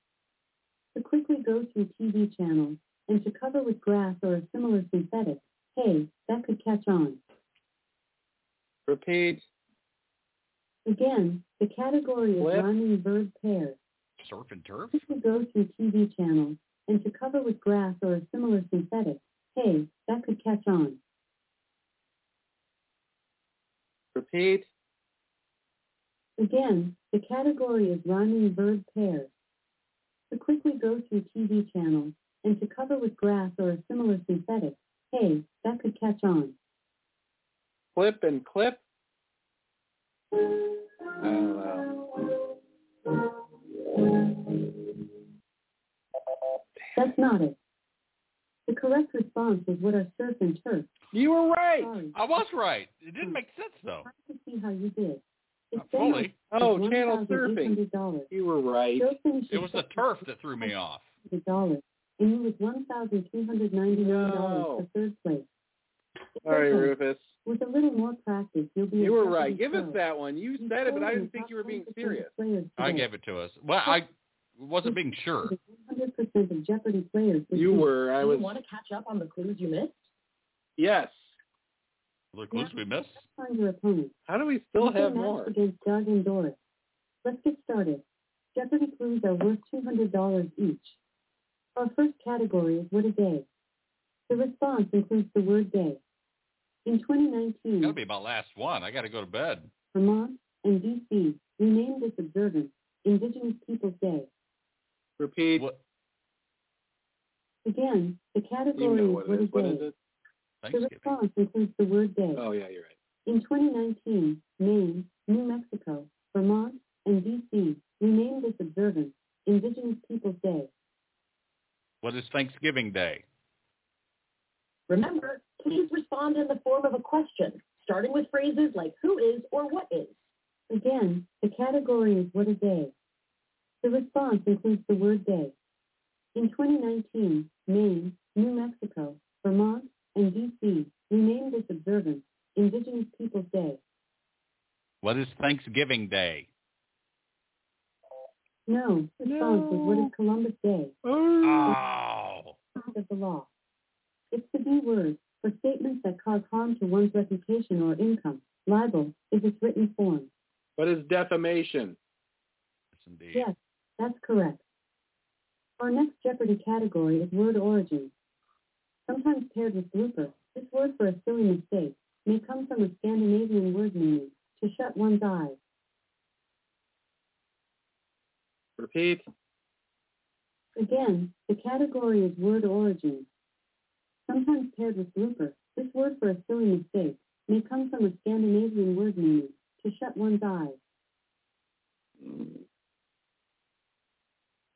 To quickly go through TV channels and to cover with grass or a similar synthetic, hey, that could catch on.
Repeat.
Again, the category is
Flip.
rhyming verb pairs.
Surf and turf?
This would go through TV channels and to cover with grass or a similar synthetic. Hey, that could catch on.
Repeat.
Again, the category is rhyming verb pairs. To quickly go through TV channels and to cover with grass or a similar synthetic. Hey, that could catch on.
Flip and clip. Oh, I don't know.
That's not it. The correct response was what are surf and turf.
You were right.
Sorry,
I was right. It didn't make sense though.
hard to see how you did.
Not
been
fully.
like
Oh, channel surfing.
$1,800.
You were right.
Joe finishes
It was the turf that threw me off.
the dollar, and you with one thousand two hundred ninety nine dollars
No.
for third place. It's
Sorry,
okay.
Rufus.
With a little more practice, you'll be.
You were
a Jeopardy
right. Give us
pro.
that one. You
You
said it, but
scored
I
in
didn't
the
think
top
you were being
1% of
serious.
Players
I gave it to us. Well, I wasn't being sure.
One hundred percent of Jeopardy players. this
You
week.
were. I
Do you
was.
want to catch up on the clues you missed?
Yes.
The clues we missed.
Find your opponent.
How do we still
You've been
have
matched
more?
Against Doug and Doris. Let's get started. Jeopardy clues are worth two hundred dollars each. Our first category is what a day. The response includes the word day. In 2019,
Gotta be my last one. I gotta go to bed.
Vermont, and D.C. We named this observance Indigenous Peoples Day.
Repeat.
Again, the
You
category
know
is
what
what
it
is
is. What
day.
is it?
The response includes the word day.
Oh yeah, you're right.
In 2019, Maine, New Mexico, Vermont, and D.C. renamed this observance Indigenous Peoples Day.
What is Thanksgiving Day?
Remember, please respond in the form of a question, starting with phrases like who is or what is.
Again, the category is what is day. The response includes the word day. In 2019, Maine, New Mexico, Vermont, and D.C. renamed this observance Indigenous Peoples Day.
What is Thanksgiving Day?
No, response is what is Columbus Day.
Oh.
part of the law. It's the B word for statements that cause harm to one's reputation or income. Libel is its written form.
What is defamation?
Yes, that's correct. Our next Jeopardy category is word origin. Sometimes paired with blooper, this word for a silly mistake may come from a Scandinavian word meaning to shut one's eyes.
Repeat.
Again, the category is word origin. Sometimes paired with blooper, this word for a silly mistake may come from a Scandinavian word meaning to shut one's eyes.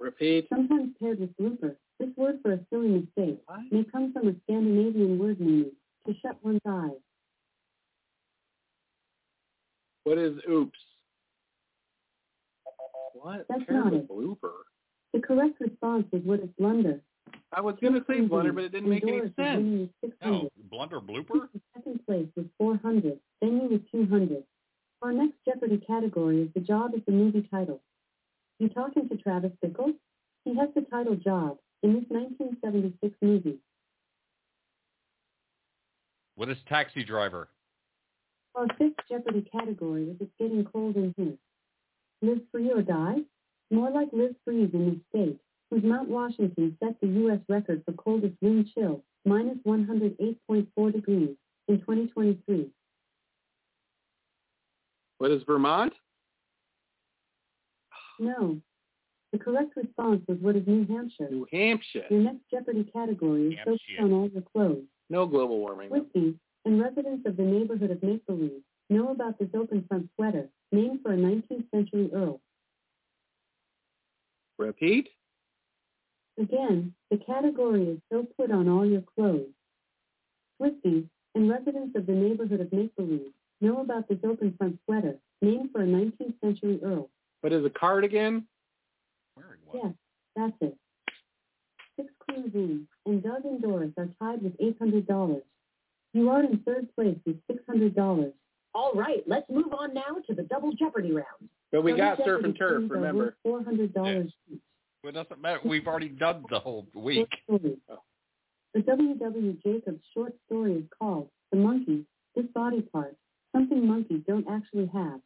Repeat.
Sometimes paired with blooper, this word for a silly mistake may come from a Scandinavian word meaning to shut one's eyes.
What is oops? What?
That's
Paired
not
with
it.
blooper.
The correct response is what is blunder.
I was gonna say blender, but it didn't make any
Doris is
sense.
winning with 600,
No, Oh, blunder blooper?
second place with 400, then you with 200. Our next Jeopardy category is the job is the movie title. You talking to Travis Bickle? He has the title job in this 1976 movie.
What is taxi driver?
Our fifth Jeopardy category is It's Getting Cold in Here. Live Free or Die? More like Live Freeze in the state, whose Mount Washington set the U.S. record for coldest wind chill, minus 108.4 degrees, in 2023.
What is Vermont?
No. The correct response was what is New Hampshire.
New Hampshire.
Your next Jeopardy category is Soaps
Hampshire.
on All the Clothes.
No global warming. though.
Whiskey, and residents of the neighborhood of Make Believe know about this open front sweater, named for a 19th century earl.
Repeat.
Again, the category is so put on all your clothes. Swifties and residents of the neighborhood of Make Believe know about this open front sweater, named for a 19th century earl.
What is a cardigan?
Wearing one.
Yes, that's it. Six clues in, and Doug and Doris are tied with $800. You are in third place with $600.
All right, let's move on now to the double jeopardy round.
But we
Double
got surf
jeopardy
and turf,
teams are
remember.
worth $400 each.
It doesn't matter. We've already done the whole week.
Short story.
Oh.
The W.W. Jacobs short story is called The Monkey, This Body Part, Something Monkeys Don't Actually Have.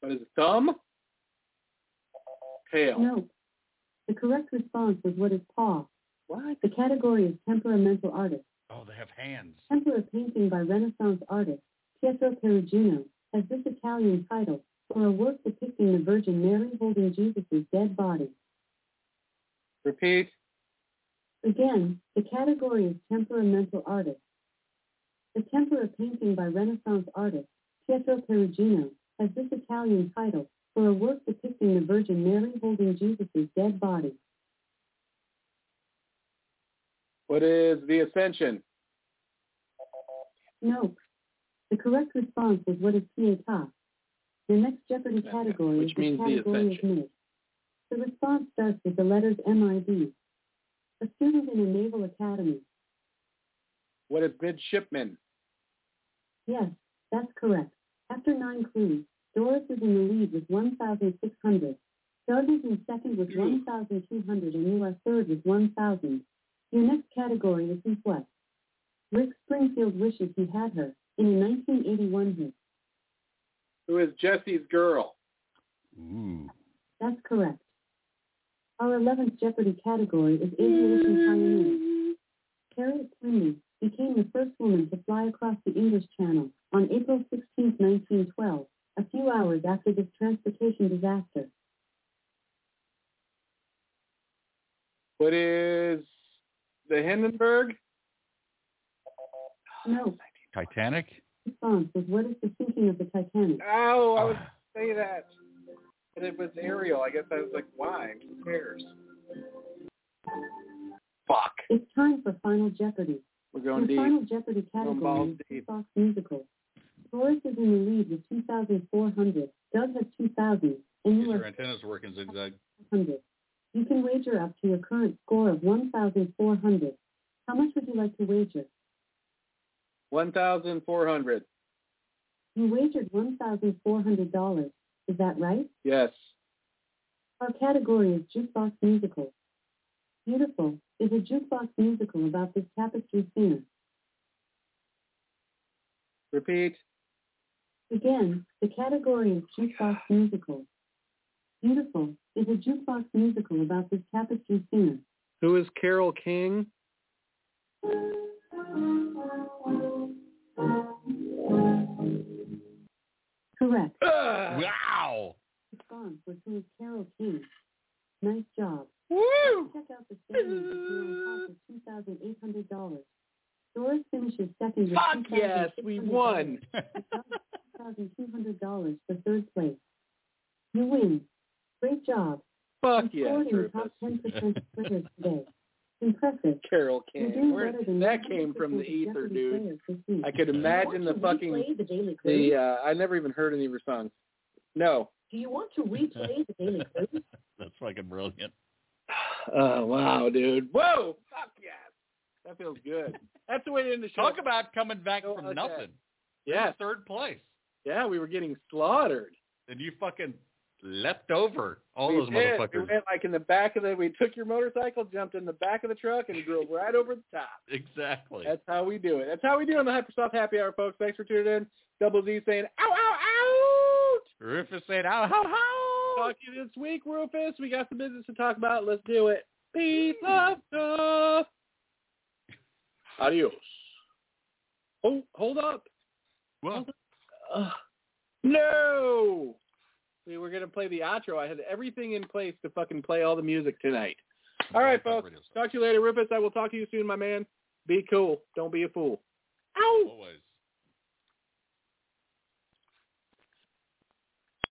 What is thumb? Tail.
No. The correct response was what is paw.
What?
The category is temperamental artist.
Oh, they have hands.
Tempera painting by Renaissance artist Pietro Perugino has this Italian title for a work depicting the Virgin Mary holding Jesus' dead body.
Repeat.
Again, the category is temperamental artist. The tempera painting by Renaissance artist Pietro Perugino has this Italian title for a work depicting the Virgin Mary holding Jesus' dead body.
What is the ascension?
Nope. The correct response was what is pietà. The next Jeopardy
Yeah,
category
which
is the
means the
category of
ascension.
myth. The response starts with the letters MID. A student in a naval academy.
What is midshipman?
Yes, that's correct. After nine clues, Doris is in the lead with 1,600. Doug is in second with 1,200 and you are third with 1,000. Your next category is Who's What? Rick Springfield wishes he had her in a 1981 hit.
Who is Jesse's girl?
Ooh.
That's correct.
Mm-hmm.
Our 11th Jeopardy category is Aviation Pioneer. Harriet Quimby, became the first woman to fly across the English Channel on April 16, 1912, a few hours after this transportation disaster.
What is the Hindenburg? Oh,
No,
Titanic?
response was what is the sinking of the Titanic?
Oh, I was
Ah.
gonna say that. But it was aerial. I guess I was like, why? Who cares? Fuck.
It's time for Final Jeopardy.
We're going
the
deep.
Final Jeopardy
Going balls
category is
deep.
Fox Musical. Doris is in the lead with 2,400, Doug has 2,000, and
Is
you
your
are
antennas working zigzag?
100. You can wager up to your current score of 1,400. How much would you like to wager?
1,400.
You wagered $1,400. Is that right?
Yes.
Our category is jukebox musical. Beautiful is a jukebox musical about this tapestry singer.
Repeat.
Again, the category is jukebox musical. Beautiful is a jukebox musical about this tapestry singer.
Who is Carol King?
Correct.
Oh, Wow.
Response was who is Carol King. Nice job.
Woo!
Check out the standings if you're on top of $2,800. Doris finishes second with
Fuck yes, we
$2,600.
won.
$1,200 for third place. You win. Great job.
Fuck
You
yes,
scored in the
Rufus.
top 10% of players today. Impressive.
Carol
You're
King.
doing
Where,
better than
that
90%
came from the
of
ether,
Jeopardy
dude.
players this week.
I could
Do
imagine
you
the
want to
fucking
replay the Daily Clue?
the. Uh, I never even heard any of her songs. No.
Do you want to replay the Daily Clue?
That's fucking brilliant.
Oh wow, dude. Whoa. Fuck yes. That feels good. That's the way to end the show.
Talk about coming back
Oh,
from
okay.
nothing.
Yes.
Third place.
Yeah, we were getting slaughtered.
And you fucking leapt over all
we
those
did. We
motherfuckers.
went like in the back of the. We took your motorcycle, jumped in the back of the truck, and drove right over the top.
Exactly.
That's how we do it. That's how we do it on the Hypersoft Happy Hour, folks. Thanks for tuning in. Double Z saying, ow, ow, out.
Rufus said, "Ow, how, how!"
Talk to you this week, Rufus. We got some business to talk about. Let's do it. Peace of stuff. Adios. Oh, hold up.
Well,
Ugh. no. We were going to play the outro. I had everything in place to fucking play all the music tonight. All right, folks. Talk to you later, Rufus. I will talk to you soon, my man. Be cool. Don't be a fool.